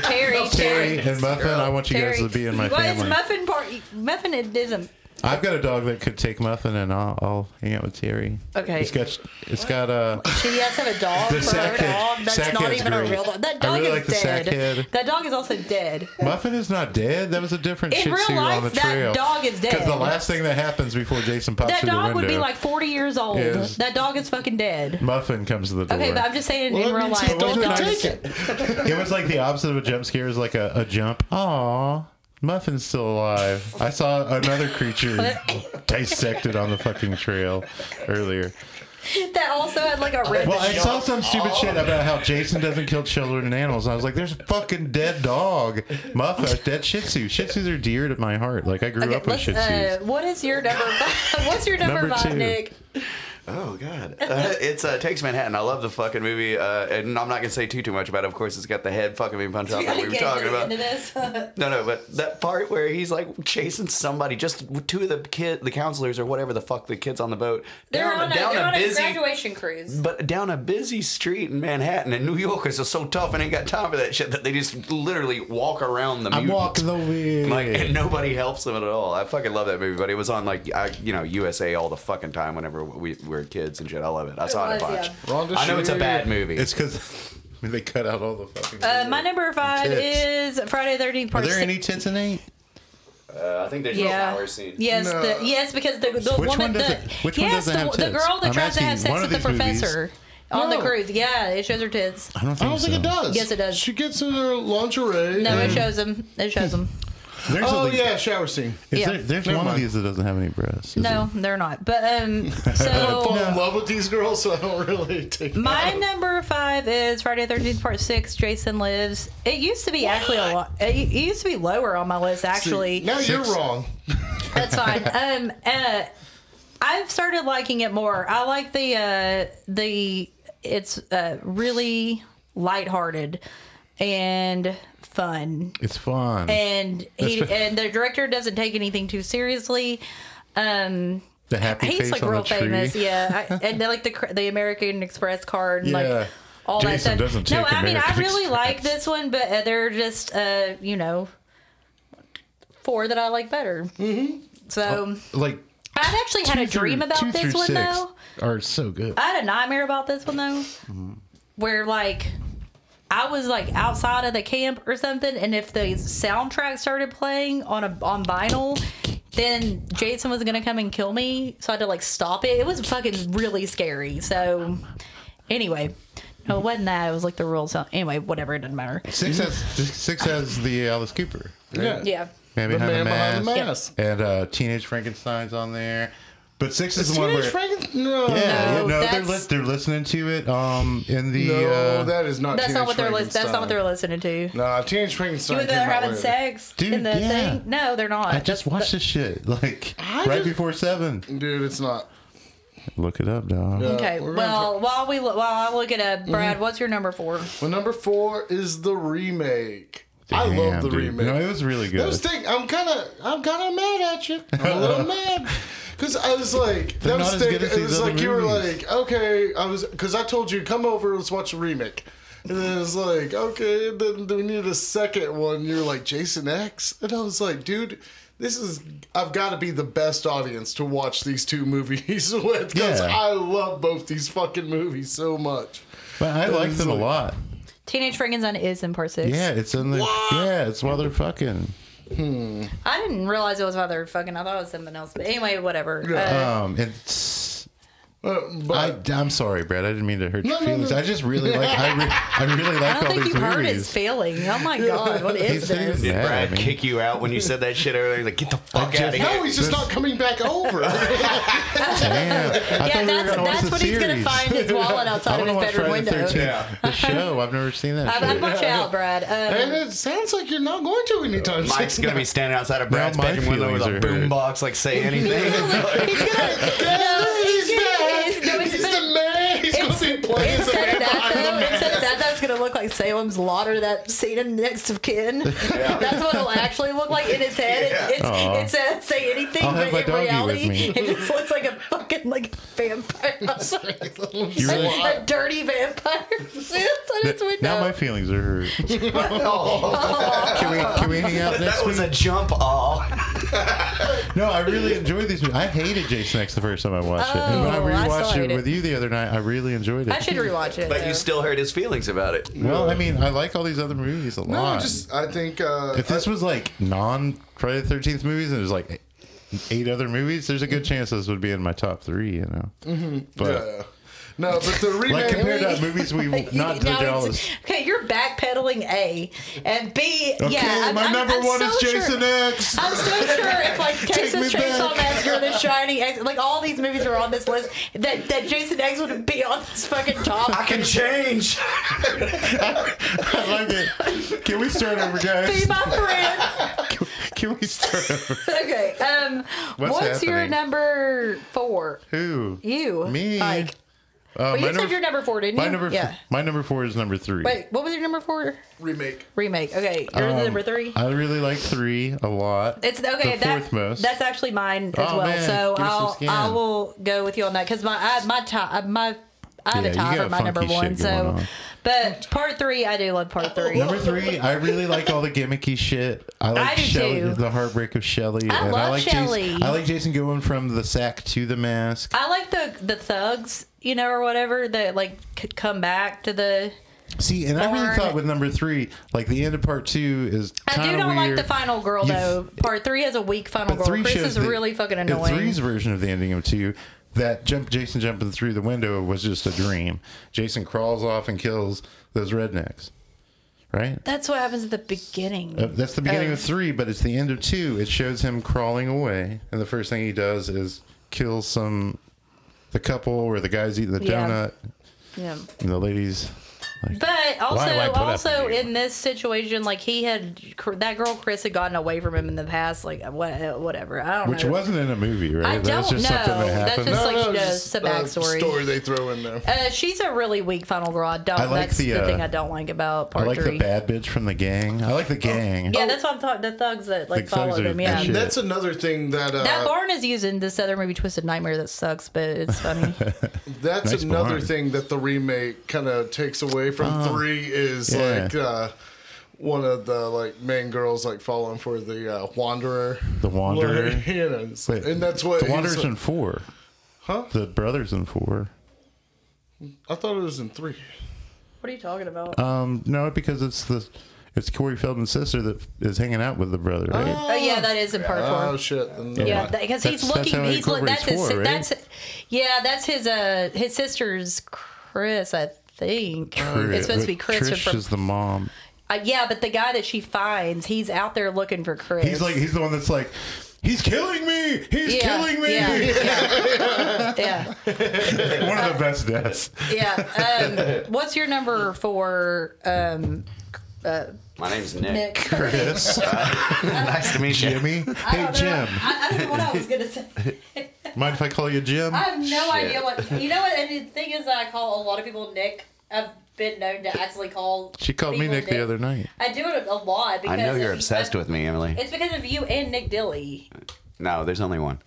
Speaker 3: Terry, Terry,
Speaker 2: Terry, Terry.
Speaker 3: and Muffin. I want you guys to be in my
Speaker 2: well, it's
Speaker 3: family.
Speaker 2: muffin party. Muffin it isn't.
Speaker 3: I've got a dog that could take Muffin, and I'll, I'll hang out with Terry.
Speaker 2: Okay.
Speaker 3: It's got it's got uh,
Speaker 2: She has to have a dog
Speaker 3: The
Speaker 2: for
Speaker 3: sack
Speaker 2: her
Speaker 3: head-
Speaker 2: dog. That's
Speaker 3: sack
Speaker 2: not
Speaker 3: head's
Speaker 2: even
Speaker 3: great.
Speaker 2: a real dog.
Speaker 3: I
Speaker 2: That dog
Speaker 3: really
Speaker 2: is
Speaker 3: like the sack
Speaker 2: dead.
Speaker 3: head.
Speaker 2: That dog is also dead.
Speaker 3: Muffin is not dead. That was a different
Speaker 2: In
Speaker 3: shih
Speaker 2: real
Speaker 3: tzu
Speaker 2: life,
Speaker 3: on the
Speaker 2: that
Speaker 3: trail.
Speaker 2: dog is dead.
Speaker 3: Because the last thing that happens before Jason pops
Speaker 2: That
Speaker 3: through the
Speaker 2: dog
Speaker 3: window,
Speaker 2: would be like 40 years old.
Speaker 3: Yes.
Speaker 2: That dog is fucking dead.
Speaker 3: Muffin comes to the door.
Speaker 2: Okay, but I'm just saying
Speaker 4: Well,
Speaker 2: in
Speaker 4: that
Speaker 2: real
Speaker 4: means
Speaker 2: life,
Speaker 4: the dog
Speaker 2: that
Speaker 4: can
Speaker 2: dog is
Speaker 4: take it.
Speaker 3: It was like the opposite of a jump scare. It was like a, a jump. Aww. Muffin's still alive. I saw another
Speaker 2: *laughs*
Speaker 3: creature dissected on the fucking trail earlier.
Speaker 2: uh, That also had like a red.
Speaker 3: Well, I saw some stupid shit
Speaker 2: "Oh."
Speaker 3: about how Jason doesn't kill children and animals. And I was like, there's a fucking dead dog. Muffin, dead Shih Tzu. Shih Tzus are dear to my heart. Like, I grew
Speaker 2: Okay,
Speaker 3: up with
Speaker 2: let's,
Speaker 3: Shih Tzus.
Speaker 2: uh, what is your number five? *laughs* What's your number,
Speaker 3: Number
Speaker 2: five,
Speaker 3: two.
Speaker 2: Nick?
Speaker 1: Oh God, uh, it's uh, Takes Manhattan. I love the fucking movie, uh, and I'm not gonna say too too much about. it. Of course, it's got the head fucking being
Speaker 2: *laughs*
Speaker 1: punched out
Speaker 2: We
Speaker 1: that
Speaker 2: gotta
Speaker 1: we were
Speaker 2: get
Speaker 1: talking about.
Speaker 2: into this. *laughs*
Speaker 1: No, no, but that part where he's like chasing somebody, just two of the kid, the counselors or whatever the fuck the kids on the boat.
Speaker 2: they're
Speaker 1: down,
Speaker 2: on a,
Speaker 1: down
Speaker 2: they're on a
Speaker 1: busy, *laughs*
Speaker 2: graduation cruise.
Speaker 1: but down a busy street in Manhattan, and New Yorkers are so tough and ain't got time for that shit that they just literally walk around the.
Speaker 3: I'm
Speaker 1: mutants.
Speaker 3: walking away.
Speaker 1: Like, and nobody helps them at all. I fucking love that movie, but it was on like I, you know USA all the fucking time whenever we, we were kids and shit. I love it. I saw it,
Speaker 2: was,
Speaker 1: a bunch.
Speaker 2: yeah.
Speaker 4: Rhonda
Speaker 1: I know it's a
Speaker 4: Shear-
Speaker 1: bad movie.
Speaker 3: it's because *laughs* they cut out all the fucking.
Speaker 2: Uh, my number five
Speaker 3: Tits.
Speaker 2: is Friday Thirteenth
Speaker 3: Are
Speaker 2: Part
Speaker 3: there
Speaker 2: six.
Speaker 3: any tits in eight?
Speaker 1: uh, I think there's
Speaker 2: yeah.
Speaker 1: no power scene.
Speaker 2: Yes,
Speaker 4: No.
Speaker 2: the, yes, because the, the
Speaker 3: Which
Speaker 2: woman,
Speaker 3: one does
Speaker 2: the,
Speaker 3: it- which one
Speaker 2: yes,
Speaker 3: doesn't
Speaker 2: the,
Speaker 3: have
Speaker 2: the
Speaker 3: tits?
Speaker 2: girl that
Speaker 3: I'm
Speaker 2: tries to have
Speaker 3: asking
Speaker 2: sex
Speaker 3: one
Speaker 2: with
Speaker 3: of
Speaker 2: the
Speaker 3: these movies.
Speaker 2: professor on the
Speaker 4: No.
Speaker 2: cruise. Yeah, it shows her tits.
Speaker 3: I don't think,
Speaker 4: I don't think
Speaker 3: so.
Speaker 4: it does.
Speaker 2: Yes, it does.
Speaker 4: She gets in her lingerie.
Speaker 2: No, it
Speaker 4: and-
Speaker 2: shows them. It shows them.
Speaker 3: There's at
Speaker 4: Oh
Speaker 3: least-
Speaker 4: yeah, shower scene.
Speaker 3: Is
Speaker 2: Yeah.
Speaker 3: there, there's
Speaker 4: Never
Speaker 3: one of
Speaker 4: mind.
Speaker 3: these that doesn't have any breasts. is
Speaker 2: No, they're not. But
Speaker 3: *laughs*
Speaker 2: um,
Speaker 4: I fall
Speaker 2: so
Speaker 4: in love with these girls, so I don't really take.
Speaker 2: my number five is Friday the Thirteenth Part Six. Jason lives. It used to be actually a lot. It it used to be lower on my list. Actually,
Speaker 4: now you're wrong.
Speaker 3: *laughs*
Speaker 2: That's fine. Um, uh, I've started liking it more. I like the uh, the it's uh, really lighthearted and fun,
Speaker 3: it? It's fun.
Speaker 2: and he and the director doesn't take anything too seriously. Um,
Speaker 3: the happy
Speaker 2: he's
Speaker 3: face
Speaker 2: like
Speaker 3: on
Speaker 2: real
Speaker 3: the tree. *laughs*
Speaker 2: famous, yeah, I, and they like the cr- the American Express card, and
Speaker 3: Yeah.
Speaker 2: like all that
Speaker 3: Jason
Speaker 2: stuff.
Speaker 3: doesn't
Speaker 2: no,
Speaker 3: take
Speaker 2: I mean I
Speaker 3: American
Speaker 2: really
Speaker 3: Express.
Speaker 2: like this one, but uh, there are just uh, you know four that I like better. Mm-hmm. So.
Speaker 3: Like
Speaker 2: I've actually had a
Speaker 3: two
Speaker 2: dream
Speaker 3: through- two
Speaker 2: about this
Speaker 3: through
Speaker 2: one
Speaker 3: six
Speaker 2: though.
Speaker 3: Are so good.
Speaker 2: I had a nightmare about this one though,
Speaker 3: Mm-hmm.
Speaker 2: where like I was like outside of the camp or something, and if the soundtrack started playing on a on vinyl, then Jason was gonna come and kill me. So I had to like stop it. It was fucking really scary. So anyway. No, it wasn't that. It was like the rules. So anyway, whatever. It doesn't matter.
Speaker 3: Six has six has the Alice Cooper. right?
Speaker 4: Yeah.
Speaker 2: Yeah.
Speaker 3: Man
Speaker 4: The
Speaker 3: behind
Speaker 4: man
Speaker 3: the
Speaker 4: behind the
Speaker 3: mask.
Speaker 4: mask.
Speaker 3: And uh, Teenage Frankenstein's on there. But six is the one where.
Speaker 4: Teenage Franken- No,
Speaker 3: yeah,
Speaker 2: No,
Speaker 3: yeah, no, they're,
Speaker 2: that's-
Speaker 3: lis- they're listening to it um, in the.
Speaker 4: no,
Speaker 3: uh,
Speaker 4: that is not.
Speaker 2: That's
Speaker 4: Teenage
Speaker 2: not what they're. Li-
Speaker 4: Frankenstein.
Speaker 2: that's not what they're listening to.
Speaker 4: Nah, Teenage Frankenstein.
Speaker 2: You and
Speaker 4: came
Speaker 2: they're
Speaker 4: out
Speaker 2: having
Speaker 4: later.
Speaker 2: sex in
Speaker 3: Dude,
Speaker 2: the
Speaker 3: yeah.
Speaker 2: thing. No, they're not.
Speaker 3: I just watched this shit like right
Speaker 4: just-
Speaker 3: before seven.
Speaker 4: Dude, it's not.
Speaker 3: Look it up, dog.
Speaker 4: Yeah.
Speaker 2: Okay.
Speaker 4: we're gonna
Speaker 2: Well, while we lo- while I look it up, Brad,
Speaker 3: Mm-hmm.
Speaker 2: what's your number four?
Speaker 4: Well, number four is the remake. I love
Speaker 3: Damn,
Speaker 4: the
Speaker 3: dude.
Speaker 4: remake.
Speaker 3: No, it was really good.
Speaker 4: Those thing, I'm kind of, I'm kind of mad at you. I'm a
Speaker 3: *laughs*
Speaker 4: little mad because I was like,
Speaker 3: They're
Speaker 4: that was
Speaker 3: not as
Speaker 4: thing.
Speaker 3: good as
Speaker 4: It
Speaker 3: these
Speaker 4: was
Speaker 3: other
Speaker 4: like you were
Speaker 3: movies.
Speaker 4: like, okay, I was because I told you come over, let's watch a remake. And then it was like, okay, then we need a second one. You're like Jason X, and I was like, dude, this is I've got to be the best audience to watch these two movies *laughs* with because
Speaker 3: Yeah.
Speaker 4: I love both these fucking movies so much.
Speaker 3: but I like
Speaker 4: was
Speaker 3: them a
Speaker 4: like-
Speaker 3: lot.
Speaker 2: Teenage Frankenstein is in part six.
Speaker 3: Yeah, it's in the. Yeah, it's while they're fucking.
Speaker 2: I didn't realize it was while they were fucking. I thought it was something else. But anyway, whatever. Uh,
Speaker 3: Um, it's.
Speaker 4: Uh, but
Speaker 3: I, I'm sorry, Brad. I didn't mean to hurt your
Speaker 4: no,
Speaker 3: feelings.
Speaker 4: no.
Speaker 3: I just really like. I, re- I really like
Speaker 2: I don't
Speaker 3: all
Speaker 2: think
Speaker 3: these
Speaker 2: you've heard his
Speaker 4: *laughs*
Speaker 3: movies.
Speaker 2: feeling. Oh my god, what is
Speaker 3: He's saying
Speaker 2: this?
Speaker 3: that.
Speaker 1: Did
Speaker 3: Mad at
Speaker 1: Brad
Speaker 3: me.
Speaker 1: kick you out when you said that shit earlier? Like, get the fuck out of
Speaker 3: just-
Speaker 1: here.
Speaker 3: *laughs*
Speaker 4: no, he's just not coming back over.
Speaker 3: Damn. I thought
Speaker 2: Yeah,
Speaker 3: we were
Speaker 2: that's
Speaker 3: gonna watch
Speaker 2: that's
Speaker 3: the
Speaker 2: what he's gonna
Speaker 3: series.
Speaker 2: find his
Speaker 3: *laughs*
Speaker 2: wallet
Speaker 3: I
Speaker 2: outside
Speaker 3: want
Speaker 2: of
Speaker 3: to
Speaker 2: his
Speaker 3: watch
Speaker 2: bedroom
Speaker 3: Friday the
Speaker 2: window.
Speaker 3: Thirteenth. The show. I've never seen that.
Speaker 2: I, I
Speaker 3: shit.
Speaker 2: watch out, Brad. Um,
Speaker 4: And it sounds like you're not going to anytime soon.
Speaker 1: Mike's gonna be standing outside of Brad's
Speaker 3: Now my
Speaker 1: bedroom window with a
Speaker 3: feelings are hurt.
Speaker 1: boombox, like
Speaker 2: *laughs*
Speaker 1: say anything.
Speaker 2: he's gonna.
Speaker 4: No, he's
Speaker 2: he's gonna-
Speaker 4: back.
Speaker 2: no, it's
Speaker 4: *laughs* He's
Speaker 2: been-
Speaker 4: the man. He's going to be playing the
Speaker 2: Instead of
Speaker 4: man
Speaker 2: that,
Speaker 4: behind
Speaker 2: though,
Speaker 4: the
Speaker 2: instead of
Speaker 4: mask.
Speaker 2: that, that's gonna look like Salem's Lauder, that scene in Next of
Speaker 3: *laughs*
Speaker 2: Kin. That's what it'll actually look like in his head. It's,
Speaker 3: Aw.
Speaker 2: it's, it says say anything,
Speaker 3: I'll have
Speaker 2: but
Speaker 3: my
Speaker 2: in
Speaker 3: doggy with
Speaker 2: reality,
Speaker 3: me.
Speaker 2: *laughs* it just looks like a fucking like
Speaker 3: *laughs*
Speaker 2: vampire.
Speaker 3: You really-
Speaker 2: a dirty vampire *laughs* sits on his window.
Speaker 3: now my feelings are
Speaker 2: *laughs*
Speaker 3: hurt. can we can we hang out
Speaker 1: *laughs*
Speaker 3: next
Speaker 1: that was
Speaker 3: week?
Speaker 1: a jump off.
Speaker 3: No, I really enjoyed these movies. I hated Jason X the first time I watched it, and when I
Speaker 2: Oh, I still
Speaker 3: rewatched
Speaker 2: hate
Speaker 3: it
Speaker 2: it.
Speaker 3: with you the other night, I really enjoyed it. *laughs*
Speaker 2: I should rewatch it.
Speaker 1: But
Speaker 2: though.
Speaker 1: you still hurt his feelings about it.
Speaker 3: well, I mean, I like all these other movies a lot.
Speaker 4: No, just I think uh,
Speaker 3: If this was like non Friday the Thirteenth movies, and there's like
Speaker 2: Mm-hmm.
Speaker 3: eight other movies, there's a good chance this would be in my top three. You know,
Speaker 4: I-
Speaker 3: but
Speaker 4: yeah. uh, No, but the remake.
Speaker 3: Like compared
Speaker 2: *laughs*
Speaker 3: to movies we've not
Speaker 2: now
Speaker 3: did
Speaker 2: it's-
Speaker 3: all this.
Speaker 2: Okay, you're backpedaling A and B.
Speaker 3: Okay,
Speaker 2: yeah, I'm-
Speaker 3: my
Speaker 2: I'm-
Speaker 3: number
Speaker 2: I'm
Speaker 3: one
Speaker 2: so
Speaker 3: is
Speaker 2: sure-
Speaker 3: Jason X. *laughs*
Speaker 2: I'm so sure if like Texas
Speaker 3: me
Speaker 2: Chainsaw
Speaker 3: back.
Speaker 2: Massacre, The Shining, X, like all these movies are on this list, that that Jason X would be on this fucking top.
Speaker 1: I can change.
Speaker 3: I like it. Can we start over,
Speaker 2: be
Speaker 3: guys?
Speaker 2: my friend.
Speaker 3: Can we start over?
Speaker 2: *laughs* Okay. Um.
Speaker 3: What's
Speaker 2: What's, your
Speaker 3: happening?
Speaker 2: number four?
Speaker 3: Who?
Speaker 2: You.
Speaker 3: Me.
Speaker 2: Mike.
Speaker 3: Uh,
Speaker 2: But you
Speaker 3: my
Speaker 2: said your number four, didn't
Speaker 3: My
Speaker 2: you?
Speaker 3: number, f-
Speaker 2: Yeah.
Speaker 3: my number four is number three.
Speaker 2: Wait, what was your number four?
Speaker 4: remake.
Speaker 2: Remake. Okay, yours
Speaker 3: Um,
Speaker 2: is number three.
Speaker 3: I really like three a lot.
Speaker 2: It's okay.
Speaker 3: the
Speaker 2: That,
Speaker 3: fourth most.
Speaker 2: That's actually mine as
Speaker 3: Oh,
Speaker 2: well.
Speaker 3: man,
Speaker 2: So
Speaker 3: give us some
Speaker 2: I'll
Speaker 3: skin.
Speaker 2: I will go with you on that because my I, my tie my I have
Speaker 3: Yeah,
Speaker 2: a
Speaker 3: you
Speaker 2: tie
Speaker 3: got
Speaker 2: for my number
Speaker 3: funky shit
Speaker 2: one. So,
Speaker 3: going on.
Speaker 2: but part three, I do love part three.
Speaker 3: Number three, I really like all the gimmicky shit. I like
Speaker 2: I do
Speaker 3: Shelley,
Speaker 2: too.
Speaker 3: the heartbreak of Shelley.
Speaker 2: I love
Speaker 3: like
Speaker 2: Shelley.
Speaker 3: Jason, I like Jason going from the sack to the mask.
Speaker 2: I like the the thugs, you know, or whatever that like c- come back to the.
Speaker 3: See, and I really
Speaker 2: Barn.
Speaker 3: thought with number three, like the end of part two is
Speaker 2: I
Speaker 3: kind
Speaker 2: do
Speaker 3: of
Speaker 2: not
Speaker 3: weird.
Speaker 2: like the final girl
Speaker 3: You-
Speaker 2: though. Part three has a weak final
Speaker 3: But
Speaker 2: girl.
Speaker 3: three
Speaker 2: Chris
Speaker 3: shows
Speaker 2: is
Speaker 3: that-
Speaker 2: really fucking
Speaker 3: and
Speaker 2: annoying.
Speaker 3: Three's version of the ending of two, that jump Jason jumping through the window was just a dream. Jason crawls off and kills those rednecks, right?
Speaker 2: That's what happens at the beginning.
Speaker 3: Uh, That's the beginning
Speaker 2: Oh.
Speaker 3: of three, but it's the end of two. It shows him crawling away, and the first thing he does is kill some the couple or the guys eating the
Speaker 2: Yeah.
Speaker 3: donut
Speaker 2: yeah.
Speaker 3: and the ladies. Like,
Speaker 2: But
Speaker 3: do I
Speaker 2: also,
Speaker 3: put up
Speaker 2: also
Speaker 3: with you?
Speaker 2: in this situation, like he had cr- that girl Chris had gotten away from him in the past, like uh, what, whatever. I don't
Speaker 3: which
Speaker 2: know.
Speaker 3: wasn't in a movie, right?
Speaker 2: I
Speaker 3: That was
Speaker 2: don't
Speaker 3: just something that
Speaker 2: know. That's
Speaker 3: happened.
Speaker 2: just like-
Speaker 4: it's
Speaker 2: just a backstory.
Speaker 4: uh, story they throw in there.
Speaker 2: uh, she's a really weak final girl. I don't.
Speaker 3: I like
Speaker 2: that's the,
Speaker 3: the, uh,
Speaker 2: thing I don't like about
Speaker 3: I
Speaker 2: part
Speaker 3: like
Speaker 2: three.
Speaker 3: the bad bitch from the gang. I
Speaker 2: Oh,
Speaker 3: like the gang.
Speaker 2: yeah, that's what I'm talking. The thugs that like
Speaker 3: The thugs
Speaker 2: follow
Speaker 3: are
Speaker 2: them.
Speaker 3: the
Speaker 2: Yeah,
Speaker 3: shit.
Speaker 2: that,
Speaker 4: That's another thing that uh,
Speaker 2: barn is used in this other movie, Twisted Nightmare, that sucks, but
Speaker 3: *laughs*
Speaker 2: it's funny.
Speaker 4: That's
Speaker 3: Nice
Speaker 4: another
Speaker 3: barn.
Speaker 4: thing that the remake kind of takes away from three is
Speaker 3: Uh, yeah.
Speaker 4: like uh, one of the like main girls like falling for the uh, wanderer.
Speaker 3: The Wanderer?
Speaker 4: Like, *laughs* you know, it's-
Speaker 3: Wait,
Speaker 4: and that's what
Speaker 3: the
Speaker 4: he's
Speaker 3: Wanderers
Speaker 4: like-
Speaker 3: in four.
Speaker 4: Huh?
Speaker 3: The brothers in four.
Speaker 4: I thought it was in three.
Speaker 2: what are you talking about?
Speaker 3: Um, no, because it's the it's Corey Feldman's sister that is hanging out with the brother, right?
Speaker 2: oh yeah, that is in part four.
Speaker 4: Oh shit! then never
Speaker 2: Yeah,
Speaker 4: mind.
Speaker 2: because he's
Speaker 3: That's- that's
Speaker 2: looking.
Speaker 3: how he
Speaker 2: he's look. That's his.
Speaker 3: incorporates four, right?
Speaker 2: That's yeah. That's his. Uh, his sister's Chris, I think.
Speaker 4: Oh,
Speaker 3: Chris-
Speaker 2: It's supposed to be Chris
Speaker 3: Trish
Speaker 2: from.
Speaker 3: is the mom.
Speaker 2: uh, yeah, but the guy that she finds, he's out there looking for Chris.
Speaker 3: He's like he's the one that's like, he's killing me. He's
Speaker 2: yeah,
Speaker 3: killing me.
Speaker 2: Yeah,
Speaker 3: *laughs*
Speaker 2: yeah, yeah.
Speaker 3: one of the best deaths.
Speaker 2: yeah. Um, what's your number for um,
Speaker 1: My name's Nick.
Speaker 2: Nick?
Speaker 3: Chris,
Speaker 1: Nice to meet
Speaker 2: *laughs*
Speaker 1: you.
Speaker 3: *laughs* Jimmy.
Speaker 2: I
Speaker 3: Hey
Speaker 2: don't know.
Speaker 3: Jim,
Speaker 2: I, I don't know what I was gonna say.
Speaker 3: mind if I call you Jim?
Speaker 2: I have no idea
Speaker 1: Shit.
Speaker 2: what you know. What and the thing is, that I call a lot of people Nick. I've been known to actually call.
Speaker 3: She called me
Speaker 2: people
Speaker 3: Nick, the other night.
Speaker 2: I do it a lot
Speaker 1: I
Speaker 2: because
Speaker 1: know you're
Speaker 2: of-
Speaker 1: obsessed with me, Emily.
Speaker 2: It's because of you and Nick Dilly.
Speaker 1: No, there's only one.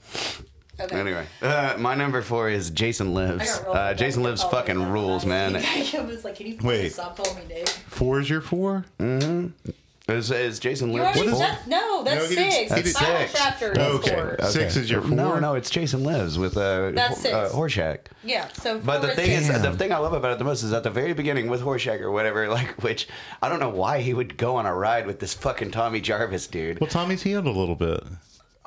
Speaker 2: Okay.
Speaker 1: Anyway, uh, my number four is Jason
Speaker 2: I
Speaker 1: Lives.
Speaker 2: got real
Speaker 1: Uh, Jason
Speaker 2: bored
Speaker 1: Lives
Speaker 2: with all
Speaker 1: fucking
Speaker 2: of that.
Speaker 1: rules, man.
Speaker 2: *laughs* I was like, can you
Speaker 3: Wait.
Speaker 2: stop calling me Nick?
Speaker 3: Four is your four.
Speaker 1: Is, is Jason
Speaker 2: You
Speaker 1: Lives
Speaker 2: already
Speaker 1: four?
Speaker 2: that's, no,
Speaker 3: No,
Speaker 2: that's
Speaker 3: he didn't-
Speaker 2: six.
Speaker 3: he
Speaker 1: didn't-
Speaker 2: Final
Speaker 1: Six.
Speaker 2: chapter is
Speaker 3: Okay.
Speaker 2: four.
Speaker 3: Uh, Six is your
Speaker 1: No,
Speaker 3: four?
Speaker 1: no, it's Jason Lives with uh,
Speaker 2: That's
Speaker 1: Hor- uh,
Speaker 2: six.
Speaker 1: Horshack.
Speaker 2: Yeah. So
Speaker 1: But
Speaker 2: four
Speaker 1: the thing
Speaker 2: six.
Speaker 1: is, the
Speaker 3: Damn.
Speaker 1: thing I love about it the most is at the very beginning with Horseshack or whatever, *laughs* like, which I don't know why he would go on a ride with this fucking Tommy Jarvis dude.
Speaker 3: Well, Tommy's healed a little bit.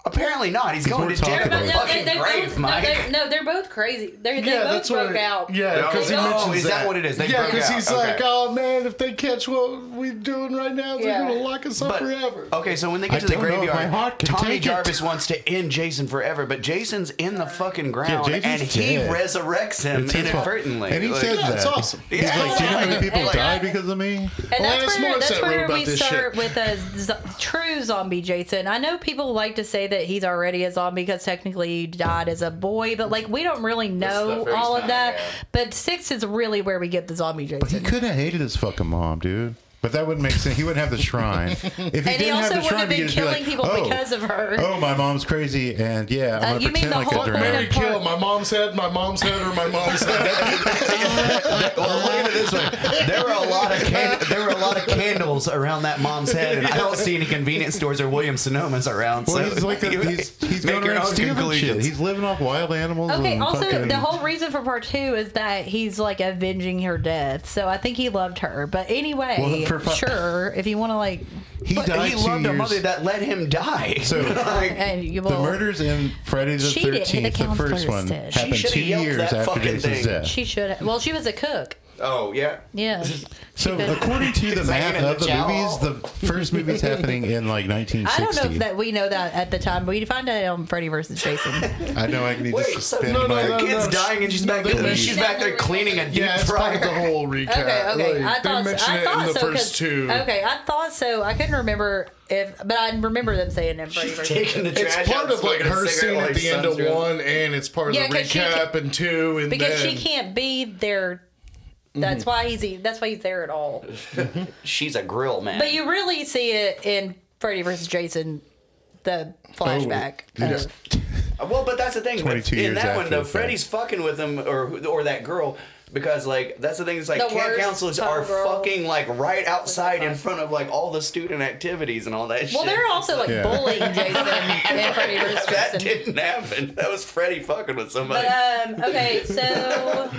Speaker 1: Apparently not. He's going to
Speaker 3: we're
Speaker 1: jail.
Speaker 3: talking about-
Speaker 2: But no, they,
Speaker 1: fucking
Speaker 2: they
Speaker 1: grave,
Speaker 2: both, no,
Speaker 1: Mike.
Speaker 2: they, no, they're both crazy. They're, they
Speaker 4: Yeah,
Speaker 2: both
Speaker 4: that's
Speaker 2: broke
Speaker 4: what.
Speaker 2: out.
Speaker 4: Yeah,
Speaker 1: Oh,
Speaker 4: because he
Speaker 2: oh,
Speaker 4: mentions
Speaker 1: is that what it is? They
Speaker 4: yeah,
Speaker 1: broke
Speaker 4: because
Speaker 1: out.
Speaker 4: he's
Speaker 1: Okay.
Speaker 4: like, "Oh man, if they catch what we're doing right now, they're
Speaker 2: Yeah.
Speaker 4: gonna lock us up
Speaker 1: But- oh,
Speaker 4: forever."
Speaker 1: Okay, so when they get
Speaker 3: I
Speaker 1: to the
Speaker 3: don't know if my
Speaker 1: graveyard,
Speaker 3: heart can
Speaker 1: Tommy
Speaker 3: take it.
Speaker 1: Jarvis wants to end Jason forever, but Jason's in the fucking ground
Speaker 3: Jason's
Speaker 1: and he
Speaker 3: dead.
Speaker 1: resurrects him
Speaker 3: It's his fault.
Speaker 1: inadvertently.
Speaker 3: And he
Speaker 1: Like,
Speaker 3: says
Speaker 4: Yeah, it's
Speaker 3: that.
Speaker 4: awesome.
Speaker 3: He's
Speaker 1: Yeah.
Speaker 3: like, do you know how many people
Speaker 2: Like,
Speaker 3: die
Speaker 2: I-
Speaker 3: because of me?
Speaker 2: And
Speaker 4: Alanis
Speaker 2: that's where,
Speaker 4: Morissette
Speaker 2: that's
Speaker 4: wrote
Speaker 2: where
Speaker 4: about
Speaker 2: we
Speaker 4: this
Speaker 2: start
Speaker 4: shit.
Speaker 2: with a z- true zombie Jason. I know people like to say that he's already a zombie because technically he died as a boy, but like we don't really know
Speaker 1: the first
Speaker 2: all of
Speaker 1: time,
Speaker 2: that.
Speaker 1: yeah.
Speaker 2: But six is really where we get the zombie
Speaker 3: He
Speaker 2: Jason.
Speaker 3: could have hated his fucking mom, dude. But that wouldn't make sense. He wouldn't have the
Speaker 2: *laughs*
Speaker 3: shrine. If he
Speaker 2: And he
Speaker 3: didn't
Speaker 2: also
Speaker 3: have the
Speaker 2: wouldn't
Speaker 3: shrine,
Speaker 2: have
Speaker 3: he'd
Speaker 2: been
Speaker 3: just
Speaker 2: killing
Speaker 3: be like,
Speaker 2: people
Speaker 3: oh,
Speaker 2: because of her.
Speaker 3: Oh, my mom's crazy, and yeah, I'm
Speaker 2: Uh,
Speaker 3: gonna
Speaker 2: you mean
Speaker 3: pretend
Speaker 2: the
Speaker 3: like
Speaker 2: whole
Speaker 3: I drowned.
Speaker 4: Mary
Speaker 2: part-
Speaker 4: kill my mom's head, my mom's head, or my
Speaker 1: *laughs*
Speaker 4: mom's head.
Speaker 1: Well, look at it this way. There were a lot of can- there were a lot of candles around that mom's head, and I don't see any convenience stores or Williams Sonomas around.
Speaker 3: Well,
Speaker 1: so
Speaker 3: he's like a,
Speaker 2: *laughs*
Speaker 3: he's, he's
Speaker 1: make
Speaker 3: going
Speaker 1: your
Speaker 3: around
Speaker 1: own
Speaker 3: stealing shit.
Speaker 1: conclusions.
Speaker 3: He's living off wild animals.
Speaker 2: Okay,
Speaker 3: and
Speaker 2: also,
Speaker 3: fucking-
Speaker 2: the whole reason for part two is that he's like avenging her death. So I think he loved her. But anyway,
Speaker 3: Well, for fu-
Speaker 2: sure, if you want to like.
Speaker 3: He
Speaker 1: But
Speaker 3: died
Speaker 1: he
Speaker 3: two
Speaker 1: loved a
Speaker 3: years-
Speaker 1: mother that let him die. *laughs*
Speaker 3: So-
Speaker 2: *laughs*
Speaker 1: like,
Speaker 2: And you
Speaker 3: The
Speaker 2: will-
Speaker 3: murders in Friday the
Speaker 5: She did. The
Speaker 3: Thirteenth, the,
Speaker 5: counselors
Speaker 3: first one,
Speaker 5: did. She
Speaker 3: happened
Speaker 1: shoulda
Speaker 3: two
Speaker 1: yelled
Speaker 3: years
Speaker 1: that
Speaker 3: after
Speaker 1: fucking
Speaker 3: Jason's
Speaker 1: thing.
Speaker 3: death.
Speaker 2: She should. have Well, she was a cook.
Speaker 1: oh yeah.
Speaker 3: *laughs*
Speaker 2: Yeah.
Speaker 3: so, according to the
Speaker 1: It's
Speaker 3: math
Speaker 1: hanging in
Speaker 3: of
Speaker 1: the
Speaker 3: the movies,
Speaker 1: jowl.
Speaker 3: the first movie's happening in like 1960.
Speaker 2: I don't know if that we know that at the time. We find out on Freddy versus
Speaker 4: *laughs*
Speaker 2: Jason.
Speaker 3: I know I need to
Speaker 1: Wait, so
Speaker 3: suspend
Speaker 4: no, no,
Speaker 3: my.
Speaker 1: the
Speaker 4: no.
Speaker 1: kid's dying and she's back.
Speaker 4: they
Speaker 1: There,
Speaker 4: were-
Speaker 1: she's back there cleaning a deep
Speaker 4: Yeah, it's part
Speaker 1: fryer.
Speaker 4: of the whole recap.
Speaker 2: Okay, okay.
Speaker 4: Like,
Speaker 2: I thought,
Speaker 4: they mention
Speaker 2: I
Speaker 4: it
Speaker 2: thought
Speaker 4: in the
Speaker 2: so, 'cause-
Speaker 4: first two.
Speaker 2: Okay, I thought so. I couldn't remember if, but I remember them saying it. Freddy versus
Speaker 1: Taking the
Speaker 4: It's
Speaker 1: trash out
Speaker 4: part
Speaker 1: and
Speaker 4: of like
Speaker 1: smoking a
Speaker 4: her
Speaker 1: cigarette
Speaker 4: scene
Speaker 1: while
Speaker 4: at
Speaker 1: his
Speaker 4: the end
Speaker 1: son's
Speaker 4: of
Speaker 1: doing it.
Speaker 4: one, and it's part of
Speaker 2: Yeah,
Speaker 4: the
Speaker 2: 'cause she
Speaker 4: recap
Speaker 2: can-
Speaker 4: and two, and
Speaker 2: because
Speaker 4: then
Speaker 2: she can't be there.
Speaker 4: Mm-hmm.
Speaker 2: That's why he's that's why he's there at all.
Speaker 1: She's a grill man.
Speaker 2: But you really see it in Freddy versus Jason, the
Speaker 4: Oh,
Speaker 2: flashback. of-
Speaker 1: Uh, Well, but that's the thing.
Speaker 3: 22
Speaker 1: in
Speaker 3: years
Speaker 1: that one,
Speaker 3: after
Speaker 1: though,
Speaker 3: the fact.
Speaker 1: Freddy's fucking with him or or that girl because like that's the thing. It's like
Speaker 2: The
Speaker 1: camp
Speaker 2: worst
Speaker 1: counselors are
Speaker 2: girl.
Speaker 1: fucking like right outside in front of like all the student activities and all that. shit.
Speaker 2: well, they're
Speaker 1: *laughs*
Speaker 2: also like
Speaker 3: Yeah.
Speaker 2: bullying Jason and Freddy
Speaker 4: *laughs*
Speaker 2: versus
Speaker 1: that
Speaker 2: Jason.
Speaker 1: didn't happen. That was Freddy fucking with somebody.
Speaker 2: But um, okay, so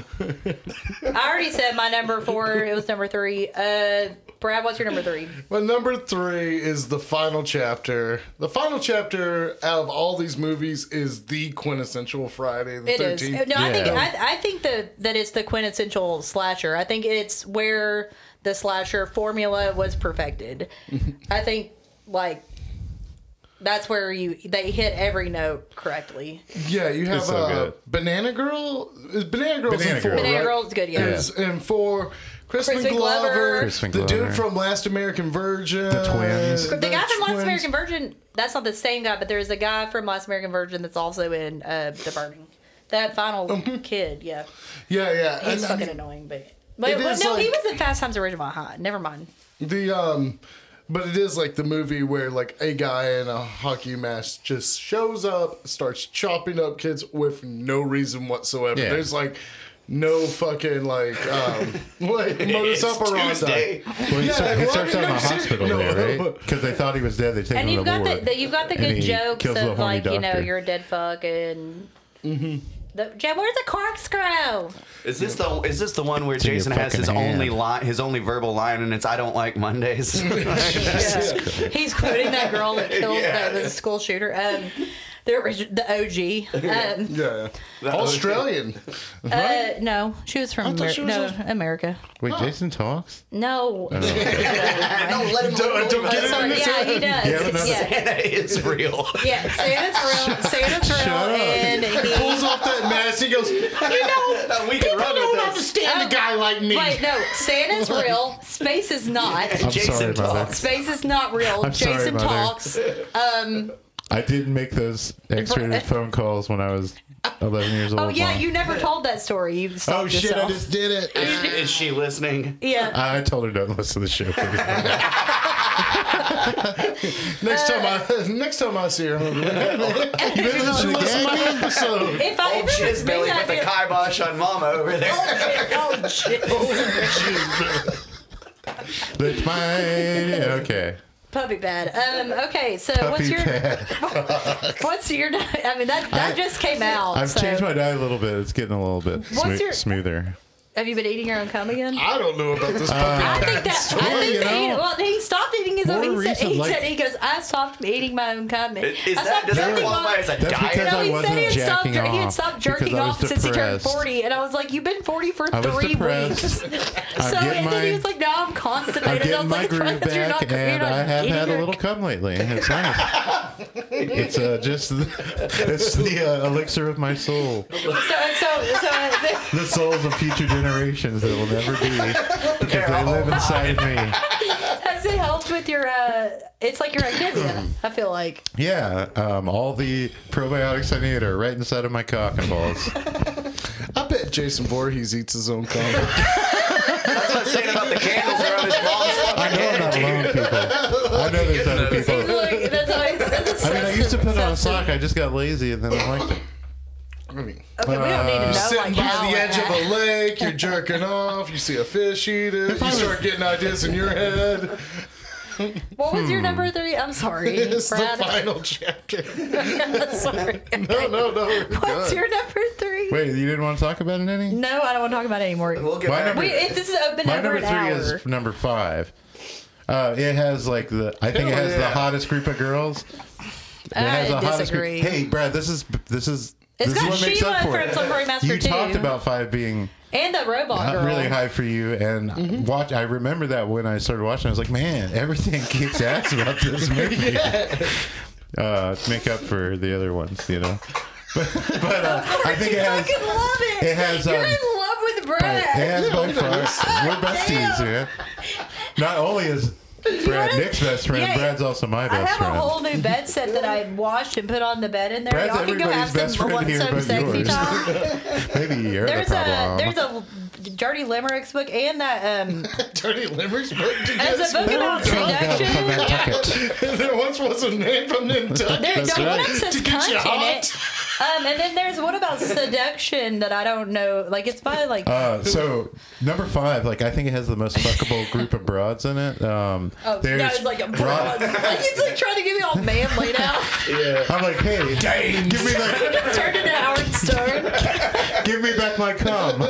Speaker 2: I already said my number four. It was number three. Uh, Brad, what's your number three?
Speaker 4: But number three is the final chapter. The final chapter out of all these movies is the quintessential Friday the
Speaker 2: It is.
Speaker 4: 13th.
Speaker 2: No, I think
Speaker 3: Yeah.
Speaker 2: I, I think that that it's the quintessential slasher. I think it's where the slasher formula was perfected. I think like that's where you they hit every note correctly.
Speaker 4: Yeah, you have
Speaker 3: It's so
Speaker 4: uh,
Speaker 3: good.
Speaker 4: Banana Girl. Is Banana Girl's
Speaker 3: Banana
Speaker 4: in four.
Speaker 3: Girl.
Speaker 2: Banana
Speaker 4: right?
Speaker 2: Girl's good, yeah.
Speaker 4: Is in four. Crispin,
Speaker 2: Crispin
Speaker 4: Glover,
Speaker 2: Glover.
Speaker 3: Crispin
Speaker 4: the
Speaker 3: Glover.
Speaker 4: dude from Last American Virgin,
Speaker 3: The twins.
Speaker 2: The, guy from Last
Speaker 4: twins.
Speaker 2: American Virgin. That's not the same guy, but there's a guy from Last American Virgin that's also in uh, The Burning. That final kid, yeah,
Speaker 4: Yeah, yeah.
Speaker 2: he's
Speaker 4: And, Um, I
Speaker 2: fucking
Speaker 4: mean,
Speaker 2: annoying, but. But,
Speaker 4: It
Speaker 2: but
Speaker 4: is
Speaker 2: no, he
Speaker 4: like-
Speaker 2: was in Fast Times at Ridgemont High. Never mind.
Speaker 4: The um, but it is like the movie where like a guy in a hockey mask just shows up, starts chopping up kids with no reason whatsoever.
Speaker 3: Yeah.
Speaker 4: There's like no fucking like *laughs* um, like
Speaker 1: It's
Speaker 4: modus operandi.
Speaker 1: Tuesday.
Speaker 3: Well, he,
Speaker 4: Yeah,
Speaker 3: start, he
Speaker 4: well,
Speaker 3: starts out
Speaker 4: I mean,
Speaker 3: in the
Speaker 4: no,
Speaker 3: hospital
Speaker 4: no.
Speaker 3: there, right? Because they thought he was dead. They take
Speaker 2: And
Speaker 3: him
Speaker 2: you've
Speaker 3: to
Speaker 2: got the,
Speaker 3: ward.
Speaker 2: the you've got the
Speaker 3: And
Speaker 2: good
Speaker 3: he
Speaker 2: jokes
Speaker 3: kills the
Speaker 2: of
Speaker 3: homie
Speaker 2: like you know
Speaker 3: doctor.
Speaker 2: you're a dead fuck and
Speaker 4: Mm-hmm.
Speaker 2: the Jim, where's the corkscrew?
Speaker 1: Is this the is this the one where
Speaker 3: your
Speaker 1: Jason has his
Speaker 3: fucking hand.
Speaker 1: only line, his only verbal line, and it's "I don't like
Speaker 2: *laughs*
Speaker 1: Mondays." *laughs*
Speaker 3: *laughs*
Speaker 2: He's quoting that girl that
Speaker 4: *laughs*
Speaker 2: killed
Speaker 1: Yeah.
Speaker 2: that was a school shooter. Um, the orig- the OG. Um,
Speaker 4: *laughs* Yeah, yeah. Australian. *laughs*
Speaker 2: uh, no, she was from Amer-
Speaker 4: she was
Speaker 2: no
Speaker 4: a-
Speaker 2: America.
Speaker 3: Wait, Jason talks.
Speaker 2: No,
Speaker 1: don't let him
Speaker 4: Don't- don't get
Speaker 2: sorry,
Speaker 4: in
Speaker 2: yeah, he does.
Speaker 3: Yeah, but no-
Speaker 1: *laughs*
Speaker 2: yeah.
Speaker 1: Santa is real.
Speaker 2: Yeah, Santa's real. Santa's real,
Speaker 3: up.
Speaker 2: and he.
Speaker 4: Pulls off that mask. He goes, "You know,
Speaker 1: we can run
Speaker 4: Uh, don't
Speaker 1: with this.
Speaker 4: understand a guy like me."
Speaker 2: Wait, no, Santa's real. Space is not.
Speaker 3: I'm
Speaker 1: Jason
Speaker 3: sorry about
Speaker 1: talks.
Speaker 2: Space is not real.
Speaker 3: I'm sorry,
Speaker 2: Jason
Speaker 3: Mother.
Speaker 2: talks.
Speaker 3: that. I didn't make those X-rated phone calls when I was 11 years old.
Speaker 2: Oh yeah,
Speaker 3: Mom.
Speaker 2: you never told that story. You
Speaker 4: Oh
Speaker 2: stopped
Speaker 4: shit!
Speaker 2: yourself.
Speaker 4: I just did it.
Speaker 1: Is she listening?
Speaker 2: *laughs* yeah.
Speaker 3: I I told her don't listen to the show. please.
Speaker 4: Next time I, *laughs* next time I see her, I'm gonna be like, you better listen to my episode.
Speaker 2: if I
Speaker 1: Old
Speaker 2: if it was
Speaker 1: Oh, jizz
Speaker 2: me,
Speaker 1: belly
Speaker 2: I'd
Speaker 1: with the
Speaker 2: be like,
Speaker 1: kibosh on mama over there.
Speaker 2: oh jizz, oh jizz.
Speaker 3: That's my okay.
Speaker 2: puppy bad. Um. Okay. So
Speaker 3: Puppy
Speaker 2: what's your
Speaker 3: pad.
Speaker 2: what's your? *laughs* I mean that that
Speaker 3: I-
Speaker 2: just came out.
Speaker 3: I've
Speaker 2: so.
Speaker 3: changed my diet a little bit. It's getting a little bit
Speaker 2: What's
Speaker 3: smooth,
Speaker 2: your-
Speaker 3: smoother.
Speaker 2: Have you been eating your own cum again?
Speaker 4: I don't know about this
Speaker 2: I
Speaker 4: puppy.
Speaker 2: think that I
Speaker 3: well,
Speaker 2: think
Speaker 3: you
Speaker 2: that he,
Speaker 3: know,
Speaker 2: well he stopped eating his own.
Speaker 3: more
Speaker 2: He said, he,
Speaker 3: recent, like-
Speaker 2: said he goes I stopped eating my own cum. I
Speaker 1: Is that
Speaker 2: stopped
Speaker 1: does that
Speaker 2: drinking my-
Speaker 1: qualify as a
Speaker 3: That's
Speaker 1: diet?
Speaker 3: because
Speaker 2: No,
Speaker 3: I
Speaker 2: he said
Speaker 3: wasn't
Speaker 2: he had, stopped,
Speaker 3: jacking
Speaker 2: jer- he had
Speaker 3: off
Speaker 2: stopped
Speaker 3: because
Speaker 2: jerking
Speaker 3: I was
Speaker 2: off since he turned
Speaker 3: depressed.
Speaker 2: 40. And I was like, You've been 40 for
Speaker 3: I was
Speaker 2: three weeks. *laughs*
Speaker 3: depressed. *laughs*
Speaker 2: So,
Speaker 3: I'm
Speaker 2: and
Speaker 3: getting
Speaker 2: then he
Speaker 3: my-
Speaker 2: was like, No, I'm
Speaker 3: I'm
Speaker 2: constipated. I
Speaker 3: getting
Speaker 2: was
Speaker 3: my
Speaker 2: like,
Speaker 3: groove
Speaker 2: "Because you're not,
Speaker 3: back,
Speaker 2: you're
Speaker 3: and
Speaker 2: not
Speaker 3: I have
Speaker 2: eating
Speaker 3: had a
Speaker 2: your-
Speaker 3: little cum lately. It's
Speaker 2: *laughs*
Speaker 3: nice. it's uh, just the, *laughs* it's the uh, elixir of my soul,
Speaker 2: So, so, so, *laughs*
Speaker 3: the souls of future generations that will never be because they live inside me.
Speaker 2: has it helped with your, uh, it's like your idea, I
Speaker 3: *laughs*
Speaker 2: feel like.
Speaker 3: Yeah, um, all the probiotics I need are right inside of my cock and balls.
Speaker 4: I bet Jason Voorhees eats his own cum. *laughs*
Speaker 1: That's what I'm saying about the candles around
Speaker 3: *laughs*
Speaker 1: his mom's fucking
Speaker 3: I know I'm
Speaker 1: head.
Speaker 3: not alone, people. I know there's other
Speaker 2: It's
Speaker 3: people.
Speaker 2: like- that's always- that's a
Speaker 3: I mean, I used to
Speaker 2: substance-
Speaker 3: put on a
Speaker 2: substance.
Speaker 3: sock. I just got lazy and then I liked it.
Speaker 4: I mean,
Speaker 2: Okay, we
Speaker 3: uh,
Speaker 2: don't need to know.
Speaker 4: sitting
Speaker 2: like, how
Speaker 4: by the
Speaker 2: it
Speaker 4: edge of
Speaker 2: happened.
Speaker 4: a lake, you're jerking off, you see a fish eat it, you start getting ideas in your head.
Speaker 2: What was your number
Speaker 3: Hmm.
Speaker 2: three?
Speaker 3: *laughs*
Speaker 2: I'm sorry.
Speaker 4: It's the
Speaker 2: Brad. *laughs*
Speaker 4: final chapter.
Speaker 3: *laughs*
Speaker 2: sorry.
Speaker 4: No, no, no. we're
Speaker 2: What's
Speaker 4: good.
Speaker 2: your number three?
Speaker 3: Wait, you didn't want to talk about it any?
Speaker 2: No, I don't want to talk about it anymore.
Speaker 1: We'll get
Speaker 3: My
Speaker 1: back.
Speaker 3: number-
Speaker 2: We, it, this has been
Speaker 3: My
Speaker 2: over
Speaker 3: number
Speaker 2: an
Speaker 3: three
Speaker 2: hour.
Speaker 3: is number five, Uh, it has like the I think it has the
Speaker 4: yeah.
Speaker 3: hottest group of girls. It has
Speaker 2: I
Speaker 3: the hottest group-
Speaker 2: disagree.
Speaker 3: Hey, Brad, this is this is this is
Speaker 2: It's got
Speaker 3: what makes
Speaker 2: Sheila
Speaker 3: up for
Speaker 2: from
Speaker 3: it.
Speaker 2: Slumberry Master
Speaker 3: You
Speaker 2: too.
Speaker 3: talked about five being
Speaker 2: and the robot
Speaker 3: not
Speaker 2: girl. Mm-hmm.
Speaker 3: really high for you, and watch. I remember that when I started watching, I was like, man, everything *laughs* kicks ass about this movie. Uh, to make up for the other ones, you know. *laughs* But, but uh, I think
Speaker 2: you
Speaker 3: it has.
Speaker 2: fucking love it.
Speaker 3: it has,
Speaker 2: You're
Speaker 3: um,
Speaker 2: in love with
Speaker 3: Right.
Speaker 2: Brad.
Speaker 3: And my
Speaker 4: Yeah,
Speaker 3: friend. We're besties, man. Not only is Brad
Speaker 2: wanna-
Speaker 3: Nick's best friend,
Speaker 2: Yeah.
Speaker 3: Brad's also my
Speaker 2: I
Speaker 3: best
Speaker 2: have
Speaker 3: friend.
Speaker 2: a whole new bed set that I washed and put on the bed in there.
Speaker 3: Brad's
Speaker 2: Y'all can go have
Speaker 3: everybody's best
Speaker 2: some,
Speaker 3: friend
Speaker 2: want
Speaker 3: here
Speaker 2: some
Speaker 3: but
Speaker 2: sexy
Speaker 3: yours.
Speaker 2: time.
Speaker 3: *laughs* Maybe you're
Speaker 2: There's
Speaker 3: the
Speaker 2: a
Speaker 3: problem.
Speaker 2: there's a dirty limericks book and that um
Speaker 4: Dirty Limericks book to
Speaker 2: there's a book about seduction.
Speaker 4: *laughs* there once was a man from Nantucket.
Speaker 2: There's
Speaker 3: That's
Speaker 2: one
Speaker 3: right.
Speaker 2: that
Speaker 4: *laughs*
Speaker 2: says
Speaker 4: To get you
Speaker 2: cunt in it. Um, and then there's one about seduction that I don't know. Like it's by like
Speaker 3: Uh, so number five, like I think it has the most fuckable group of broads in it. Um,
Speaker 2: oh,
Speaker 3: there's
Speaker 2: no, it's like a
Speaker 3: broad-
Speaker 2: like it's like trying to give me all manly
Speaker 3: *laughs*
Speaker 2: now.
Speaker 4: Yeah.
Speaker 3: I'm like, hey, give me like
Speaker 2: It's turned into Howard Stern.
Speaker 3: Give me back my
Speaker 2: *laughs*
Speaker 3: cum.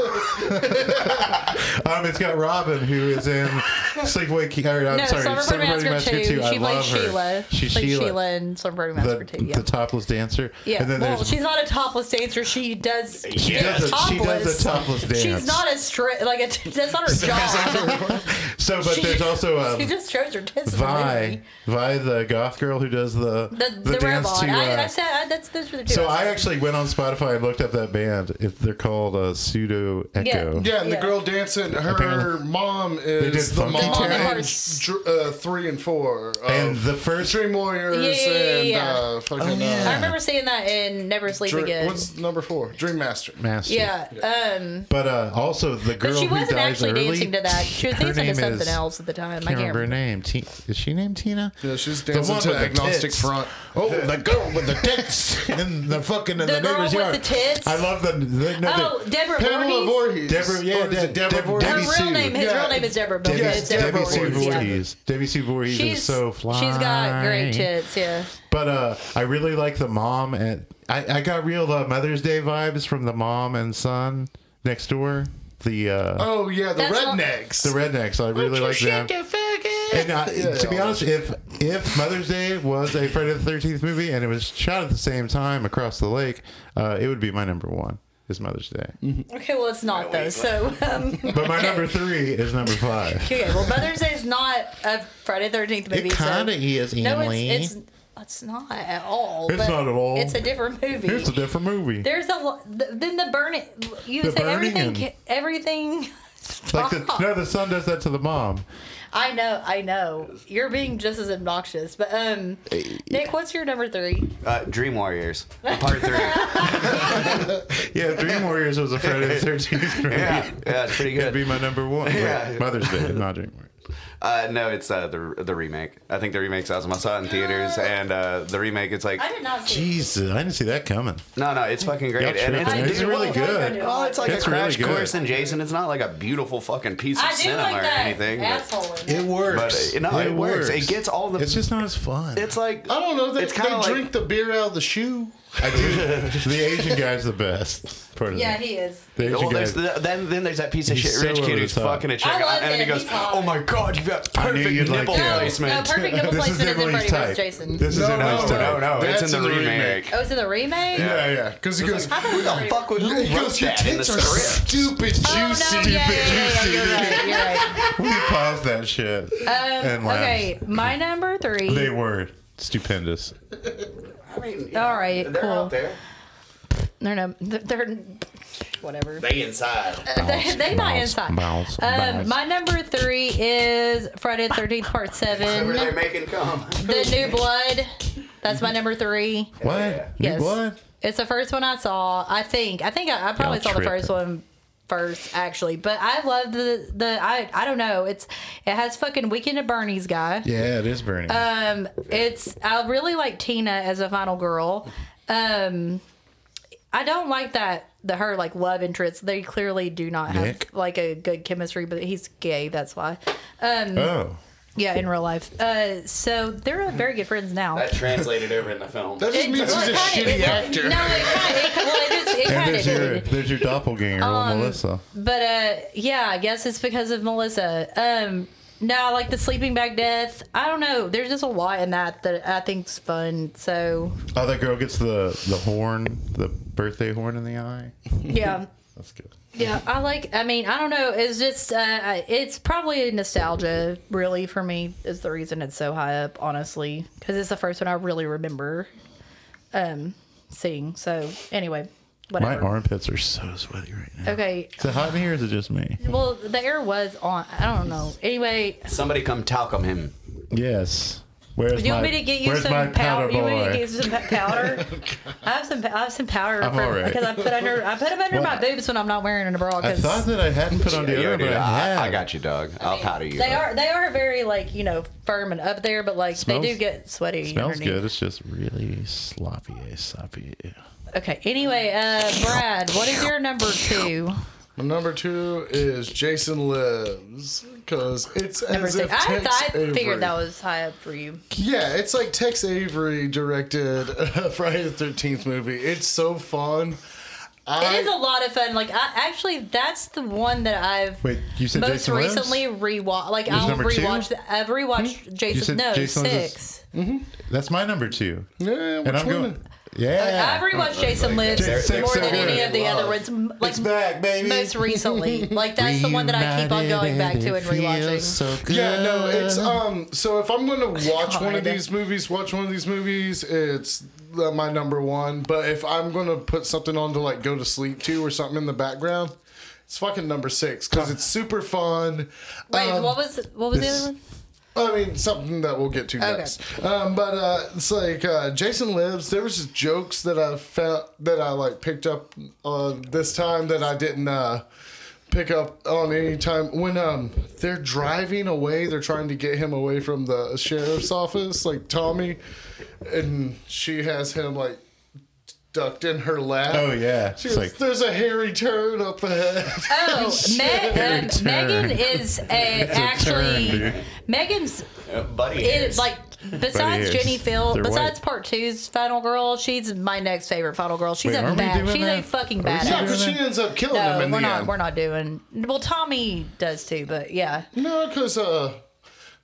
Speaker 3: um, it's got Robin, who is in Sleepaway Camp. I'm
Speaker 2: No,
Speaker 3: sorry,
Speaker 2: Summer Burning
Speaker 3: Sleepaway
Speaker 2: Massacre,
Speaker 3: Massacre 2.
Speaker 2: 2.
Speaker 3: I
Speaker 2: She
Speaker 3: love
Speaker 2: plays Sheila.
Speaker 3: her. She's
Speaker 2: plays
Speaker 3: Sheila.
Speaker 2: Sheila in Summer Burning Massacre
Speaker 3: The,
Speaker 2: 2. Yeah.
Speaker 3: the topless dancer.
Speaker 2: yeah.
Speaker 3: And then
Speaker 2: well,
Speaker 3: there's-
Speaker 2: she's not a topless dancer. She does.
Speaker 3: she, does a, she does a topless dance.
Speaker 2: She's not a straight. Like a, *laughs* that's not her job.
Speaker 3: So, but
Speaker 2: She-
Speaker 3: there's also um,
Speaker 2: *laughs* she just shows her tits. in the
Speaker 3: Vi,
Speaker 2: movie.
Speaker 3: Vi, the goth girl who does the
Speaker 2: The, the,
Speaker 3: dance
Speaker 2: robot.
Speaker 3: to. uh,
Speaker 2: I, I said I, that's those were the two.
Speaker 3: so
Speaker 2: I
Speaker 3: I
Speaker 2: said.
Speaker 3: actually went on Spotify and looked up that band. If they're called uh, Pseudo Echo.
Speaker 4: Yeah, and
Speaker 2: Yeah.
Speaker 4: the girl dancing, her
Speaker 3: Apparently.
Speaker 4: mom
Speaker 3: did
Speaker 4: is the
Speaker 3: Funky
Speaker 4: mom
Speaker 3: Town.
Speaker 4: in
Speaker 2: Horse.
Speaker 4: Dr- uh, three and four. Of
Speaker 3: And the first
Speaker 4: Dream Warriors
Speaker 2: Yeah, yeah, yeah,
Speaker 4: and
Speaker 2: yeah.
Speaker 4: Uh, fucking.
Speaker 3: Oh, yeah.
Speaker 2: I remember seeing that in Never Sleep
Speaker 4: Uh, Dr-
Speaker 2: Again.
Speaker 4: what's number four? Dream Master.
Speaker 3: master.
Speaker 2: yeah. Um,
Speaker 3: But uh, also the girl
Speaker 2: but she
Speaker 3: who
Speaker 2: wasn't
Speaker 3: dies
Speaker 2: actually
Speaker 3: early,
Speaker 2: dancing to that. She was
Speaker 3: her
Speaker 2: dancing to
Speaker 3: name
Speaker 2: something
Speaker 3: is-
Speaker 2: else at the time.
Speaker 3: I can't remember her name. T- is she named Tina?
Speaker 4: Yeah, she's
Speaker 3: The
Speaker 4: dancing
Speaker 3: one
Speaker 4: to
Speaker 3: with the
Speaker 4: Agnostic
Speaker 3: tits.
Speaker 4: Front.
Speaker 3: *laughs*
Speaker 5: Oh, the girl with the tits in the fucking in
Speaker 2: The
Speaker 5: the,
Speaker 2: girl
Speaker 5: neighbor's
Speaker 2: with
Speaker 5: yard.
Speaker 2: the tits.
Speaker 3: I love the. the no,
Speaker 2: Oh,
Speaker 3: the,
Speaker 2: Deborah
Speaker 4: Pamela
Speaker 2: Voorhees.
Speaker 4: Voorhees. Oh,
Speaker 3: Deborah. Yeah,
Speaker 5: Or is it Deborah
Speaker 3: Deb- Deb-
Speaker 5: Voorhees?
Speaker 2: Her
Speaker 3: Debbie
Speaker 2: real
Speaker 3: Sue.
Speaker 2: name. His
Speaker 4: Yeah.
Speaker 2: real name is Deborah. But
Speaker 3: Debbie,
Speaker 2: it's Deborah
Speaker 3: Debbie Sue
Speaker 2: Voorhees, yeah.
Speaker 3: Voorhees. Debbie Sue Voorhees is so fly.
Speaker 2: she's got great tits. Yeah.
Speaker 3: But uh, I really like the mom and I, I got real uh, Mother's Day vibes from the mom and son next door. The uh,
Speaker 4: Oh yeah, the
Speaker 2: That's not-
Speaker 4: rednecks.
Speaker 3: the rednecks. I really like them. And uh, to be honest, if if Mother's Day was a Friday the Thirteenth movie and it was shot at the same time across the lake, uh, it would be my number one. Is Mother's Day,
Speaker 2: Okay. Well, it's not though. So. Um,
Speaker 3: *laughs* but my number three is number five.
Speaker 2: *laughs* okay. Well, Mother's Day is not a Friday Thirteenth movie. so-
Speaker 3: is,
Speaker 2: No, it's, it's it's not at all.
Speaker 3: It's
Speaker 2: but
Speaker 3: not at all.
Speaker 2: It's a different movie.
Speaker 3: Here's a different movie.
Speaker 2: There's a lo- th- then the burning. You
Speaker 3: The
Speaker 2: say everything.
Speaker 3: burning.
Speaker 2: ca- Everything. *laughs*
Speaker 3: like
Speaker 2: Stop.
Speaker 3: the,
Speaker 2: *laughs*
Speaker 3: *laughs* no, the son does that to the mom.
Speaker 2: I know. I know. You're being just as obnoxious. But um, Nick, what's your number three?
Speaker 1: Uh, Dream
Speaker 2: *laughs*
Speaker 1: Warriors, part three.
Speaker 3: Yeah, Dream Warriors was a Friday *laughs* the Thirteenth movie.
Speaker 1: yeah, *laughs* yeah, it's pretty
Speaker 3: It'd be
Speaker 1: good.
Speaker 3: my number one. like,
Speaker 1: Yeah.
Speaker 3: Mother's Day, not Dream Warriors.
Speaker 2: *laughs*
Speaker 1: Uh, no, it's uh, the the remake. I think the remake's awesome. I saw it in theaters, and uh, the remake, it's like
Speaker 2: I did not see.
Speaker 3: Jesus, I didn't see that coming.
Speaker 1: no, no, it's fucking great.
Speaker 3: Y'all
Speaker 1: And it's,
Speaker 3: tripping. It's
Speaker 1: dude,
Speaker 3: really
Speaker 1: well,
Speaker 3: good.
Speaker 1: Well, it's like
Speaker 3: It's
Speaker 1: a
Speaker 3: really
Speaker 1: crash
Speaker 3: good.
Speaker 1: course in Jason. It's not like a beautiful fucking piece of
Speaker 2: I do
Speaker 1: cinema
Speaker 2: like
Speaker 1: or
Speaker 2: that
Speaker 1: anything. but-
Speaker 2: asshole. In
Speaker 5: It
Speaker 2: it.
Speaker 5: works.
Speaker 1: But uh, no, it, works. It gets all the.
Speaker 3: It's just not as fun.
Speaker 1: It's like oh,
Speaker 4: I don't know. They,
Speaker 1: It's
Speaker 4: they
Speaker 1: kinda like-
Speaker 4: drink the beer out of the shoe.
Speaker 1: *laughs*
Speaker 3: I do. the Asian guy's the best. Part of
Speaker 2: Yeah,
Speaker 3: it.
Speaker 2: he is.
Speaker 3: The Asian
Speaker 1: Well,
Speaker 3: guy.
Speaker 1: there's the, then then there's that piece of
Speaker 3: He's
Speaker 1: shit
Speaker 3: so
Speaker 1: rich
Speaker 3: over
Speaker 1: kid
Speaker 3: the
Speaker 1: who's
Speaker 3: top.
Speaker 1: fucking a chick,
Speaker 2: I love
Speaker 1: and then he
Speaker 2: him.
Speaker 1: goes,
Speaker 2: He's hot.
Speaker 1: "Oh my god, you've got
Speaker 3: I knew
Speaker 1: perfect
Speaker 3: you'd like
Speaker 1: nipple
Speaker 3: him.
Speaker 2: No, no,
Speaker 1: placement."
Speaker 2: perfect double
Speaker 3: this is
Speaker 2: placement is in
Speaker 3: Emily's
Speaker 2: Freddy vs.
Speaker 3: type.
Speaker 2: Jason.
Speaker 3: This is
Speaker 4: No,
Speaker 3: Emily's
Speaker 1: *laughs*
Speaker 4: no,
Speaker 1: no,
Speaker 3: type.
Speaker 1: no, it's
Speaker 4: That's
Speaker 1: in the,
Speaker 4: in the
Speaker 1: remake.
Speaker 4: remake.
Speaker 2: oh, it's in the remake.
Speaker 4: Yeah, yeah. Because he goes,
Speaker 2: I thought it was
Speaker 1: Who the fuck would you
Speaker 4: he
Speaker 1: wrote
Speaker 4: goes, your
Speaker 1: that in the
Speaker 4: tits are
Speaker 1: script?
Speaker 4: stupid
Speaker 2: Oh
Speaker 4: juicy.
Speaker 2: no! Yeah, yeah, yeah, yeah,
Speaker 3: juicy.
Speaker 2: you're right. You're
Speaker 3: *laughs*
Speaker 2: right.
Speaker 3: We paused that shit and
Speaker 2: Um,
Speaker 3: laughed.
Speaker 2: okay,
Speaker 3: *laughs*
Speaker 2: my number three.
Speaker 3: They were stupendous.
Speaker 1: I mean,
Speaker 2: All right,
Speaker 1: they're
Speaker 2: cool.
Speaker 1: out there.
Speaker 2: They're no, they're, they're whatever.
Speaker 1: They
Speaker 2: *laughs*
Speaker 1: inside.
Speaker 2: they, they not
Speaker 3: bounce,
Speaker 2: inside.
Speaker 3: bounce, bounce.
Speaker 2: um, my number three is Friday the Thirteenth Part Seven,
Speaker 1: Where they
Speaker 2: The
Speaker 1: making come?
Speaker 2: New Blood. That's my number three.
Speaker 3: What? You
Speaker 2: Yes.
Speaker 3: What?
Speaker 2: It's the first one I saw. I think. I think I, I probably
Speaker 3: Y'all
Speaker 2: saw the
Speaker 3: tripping.
Speaker 2: first one first, actually. But I love the the. I I don't know. It's it has fucking Weekend at Bernie's guy.
Speaker 3: Yeah, it is burning.
Speaker 2: Um, it's I really like Tina as a final girl. Um, I don't like that the her like love interest. They clearly do not have
Speaker 3: Nick?
Speaker 2: like a good chemistry, but he's gay, that's why. Um,
Speaker 3: oh.
Speaker 2: yeah, in real life. Uh, so they're very good friends now.
Speaker 1: That translated over in the film.
Speaker 4: That just
Speaker 2: It-
Speaker 4: means he's
Speaker 2: well,
Speaker 4: a
Speaker 2: it kinda-
Speaker 4: shitty
Speaker 2: it-
Speaker 4: actor.
Speaker 2: No, it kind of. It, well, it just it
Speaker 3: And
Speaker 2: kind
Speaker 3: *laughs*
Speaker 2: of
Speaker 3: there's your,
Speaker 2: did. Um,
Speaker 3: there's your doppelganger, little Melissa.
Speaker 2: But uh, yeah, I guess it's because of Melissa. Um, No, like the sleeping bag death. I don't know. There's just a lot in that that I think's fun. So
Speaker 3: Oh, that girl gets the the horn, the birthday horn in the eye.
Speaker 2: yeah.
Speaker 3: That's good.
Speaker 2: Yeah, I like. I mean, I don't know. It's just, uh, it's probably nostalgia, really, for me, is the reason it's so high up, honestly, because it's the first one I really remember um, seeing. So, anyway,
Speaker 3: My
Speaker 2: whatever.
Speaker 3: armpits are so sweaty right now.
Speaker 2: Okay.
Speaker 3: Is it hot in here or is it just me?
Speaker 2: Well, the air was on. I don't know. Anyway,
Speaker 1: Somebody come talcum him.
Speaker 3: Yes. Where's
Speaker 2: do you
Speaker 3: my,
Speaker 2: want me to get you
Speaker 3: where's
Speaker 2: some
Speaker 3: my powder,
Speaker 2: powder? you want me
Speaker 3: boy? Oh,
Speaker 2: to get you some pa-
Speaker 3: *laughs*
Speaker 2: powder? I have some. I have some powder
Speaker 3: I'm all right.
Speaker 2: because I put under. I put them under my
Speaker 3: Well,
Speaker 2: boobs when I'm not wearing a bra.
Speaker 3: I
Speaker 2: 'cause-
Speaker 3: thought that I hadn't put
Speaker 2: *laughs*
Speaker 3: on
Speaker 1: Yeah,
Speaker 3: deodorant,
Speaker 1: dude,
Speaker 3: but I have.
Speaker 1: I, I got you, dog. I'll powder you.
Speaker 2: They are they are very like you know firm and up there, but like
Speaker 3: Smells-
Speaker 2: they do get sweaty.
Speaker 3: Smells
Speaker 2: underneath.
Speaker 3: good. It's just really sloppy, sloppy.
Speaker 2: Okay. Anyway, uh, Brad, what is your number two?
Speaker 4: My number two is Jason Lives because it's
Speaker 2: Number
Speaker 4: as if
Speaker 2: six. I,
Speaker 4: Tex
Speaker 2: I
Speaker 4: Avery-
Speaker 2: figured that was high up for you.
Speaker 4: Yeah, it's like Tex Avery directed a *laughs* Friday the Thirteenth movie. It's so fun. I,
Speaker 2: It is a lot of fun. Like I actually, that's the one that I've
Speaker 3: Wait, you said
Speaker 2: most
Speaker 3: Jason Lives?
Speaker 2: recently rewatched. Like
Speaker 3: was
Speaker 2: I'll
Speaker 3: number two? Hmm?
Speaker 2: rewatch. The, I've rewatched Jason.
Speaker 3: said
Speaker 2: No,
Speaker 3: Jason Lives is-
Speaker 2: six.
Speaker 3: That's my number two.
Speaker 4: yeah,
Speaker 3: And
Speaker 4: which
Speaker 3: I'm
Speaker 4: one?
Speaker 3: going. Yeah. Oh,
Speaker 2: I've rewatched Jason Lives
Speaker 3: Jason Six
Speaker 2: more
Speaker 3: is
Speaker 2: than
Speaker 3: good.
Speaker 2: any of the other ones. m- Like
Speaker 3: It's back, baby.
Speaker 2: most recently. Like that's the one that I keep on going back to and rewatching.
Speaker 4: Yeah, no, it's um. So if I'm gonna watch one
Speaker 2: God.
Speaker 4: of these movies, watch one of these movies, it's uh, my number one. But if I'm gonna put something on to like go to sleep to or something in the background, it's fucking number six because it's super fun.
Speaker 2: Wait,
Speaker 4: Um,
Speaker 2: what was what was the
Speaker 3: this-
Speaker 2: other one?
Speaker 4: I mean, something that we'll get to
Speaker 2: Okay.
Speaker 4: next. Um, but uh, it's like uh, Jason Lives. There was just jokes that I found that I like picked up on this time that I didn't uh, pick up on any time when um they're driving away. They're trying to get him away from the sheriff's office, like Tommy, and she has him like ducked in her lap.
Speaker 3: Oh yeah.
Speaker 4: She
Speaker 3: It's
Speaker 4: goes,
Speaker 3: like
Speaker 4: there's a hairy turd
Speaker 2: *laughs*
Speaker 4: up ahead.
Speaker 2: Oh, Meg, uh,
Speaker 3: Turn.
Speaker 2: Megan is a, actually
Speaker 3: dude.
Speaker 2: Megan's
Speaker 1: buddy.
Speaker 2: is like
Speaker 3: hairs.
Speaker 2: besides Jenny Phil,
Speaker 3: They're
Speaker 2: besides
Speaker 3: white.
Speaker 2: part two's final girl, she's my next favorite final girl. She's
Speaker 3: Wait,
Speaker 2: a
Speaker 3: aren't we
Speaker 2: bad,
Speaker 3: doing
Speaker 2: she's a
Speaker 3: that?
Speaker 2: fucking
Speaker 3: Are we
Speaker 4: yeah,
Speaker 2: badass.
Speaker 3: doing
Speaker 4: because she ends up killing him
Speaker 2: No,
Speaker 4: in
Speaker 2: we're
Speaker 4: the
Speaker 2: not.
Speaker 4: end.
Speaker 2: We're not doing. Well, Tommy does too, but yeah.
Speaker 4: No, because uh,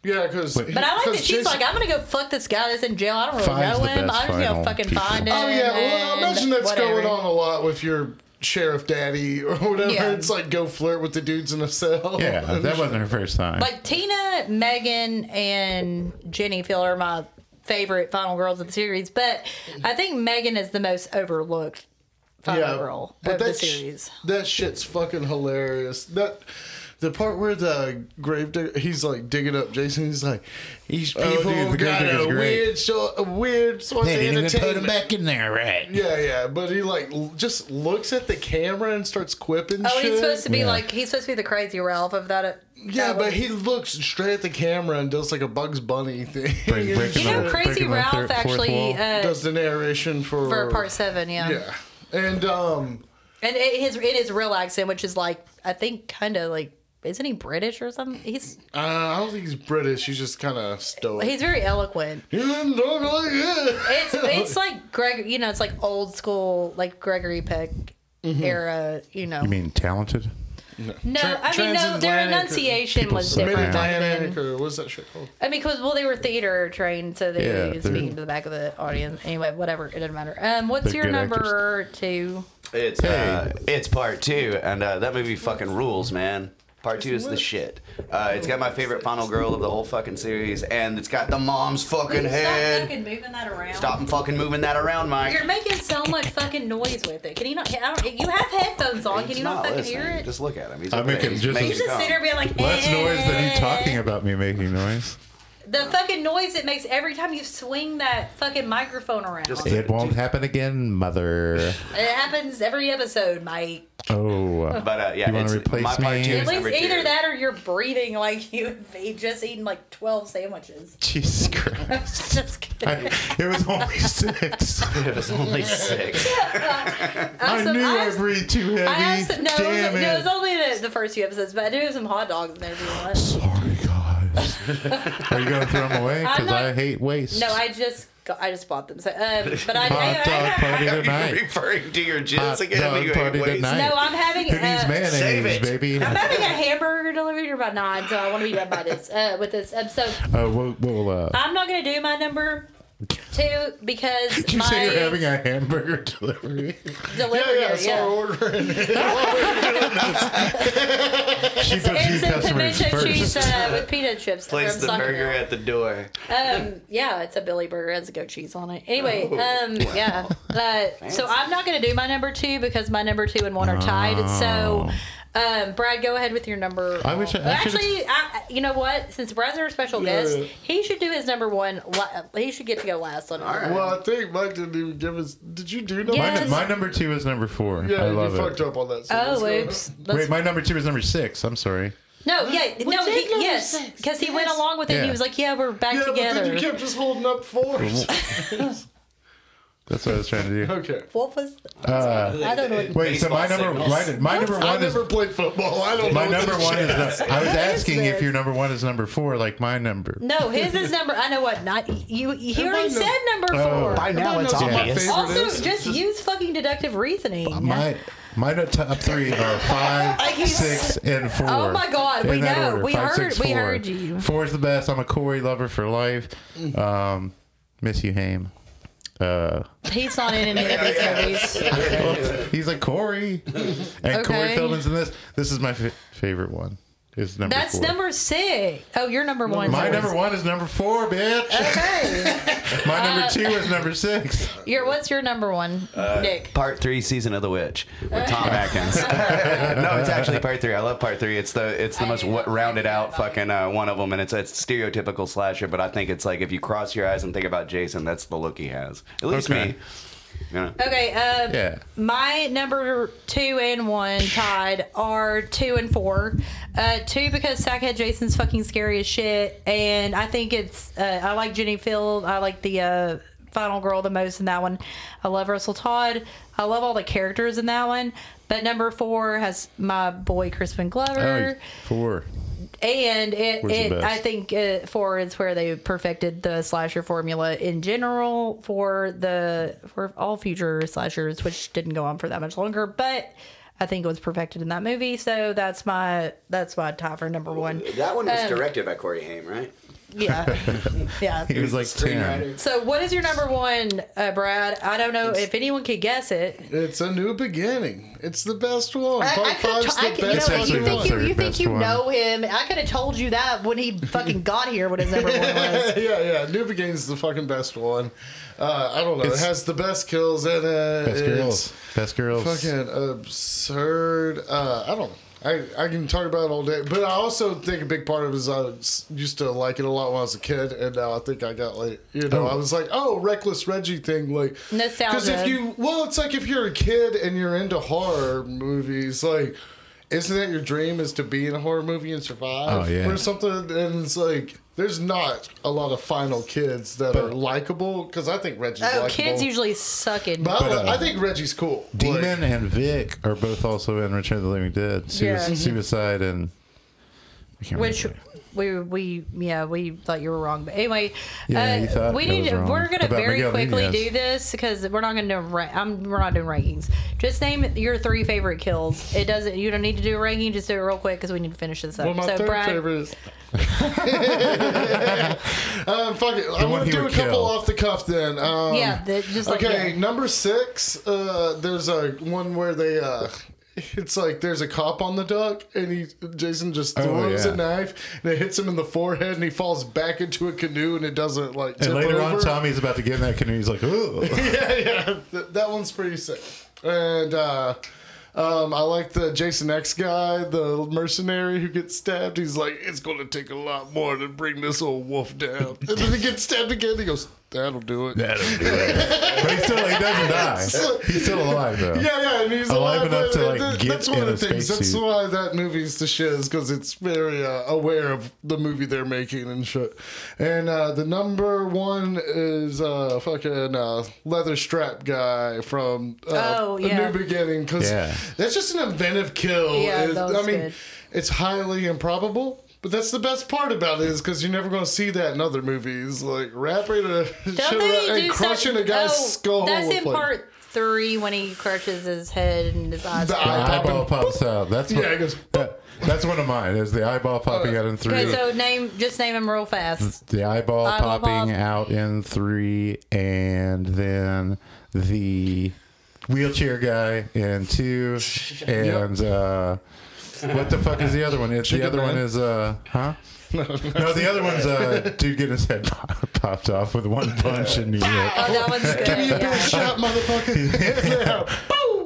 Speaker 4: yeah, because
Speaker 2: But I like that she's like, I'm gonna go fuck this guy that's in jail. I don't really
Speaker 3: Finds
Speaker 2: know
Speaker 3: the
Speaker 2: him.
Speaker 3: best
Speaker 2: I'm just
Speaker 3: final
Speaker 2: gonna fucking
Speaker 3: people.
Speaker 2: find him.
Speaker 4: Oh yeah, well, I
Speaker 2: and
Speaker 4: imagine that's
Speaker 2: whatever.
Speaker 4: going on a lot with your sheriff daddy or whatever.
Speaker 2: Yeah.
Speaker 4: It's like go flirt with the dudes in a cell.
Speaker 3: yeah. That
Speaker 4: *laughs*
Speaker 3: wasn't her first time.
Speaker 2: Like Tina, Megan, and Jenny Phil are my favorite final girls in the series, but I think Megan is the most overlooked final girl of the
Speaker 4: sh-
Speaker 2: series.
Speaker 4: that shit's fucking hilarious. That the part where the grave digger, he's like digging up Jason. He's like, these people
Speaker 3: Oh, dude, the grave
Speaker 4: got
Speaker 3: digger's
Speaker 4: a
Speaker 3: great.
Speaker 4: weird, show, a weird sort
Speaker 5: They
Speaker 4: of
Speaker 5: didn't even put him
Speaker 4: entertainment.
Speaker 5: back in there, right?
Speaker 4: Yeah, yeah, but he like l- just looks at the camera and starts quipping.
Speaker 2: Oh,
Speaker 4: shit.
Speaker 2: he's supposed to be
Speaker 3: Yeah.
Speaker 2: like he's supposed to be the crazy Ralph of that.
Speaker 4: Yeah,
Speaker 2: that
Speaker 4: but
Speaker 2: one.
Speaker 4: he looks straight at the camera and does like a Bugs Bunny thing.
Speaker 3: Break-
Speaker 4: *laughs*
Speaker 3: break
Speaker 2: you know,
Speaker 3: Breaking
Speaker 2: crazy
Speaker 3: the
Speaker 2: Ralph
Speaker 3: third- fourth
Speaker 2: actually
Speaker 3: wall.
Speaker 2: uh,
Speaker 4: does the narration for
Speaker 2: for part seven, yeah,
Speaker 4: Yeah, and um,
Speaker 2: and it, his it is real accent, which is like I think kind of like isn't he British or something? He's
Speaker 4: uh, I don't think he's British. He's just kind of stoic.
Speaker 2: he's very eloquent.
Speaker 4: he didn't talk like that.
Speaker 3: *laughs*
Speaker 2: It's it's like Greg, you know, it's like old school, like Gregory Peck era, you know.
Speaker 3: Mm-hmm. you mean talented?
Speaker 2: no,
Speaker 4: Tra-
Speaker 2: I mean no, their
Speaker 4: transatlantic-
Speaker 2: enunciation was
Speaker 3: People say
Speaker 2: different. back
Speaker 4: Mid-Atlantic
Speaker 2: then.
Speaker 4: or what's that shit called?
Speaker 2: I mean, because well, they were theater trained, so they
Speaker 3: Yeah,
Speaker 2: were
Speaker 3: they're-
Speaker 2: speaking to the back of the audience. Anyway, whatever, it doesn't matter. Um, what's
Speaker 3: They're
Speaker 2: your
Speaker 3: good
Speaker 2: number two?
Speaker 1: It's uh, it's part two, and uh, that movie fucking rules, man. Part two is the shit. Uh, it's got my favorite final girl of the whole fucking series, and it's got the mom's fucking head.
Speaker 2: moving that around.
Speaker 1: Stop fucking moving that around, Mike.
Speaker 2: You're making so much fucking noise with it. Can you not? I don't, you have headphones on. Can
Speaker 1: He's
Speaker 2: you not,
Speaker 1: not
Speaker 2: fucking
Speaker 1: listening.
Speaker 2: hear it?
Speaker 1: Just look at him. He's
Speaker 3: I
Speaker 1: up
Speaker 3: make
Speaker 1: there.
Speaker 3: it
Speaker 1: He's
Speaker 3: just-
Speaker 1: making
Speaker 2: He's just
Speaker 1: cum.
Speaker 2: sitting there being like,
Speaker 3: Less noise than
Speaker 2: "Eh."
Speaker 3: you talking about me making noise.
Speaker 2: The fucking noise it makes every time you swing that fucking microphone around.
Speaker 1: Just-
Speaker 2: it
Speaker 1: It
Speaker 3: It won't happen again, mother.
Speaker 2: happens every episode, Mike.
Speaker 5: *laughs*
Speaker 3: Oh.
Speaker 1: But uh, yeah,
Speaker 3: You wanna
Speaker 1: it's
Speaker 3: replace
Speaker 1: my part
Speaker 3: me?
Speaker 1: two.
Speaker 2: At
Speaker 1: Is
Speaker 2: least
Speaker 1: number
Speaker 2: either
Speaker 1: two. *laughs*
Speaker 2: that or you're breathing like *laughs* you've just eaten like 12 sandwiches. *laughs*
Speaker 3: Jesus Christ.
Speaker 2: Just kidding.
Speaker 3: I- it was only six.
Speaker 1: It was
Speaker 2: *laughs*
Speaker 1: only six.
Speaker 3: I
Speaker 2: some-
Speaker 3: knew
Speaker 2: I
Speaker 3: I,
Speaker 2: have-
Speaker 3: breathed too heavy.
Speaker 2: I have some, no, it
Speaker 3: Damn
Speaker 2: was,
Speaker 3: it.
Speaker 2: no, it was only the, the first few episodes, but I do have some hot dogs in there if you
Speaker 3: *laughs*
Speaker 2: want.
Speaker 3: Sorry, guys. Are you going to throw them away?
Speaker 2: I'm
Speaker 3: Because
Speaker 2: not-
Speaker 3: I hate waste.
Speaker 2: No, I just go- I just bought them. So, um, but I,
Speaker 3: Hot dog
Speaker 1: *laughs*
Speaker 3: party tonight.
Speaker 4: *laughs*
Speaker 1: referring to your
Speaker 3: Hot
Speaker 1: jizz
Speaker 3: dog party tonight.
Speaker 2: no, I'm having.
Speaker 3: Who needs
Speaker 2: uh,
Speaker 3: mayonnaise,
Speaker 1: Save it.
Speaker 3: baby?
Speaker 2: I'm having a hamburger delivered here by nine, so I want to be done by this uh, with this episode.
Speaker 3: Uh, we'll, we'll, uh,
Speaker 2: I'm not gonna do my number two because
Speaker 3: did *laughs* you
Speaker 2: my
Speaker 3: say you're having a hamburger delivery?
Speaker 2: delivery.
Speaker 4: Yeah, yeah,
Speaker 2: Yeah,
Speaker 4: I saw her ordering it.
Speaker 3: she puts *laughs* you
Speaker 2: *laughs* It's a
Speaker 3: customers
Speaker 2: pimento cheese
Speaker 3: first.
Speaker 2: uh, with peanut chips.
Speaker 1: Place
Speaker 2: from
Speaker 1: the
Speaker 2: Sonic
Speaker 1: burger
Speaker 2: Grill.
Speaker 1: at the door.
Speaker 2: Um, yeah, it's a Billy Burger. It has goat cheese on it. Anyway, um, yeah. Uh, so I'm not going to do my number two because my number two and one are tied. So, um, Brad, go ahead with your number.
Speaker 3: I wish I- I should've-
Speaker 2: actually, I, you know what? Since Brad's our special guest, he should do his number one. La- he should get to go last on. All right.
Speaker 4: Well, I think Mike didn't even give us. Did you do number?
Speaker 2: Yes.
Speaker 3: My, my number two is number four.
Speaker 4: Yeah,
Speaker 3: I
Speaker 4: you
Speaker 3: love it.
Speaker 4: fucked up on that. so let's
Speaker 2: Oh,
Speaker 4: go.
Speaker 2: oops. Let's-
Speaker 3: Wait, my number two is number six. I'm sorry.
Speaker 2: no, yeah, no,
Speaker 6: did
Speaker 2: he,
Speaker 6: number
Speaker 2: yes,
Speaker 6: six.
Speaker 2: because he went
Speaker 6: Yes.
Speaker 2: along with it.
Speaker 3: Yeah.
Speaker 2: He was like, "Yeah, we're back
Speaker 4: Yeah,
Speaker 2: together."
Speaker 4: but then you kept just holding
Speaker 3: *laughs*
Speaker 4: up fours.
Speaker 3: That's what I was trying to do.
Speaker 4: *laughs* okay.
Speaker 2: Wolf was.
Speaker 3: Uh,
Speaker 2: I don't know. What,
Speaker 3: wait, so my number my, my number
Speaker 4: I
Speaker 3: one is
Speaker 4: never played football. I *laughs* don't
Speaker 3: my
Speaker 4: know.
Speaker 3: number one is. I was asking if
Speaker 2: this?
Speaker 3: your number one is number four, like my number.
Speaker 2: no, his is number. I know what. Not you. He already
Speaker 4: num-
Speaker 2: said number four.
Speaker 1: By now it's
Speaker 4: knows what my
Speaker 1: obvious.
Speaker 4: favorite-
Speaker 2: Also,
Speaker 4: is.
Speaker 2: just use fucking deductive reasoning.
Speaker 3: My my no- top three are five,
Speaker 2: Like he's-
Speaker 3: six, and four.
Speaker 2: Oh my God,
Speaker 3: In
Speaker 2: we
Speaker 3: that
Speaker 2: know. We heard- we
Speaker 3: four.
Speaker 2: heard you.
Speaker 3: Four is the best. I'm a Corey lover for life. Um, miss you, Haim. Uh,
Speaker 2: He's not in any of these
Speaker 3: *laughs*
Speaker 2: movies.
Speaker 3: he's like
Speaker 2: *laughs*
Speaker 3: Corey, and Corey
Speaker 2: Okay.
Speaker 3: Feldman's in this. This is my fa- favorite one. Is number
Speaker 2: That's
Speaker 3: four.
Speaker 2: number six. Oh, you're number one.
Speaker 3: my number one is number four, bitch.
Speaker 2: Okay.
Speaker 3: My
Speaker 2: Uh,
Speaker 3: number two is number six.
Speaker 2: Your what's your number one, Nick?
Speaker 1: Part three, season of the witch with Tom Atkins. *laughs* no, it's actually part three. I love part three. It's the it's the most w- rounded out fucking uh, one of them, and it's it's stereotypical slasher. But I think it's like if you cross your eyes and think about Jason, that's the look he has. At least
Speaker 3: Okay.
Speaker 1: me. You know.
Speaker 2: Okay. Uh,
Speaker 3: Yeah.
Speaker 2: My number two and one tied are two and four. Uh, two because Sackhead Jason's fucking scary as shit, and I think it's uh, I like Jenny Field. I like the uh, final girl the most in that one. I love Russell Todd. I love all the characters in that one. But number four has my boy Crispin
Speaker 3: Oh,
Speaker 2: Glover,
Speaker 3: four.
Speaker 2: and it,
Speaker 3: Where's the
Speaker 2: it
Speaker 3: best?
Speaker 2: I think uh, four is where they perfected the slasher formula in general for the for all future slashers, which didn't go on for that much longer, but. I think it was perfected in that movie, so that's my that's my tie for
Speaker 1: *laughs*
Speaker 2: number one.
Speaker 1: That one was directed by Corey Haim, right?
Speaker 2: Yeah, yeah.
Speaker 3: He was like ten.
Speaker 2: So, what is your number one, uh, Brad? I don't know if anyone could guess it.
Speaker 4: It's a new beginning. It's the best one.
Speaker 2: I,
Speaker 4: Part
Speaker 2: I could.
Speaker 4: five's
Speaker 2: T- I
Speaker 4: the
Speaker 2: could you know,
Speaker 4: best
Speaker 2: what,
Speaker 3: actually
Speaker 2: you
Speaker 3: the
Speaker 4: fucking
Speaker 2: think you,
Speaker 4: one.
Speaker 2: you
Speaker 3: third
Speaker 2: think
Speaker 3: best
Speaker 2: you
Speaker 3: one.
Speaker 2: know him? I could have told you that when he fucking got here. What his number one was.
Speaker 4: *laughs* yeah, yeah. New beginning's the fucking best one. Uh, I don't know.
Speaker 3: It's-
Speaker 4: it has the best kills in it.
Speaker 3: Best
Speaker 4: it's
Speaker 3: girls. Best girls.
Speaker 4: Fucking absurd. Uh, I don't. I, I can talk about it all day, but I also think a big part of it is I was- used to like it a lot when I was a kid, and now I think I got like you know I was like oh reckless Reggie thing like because
Speaker 2: Nostalgia.
Speaker 4: if you well it's like if you're a kid and you're into horror movies like isn't that your dream is to be in a horror movie and survive
Speaker 3: Oh, yeah.
Speaker 4: or something and it's like there's not a lot of final kids that are likable because I think Reggie's
Speaker 2: Oh,
Speaker 4: likable.
Speaker 2: kids usually suck it.
Speaker 4: But, I,
Speaker 3: But, uh,
Speaker 4: I think Reggie's cool. Like,
Speaker 3: Demon and Vic are both also in Return of the Living Dead. Su-
Speaker 4: mm-hmm.
Speaker 2: Yeah.
Speaker 3: Suicide and I can't
Speaker 2: Which
Speaker 3: remember.
Speaker 2: we we yeah we thought you were wrong, but anyway,
Speaker 3: Yeah, you
Speaker 2: uh,
Speaker 3: thought
Speaker 2: we
Speaker 3: I was
Speaker 2: need
Speaker 3: wrong.
Speaker 2: we're gonna
Speaker 3: About
Speaker 2: very
Speaker 3: Miguel
Speaker 2: quickly
Speaker 3: Nunez.
Speaker 2: do this because we're not gonna do ra- I'm we're not doing rankings. Just name your three favorite kills. It doesn't you don't need to do a ranking. Just do it real quick because we need to finish this up.
Speaker 4: Well, my
Speaker 2: so
Speaker 4: third
Speaker 2: Brad,
Speaker 4: favorite *laughs* is. um, Uh, fuck it. I
Speaker 3: one
Speaker 4: want
Speaker 3: he
Speaker 4: to do a
Speaker 3: would
Speaker 4: couple
Speaker 3: kill.
Speaker 4: off the cuff then. Um,
Speaker 2: Yeah, the- just like-
Speaker 4: okay.
Speaker 2: yeah.
Speaker 4: Number six. Uh, there's a one where they. Uh, *laughs* it's like there's a cop on the duck, and he Jason just
Speaker 3: Oh,
Speaker 4: throws
Speaker 3: yeah.
Speaker 4: a knife, and it hits him in the forehead, and he falls back into a canoe, and it doesn't like. Tip
Speaker 3: And later on,
Speaker 4: over.
Speaker 3: Tommy's about to get in that canoe. He's like, "Ooh,
Speaker 4: yeah, yeah. Th- that one's pretty sick. And uh, um, I like the Jason X guy, the mercenary who gets stabbed. He's like, it's going to take a lot more to bring this old wolf down. And then he gets stabbed again. He goes, that'll do it.
Speaker 3: *laughs*
Speaker 4: Yeah,
Speaker 3: that'll do it." But he still he doesn't
Speaker 4: *laughs*
Speaker 3: die. He's still alive though.
Speaker 4: yeah. and he's
Speaker 3: Alive
Speaker 4: alive,
Speaker 3: enough to,
Speaker 4: and
Speaker 3: like,
Speaker 4: th-
Speaker 3: get
Speaker 4: That's one
Speaker 3: in
Speaker 4: of
Speaker 3: a
Speaker 4: the things. That's
Speaker 3: spacesuit.
Speaker 4: why that movie's the shit is because it's very uh, aware of the movie they're making and shit. And uh, the number one is uh, fucking uh, leather strap guy from uh,
Speaker 2: Oh,
Speaker 4: A
Speaker 2: yeah.
Speaker 4: New Beginning because
Speaker 3: Yeah.
Speaker 4: that's just an inventive kill.
Speaker 2: Yeah,
Speaker 4: It-
Speaker 2: that
Speaker 4: I
Speaker 2: was
Speaker 4: mean,
Speaker 2: good.
Speaker 4: it's highly improbable. But that's the best part about it is because you're never going to see that in other movies. Like wrapping a shit
Speaker 2: Don't
Speaker 4: around
Speaker 2: they
Speaker 4: and
Speaker 2: do
Speaker 4: crushing
Speaker 2: some-
Speaker 4: a guy's
Speaker 2: oh,
Speaker 4: skull.
Speaker 2: That's
Speaker 4: with,
Speaker 2: in
Speaker 4: like,
Speaker 2: part three when he crushes his head and his eyes.
Speaker 4: The
Speaker 2: pop
Speaker 4: eye
Speaker 2: out.
Speaker 4: pop out.
Speaker 3: eyeball pops out. That's
Speaker 4: Yeah,
Speaker 3: what,
Speaker 4: it goes- Uh,
Speaker 3: that- that's one of mine. Is the eyeball popping out in three?
Speaker 2: Okay, so name just name him real fast.
Speaker 3: the eyeball,
Speaker 2: Eyeball
Speaker 3: popping
Speaker 2: pop.
Speaker 3: out in three, and then the wheelchair guy in
Speaker 2: *laughs*
Speaker 3: two, and uh, what the fuck is the other one? It's the
Speaker 4: Chicken
Speaker 3: other
Speaker 4: Man.
Speaker 3: one is uh,
Speaker 2: *laughs*
Speaker 3: huh? No, the other one's uh, dude getting his head *laughs* pop- popped off with one punch in New
Speaker 2: *laughs*
Speaker 3: York.
Speaker 2: Oh, that one's good. yeah.
Speaker 4: Shot, motherfucker.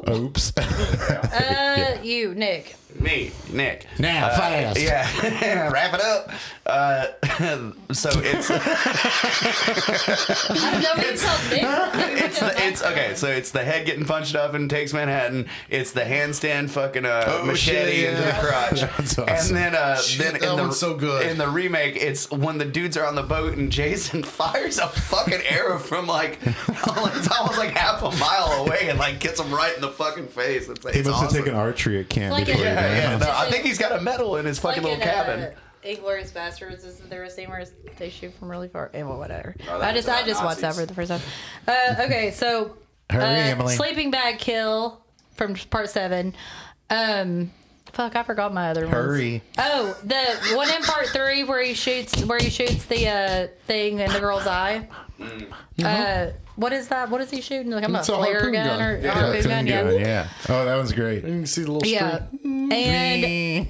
Speaker 3: Oops. *laughs*
Speaker 2: Uh, you, Nick.
Speaker 1: Me, Nick.
Speaker 5: Now, fast.
Speaker 1: Yeah, *laughs* wrap it up. Uh, *laughs* so it's
Speaker 2: I don't know what it's called, Nick.
Speaker 1: it's the, it's okay. So it's the head getting punched off and takes Manhattan. It's the handstand fucking uh, machete
Speaker 4: shit,
Speaker 1: into the
Speaker 4: yeah.
Speaker 1: crotch.
Speaker 3: Oh, *laughs* That's awesome.
Speaker 1: And then uh, then
Speaker 4: that
Speaker 1: in the
Speaker 4: one's so good.
Speaker 1: in the remake, it's when the dudes are on the boat and Jason *laughs* fires a fucking arrow from like *laughs* it's almost like half a mile away and like gets him right in the fucking face. It's,
Speaker 3: He
Speaker 1: it's
Speaker 3: must
Speaker 1: awesome.
Speaker 3: have taken archery at camp
Speaker 2: Like a- Uh,
Speaker 3: before he
Speaker 1: yeah, yeah,
Speaker 3: died.
Speaker 1: no, I think he's got a medal in his fucking
Speaker 2: Like
Speaker 1: little cabin.
Speaker 2: in, uh, Inglorious Bastards, isn't there a scene where they shoot from really far? And whatever.
Speaker 1: Oh, that
Speaker 2: I
Speaker 1: was
Speaker 2: just, I
Speaker 1: about
Speaker 2: just watched that
Speaker 1: Nazis.
Speaker 2: for the first time. Uh, okay, so
Speaker 5: Hurry,
Speaker 2: uh,
Speaker 5: Emily.
Speaker 2: sleeping bag kill from part seven. Um, fuck, I forgot my other one.
Speaker 5: Hurry.
Speaker 2: Oh, the one in part three where he shoots, where he shoots the uh, thing in the girl's eye. Uh, what is that? What is he shooting? Like I'm
Speaker 4: It's
Speaker 2: a
Speaker 4: a
Speaker 2: flare
Speaker 4: harpoon
Speaker 2: gun,
Speaker 4: gun.
Speaker 2: or
Speaker 4: Yeah,
Speaker 2: harpoon gun, Oh, yeah.
Speaker 3: Yeah, yeah. Oh, that one's great.
Speaker 4: you can see the little
Speaker 2: Yeah.
Speaker 4: string.
Speaker 2: And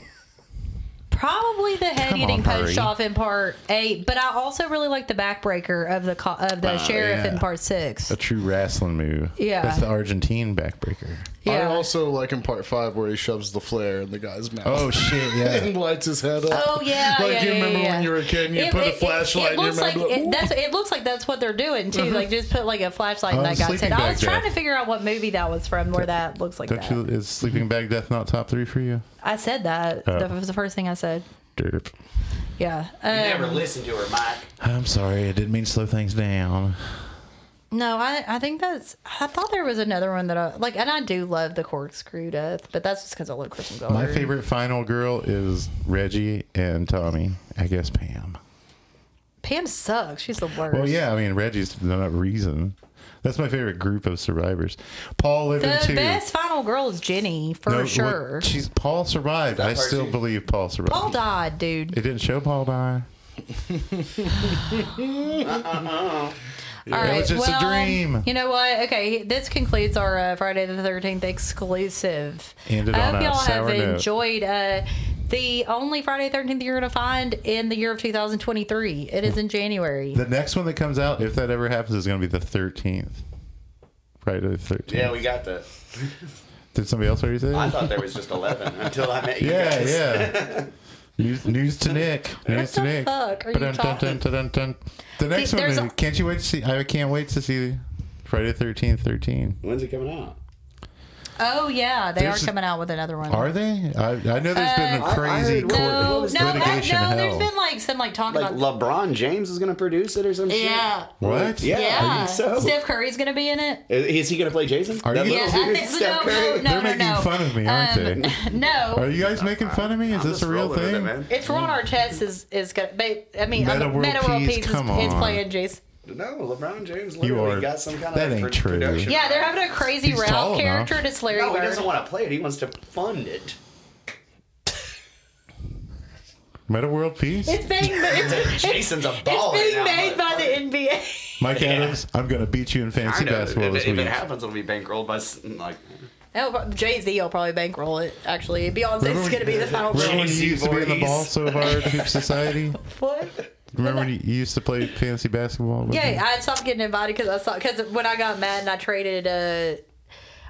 Speaker 2: probably the head
Speaker 5: Come
Speaker 2: getting
Speaker 5: on,
Speaker 2: punched
Speaker 5: hurry.
Speaker 2: off in part eight, but I also really like the backbreaker of the co- of the sheriff
Speaker 3: yeah.
Speaker 2: in part six.
Speaker 3: A true wrestling move.
Speaker 2: Yeah.
Speaker 3: That's the Argentine backbreaker.
Speaker 2: Yeah.
Speaker 4: I also like in part five where he shoves the flare in the guy's
Speaker 2: *laughs*
Speaker 4: mouth.
Speaker 3: Oh, shit,
Speaker 4: *laughs* and
Speaker 3: yeah.
Speaker 4: lights his head up.
Speaker 2: Oh yeah,
Speaker 4: Like
Speaker 2: yeah,
Speaker 4: you
Speaker 2: yeah,
Speaker 4: remember
Speaker 2: yeah.
Speaker 4: when you were a kid and you
Speaker 2: It-
Speaker 4: put
Speaker 2: it-
Speaker 4: a
Speaker 2: It, it
Speaker 4: flashlight in your
Speaker 2: looks
Speaker 4: mouth.
Speaker 2: like
Speaker 4: like,
Speaker 2: it, that's it looks like that's what they're doing too.
Speaker 4: Mm-hmm.
Speaker 2: Like just put like a flashlight in
Speaker 3: Oh,
Speaker 2: that guy's
Speaker 3: sleeping
Speaker 2: head. I
Speaker 3: bag
Speaker 2: was trying
Speaker 3: there.
Speaker 2: to figure out what movie that was from where that looks like
Speaker 3: Don't
Speaker 2: that.
Speaker 3: you, is Sleeping Bag Death not top three for you?
Speaker 2: I said that.
Speaker 3: Oh.
Speaker 2: That was the first thing I said.
Speaker 3: Derp.
Speaker 2: Yeah.
Speaker 1: Never
Speaker 2: Um,
Speaker 1: listen to her, Mike.
Speaker 3: I'm sorry, I didn't mean to slow things down.
Speaker 2: no, I I think that's. I thought there was another one that I like, and I do love the corkscrew death, but that's just because I love Kristen Gold.
Speaker 3: My favorite final girl is Reggie and Tommy. I guess Pam.
Speaker 2: Pam sucks. She's the worst.
Speaker 3: Well, yeah, I mean, Reggie's the reason. That's my favorite group of survivors. Paul lived
Speaker 2: The
Speaker 3: in two.
Speaker 2: best final girl is Jenny for
Speaker 3: No, what-
Speaker 2: sure.
Speaker 3: she's Paul survived.
Speaker 1: that
Speaker 3: I
Speaker 1: part
Speaker 3: still
Speaker 1: two?
Speaker 3: believe Paul survived.
Speaker 2: Paul died, dude.
Speaker 3: It didn't show Paul die.
Speaker 2: All right,
Speaker 3: was just a
Speaker 2: well,
Speaker 3: dream.
Speaker 2: You know what? Okay, this concludes our uh, Friday the Thirteenth exclusive.
Speaker 3: Ended
Speaker 2: I
Speaker 3: on
Speaker 2: hope
Speaker 3: a
Speaker 2: y'all have
Speaker 3: sour note.
Speaker 2: enjoyed uh, the only Friday the Thirteenth you're gonna find in the year of 2023. It is in January.
Speaker 3: The next one that comes out, if that ever happens, is going to be the 13th. Friday the 13th.
Speaker 1: Yeah, we got that.
Speaker 3: Did somebody else already say
Speaker 1: I
Speaker 3: that?
Speaker 1: thought there was just eleven until I met you
Speaker 3: Yeah,
Speaker 1: guys.
Speaker 3: yeah.
Speaker 1: *laughs*
Speaker 3: news, news to Nick. News to
Speaker 2: the
Speaker 3: Nick.
Speaker 2: fuck are you
Speaker 3: Ba-dun, dun, dun,
Speaker 2: talking-
Speaker 3: dun, dun. The next one
Speaker 2: there's
Speaker 3: is,
Speaker 2: a-
Speaker 3: can't you wait to see? I can't wait to see Friday the 13th, 13.
Speaker 1: When's it coming out?
Speaker 2: Oh yeah, they are
Speaker 3: There's-
Speaker 2: coming out with another one.
Speaker 3: Are they? I, I know there's been
Speaker 1: Uh, I- I
Speaker 3: a crazy
Speaker 1: heard-
Speaker 3: court
Speaker 2: no, no, that, no.
Speaker 3: litigation
Speaker 2: There's
Speaker 3: hell.
Speaker 2: been like some like talk
Speaker 1: Like
Speaker 2: about
Speaker 1: LeBron James is gonna produce it or some shit.
Speaker 2: yeah.
Speaker 3: what?
Speaker 1: Yeah. I
Speaker 2: Yeah,
Speaker 1: think so.
Speaker 2: Steph Curry's gonna be in it.
Speaker 1: Is, is he gonna play Jason?
Speaker 3: Are
Speaker 1: That
Speaker 3: you-
Speaker 2: Yeah,
Speaker 1: little
Speaker 2: I
Speaker 1: dude, *laughs*
Speaker 2: think,
Speaker 1: Steph
Speaker 2: no,
Speaker 1: Curry?
Speaker 2: no, no,
Speaker 3: They're
Speaker 2: no,
Speaker 3: making
Speaker 2: no.
Speaker 3: fun of me, aren't
Speaker 2: Um,
Speaker 1: *laughs*
Speaker 3: they?
Speaker 2: *laughs* No,
Speaker 3: Are you guys making fun of me? Is
Speaker 1: I'm
Speaker 3: this a
Speaker 1: just
Speaker 3: real
Speaker 1: rolling with
Speaker 3: thing?
Speaker 1: It, man.
Speaker 2: It's Ron
Speaker 3: Mm.
Speaker 2: Artest is is gonna. But, I mean,
Speaker 3: Meta
Speaker 2: I'm a-
Speaker 3: World
Speaker 2: Meta World
Speaker 3: Peace,
Speaker 2: Peace,
Speaker 3: come
Speaker 2: is, is
Speaker 3: on.
Speaker 2: playing Jace.
Speaker 1: No, LeBron James literally
Speaker 3: are-
Speaker 1: got some kind
Speaker 3: that
Speaker 1: of
Speaker 3: ain't
Speaker 1: pro-
Speaker 3: true.
Speaker 1: production.
Speaker 2: Yeah, they're having a crazy
Speaker 3: He's tall
Speaker 2: Ralph
Speaker 3: enough.
Speaker 2: character, and it's Larry
Speaker 1: No, he
Speaker 2: Bird.
Speaker 1: doesn't want to play it. He wants to fund it.
Speaker 3: Meta World Peace?
Speaker 2: It's being it's,
Speaker 1: *laughs* Jason's a
Speaker 2: it's
Speaker 1: baller
Speaker 2: being
Speaker 1: now,
Speaker 2: made by the NBA.
Speaker 3: Mike Adams, I'm going to beat you in
Speaker 1: I
Speaker 3: fantasy
Speaker 1: know. If,
Speaker 3: basketball
Speaker 1: if
Speaker 3: this week.
Speaker 1: it happens, it'll be bankrolled by s-
Speaker 2: *laughs*
Speaker 1: like. *laughs*
Speaker 2: Oh, Jay Z will probably bankroll it. Actually, Beyonce's
Speaker 3: when-
Speaker 2: gonna be the final.
Speaker 3: Remember when you
Speaker 1: Jay-Z
Speaker 3: used to be in the
Speaker 1: Voorhees.
Speaker 3: ball so hard,
Speaker 2: *laughs*
Speaker 3: Hoop Society?
Speaker 2: What?
Speaker 3: Remember when you you used to play fantasy basketball? with me?
Speaker 2: Yeah, I stopped getting invited because I saw because when I got mad and I traded. uh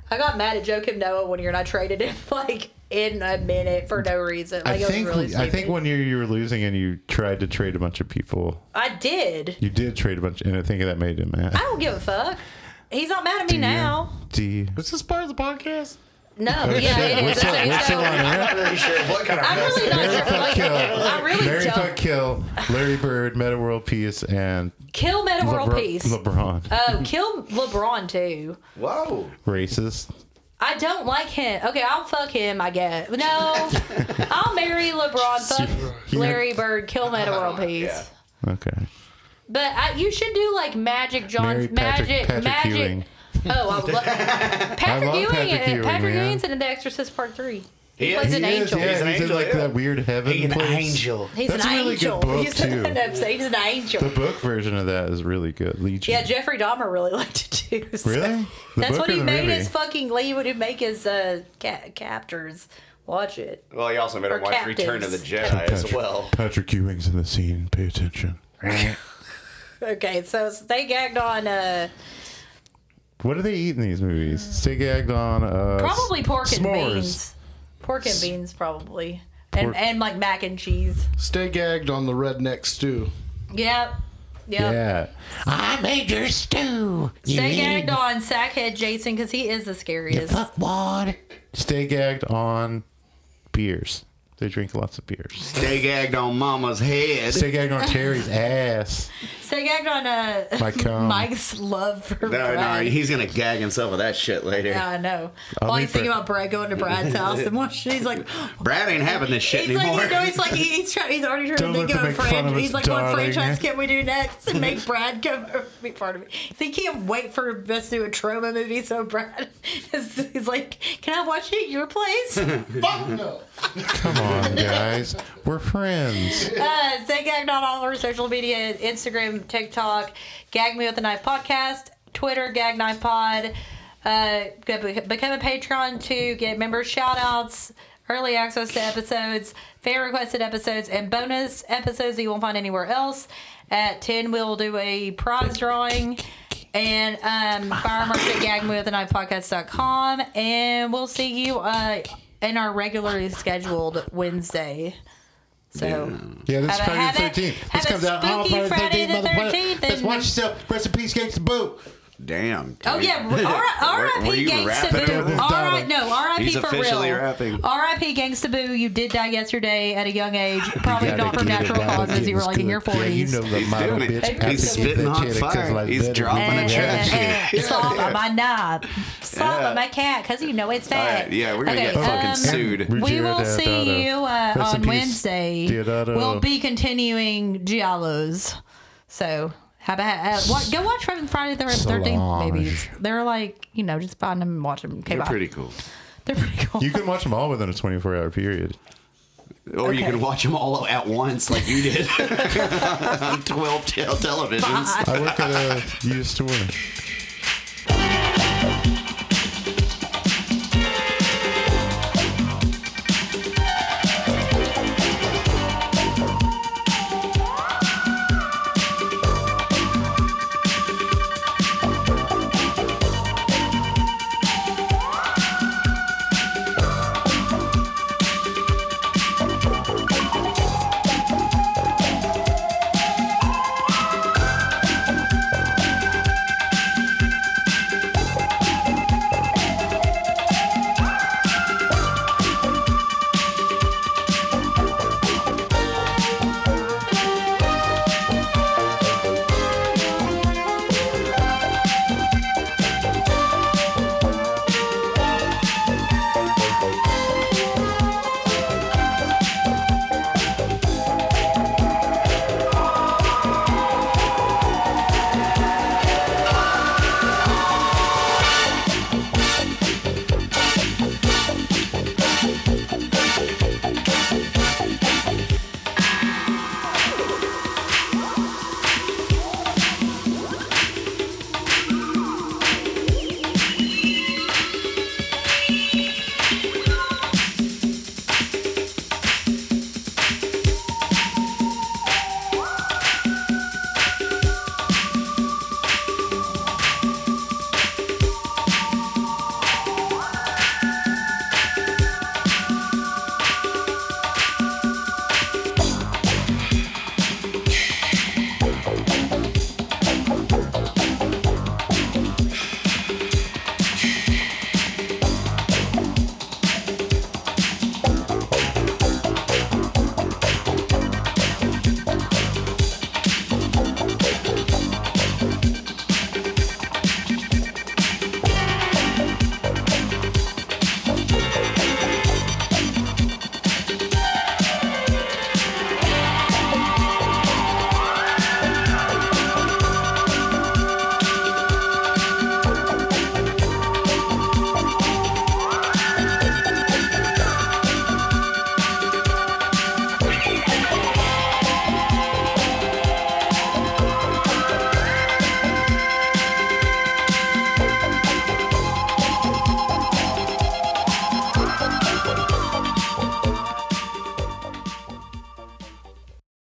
Speaker 2: I got mad at Joe Kim Noah one year and I traded him *laughs* like in a minute for no reason.
Speaker 3: I
Speaker 2: Like, it
Speaker 3: think
Speaker 2: was really
Speaker 3: I think
Speaker 2: stupid.
Speaker 3: one year you were losing and you tried to trade a bunch of people.
Speaker 2: I did.
Speaker 3: You did trade a bunch, and I think that made him mad.
Speaker 2: I don't give a fuck. He's not mad at me now.
Speaker 3: Do you?
Speaker 4: Is this part of the podcast?
Speaker 2: No, yeah,
Speaker 3: shit,
Speaker 2: it
Speaker 3: we're
Speaker 2: is.
Speaker 3: still-
Speaker 2: Okay,
Speaker 3: we're
Speaker 2: so
Speaker 3: still on air.
Speaker 2: *laughs*
Speaker 1: I'm not really sure what kind of.
Speaker 2: I'm really not
Speaker 3: Mary
Speaker 2: sure.
Speaker 3: fuck
Speaker 2: Like,
Speaker 3: kill.
Speaker 2: I really
Speaker 3: Mary
Speaker 2: don't.
Speaker 3: fuck kill. Larry Bird, Meta World Peace, and
Speaker 2: kill Meta World
Speaker 3: LeBron.
Speaker 2: Peace.
Speaker 3: LeBron.
Speaker 2: Oh, kill LeBron too.
Speaker 1: Whoa.
Speaker 3: Racist.
Speaker 2: I don't like him. Okay, I'll fuck him. I guess. No,
Speaker 3: *laughs*
Speaker 2: I'll marry LeBron. Fuck Larry Bird. Kill
Speaker 3: *laughs*
Speaker 2: Meta World Peace.
Speaker 3: Okay.
Speaker 2: But I, you should do like Magic
Speaker 3: Marry Patrick-
Speaker 2: John, Magic,
Speaker 3: Patrick
Speaker 2: Magic.
Speaker 3: Ewing.
Speaker 2: Oh, I love
Speaker 3: *laughs*
Speaker 2: Patrick
Speaker 3: love
Speaker 2: Ewing.
Speaker 3: Patrick
Speaker 2: Patrick,
Speaker 3: Ewing,
Speaker 2: Patrick
Speaker 3: man.
Speaker 2: Ewing's in The Exorcist Part Three. He,
Speaker 1: He
Speaker 2: plays
Speaker 1: is-
Speaker 2: an
Speaker 1: he is,
Speaker 2: angel.
Speaker 1: yeah.
Speaker 3: Yeah,
Speaker 1: He's
Speaker 3: he's
Speaker 1: an
Speaker 3: in
Speaker 1: angel,
Speaker 3: like
Speaker 1: yeah.
Speaker 3: that weird heaven
Speaker 1: He's an
Speaker 3: place.
Speaker 1: angel.
Speaker 2: He's
Speaker 3: That's
Speaker 2: an
Speaker 3: a really good
Speaker 2: angel. *laughs*
Speaker 3: book,
Speaker 2: He's an-
Speaker 3: too.
Speaker 2: he's an angel.
Speaker 3: The book version of that is really good. Legion.
Speaker 2: yeah, Jeffrey Dahmer really *laughs* liked it too. so-
Speaker 3: Really? The
Speaker 2: That's
Speaker 3: book
Speaker 2: what
Speaker 3: or
Speaker 2: he
Speaker 3: the
Speaker 2: made
Speaker 3: movie?
Speaker 2: his fucking. He would make his uh, ca- captors watch it.
Speaker 1: Well, he also made
Speaker 2: Or
Speaker 1: him watch Return of the
Speaker 2: captains.
Speaker 1: Jedi as well.
Speaker 3: Patrick Ewing's in the scene. Pay attention.
Speaker 2: Okay, so they gagged on uh,
Speaker 3: What do they eat in these movies? Stay gagged on. Uh,
Speaker 2: probably pork and
Speaker 3: s'mores.
Speaker 2: beans. Pork and beans, probably,
Speaker 3: Pork-
Speaker 2: and and like mac and cheese.
Speaker 4: Stay gagged on the redneck stew.
Speaker 2: Yep. Yep.
Speaker 3: Yeah.
Speaker 5: I made your stew. You
Speaker 2: They
Speaker 5: need
Speaker 2: gagged on Sackhead Jason because he is the scariest.
Speaker 5: fuck wad.
Speaker 3: Stay gagged on beers. They drink lots of beers.
Speaker 1: They gagged on Mama's head.
Speaker 3: Stay gagged on
Speaker 2: *laughs*
Speaker 3: Terry's ass.
Speaker 2: They gagged on uh,
Speaker 3: My
Speaker 2: *laughs*
Speaker 3: cum.
Speaker 2: Mike's love for
Speaker 1: No, no,
Speaker 2: Brad.
Speaker 1: he's gonna gag himself with that shit later.
Speaker 2: yeah, I know.
Speaker 3: I'll
Speaker 2: While
Speaker 3: be
Speaker 2: he's thinking
Speaker 3: Brad.
Speaker 2: about Brad going
Speaker 3: *laughs*
Speaker 2: to Brad's house, and what she's like,
Speaker 1: Brad ain't having this shit
Speaker 2: he's
Speaker 1: anymore.
Speaker 2: like, you know, he's like, he- he's trying, he's already trying
Speaker 3: Don't
Speaker 2: to think
Speaker 3: let them
Speaker 2: of a
Speaker 3: make fun of
Speaker 2: franchise. He's
Speaker 3: us,
Speaker 2: like, what
Speaker 3: darling.
Speaker 2: franchise can we do next and make Brad come be part of it? He can't wait for us to do a trauma movie, so Brad *laughs* is he's like, can I watch it at your place?
Speaker 4: Fuck no.
Speaker 3: Come on, guys. We're friends.
Speaker 2: uh, say gagged on all of our social media Instagram, TikTok, Gag Me With a Knife Podcast, Twitter, Gag Knife Pod. Uh, go be- become a Patreon to get member shout outs, early access to episodes, fan requested episodes, and bonus episodes that you won't find anywhere else. At 10, we'll do a prize drawing. And um, buy our merch at gagmewithanightpodcast.com. And we'll see you uh, in our regularly scheduled Wednesday. So.
Speaker 3: Yeah, this is
Speaker 2: Have a-
Speaker 3: Friday
Speaker 2: have a-
Speaker 3: the 13th.
Speaker 2: have
Speaker 3: This
Speaker 2: a
Speaker 3: comes out on
Speaker 2: spooky
Speaker 3: Friday the 13th.
Speaker 2: Friday the
Speaker 3: motherfucker.
Speaker 2: 13th
Speaker 3: Let's
Speaker 2: and-
Speaker 3: watch yourself. Rest in peace, Gangsta Boo.
Speaker 1: *laughs* Damn.
Speaker 2: Oh
Speaker 1: dude. *laughs*
Speaker 2: yeah, R-
Speaker 1: Were- were
Speaker 2: R.I.P.
Speaker 1: you
Speaker 2: Gangsta
Speaker 1: rapping over
Speaker 2: Boo.
Speaker 1: this?
Speaker 2: R.I. No, R.I.P.
Speaker 1: He's
Speaker 2: for
Speaker 1: officially
Speaker 2: real.
Speaker 1: rapping.
Speaker 2: R.I.P. Gangsta Boo. You did die yesterday at a young age,
Speaker 1: *laughs*
Speaker 2: probably
Speaker 3: gotta
Speaker 2: not from
Speaker 3: get it
Speaker 2: natural
Speaker 3: while the
Speaker 2: causes. You were
Speaker 3: getting's
Speaker 2: like in
Speaker 3: good.
Speaker 2: your
Speaker 3: Yeah, you
Speaker 2: forties.
Speaker 3: know the
Speaker 1: He's
Speaker 3: motto,
Speaker 1: doing
Speaker 3: bitch.
Speaker 1: it.
Speaker 3: I
Speaker 1: He's
Speaker 3: think
Speaker 1: spitting
Speaker 3: that
Speaker 1: hot
Speaker 3: shit, 'cause
Speaker 1: fire.
Speaker 3: like
Speaker 1: He's
Speaker 3: better
Speaker 1: dropping
Speaker 3: than
Speaker 1: a
Speaker 2: Eh,
Speaker 3: that
Speaker 1: trash
Speaker 3: shit.
Speaker 2: eh, eh, Slap on my knob, slap on my cat, cause you know it's fat.
Speaker 1: yeah, we're gonna
Speaker 2: Okay,
Speaker 1: get fucking
Speaker 2: um,
Speaker 1: sued.
Speaker 3: We
Speaker 2: We
Speaker 3: cheer
Speaker 2: will
Speaker 3: that out of-
Speaker 2: see you uh,
Speaker 3: Rest in
Speaker 2: on
Speaker 3: peace,
Speaker 2: Wednesday.
Speaker 3: Deodato.
Speaker 2: We'll be continuing Giallos. So have a uh, what, go watch from Friday the Thirteenth
Speaker 3: Solange.
Speaker 2: movies. They're like you know just find them and watch them. Okay,
Speaker 1: They're
Speaker 2: bye.
Speaker 1: pretty cool.
Speaker 2: They're pretty cool.
Speaker 3: You can watch them all within a 24 hour period.
Speaker 1: Or you can watch them all at once, like you *laughs*
Speaker 2: *laughs*
Speaker 1: did on twelve tel- televisions.
Speaker 3: I work at a used store.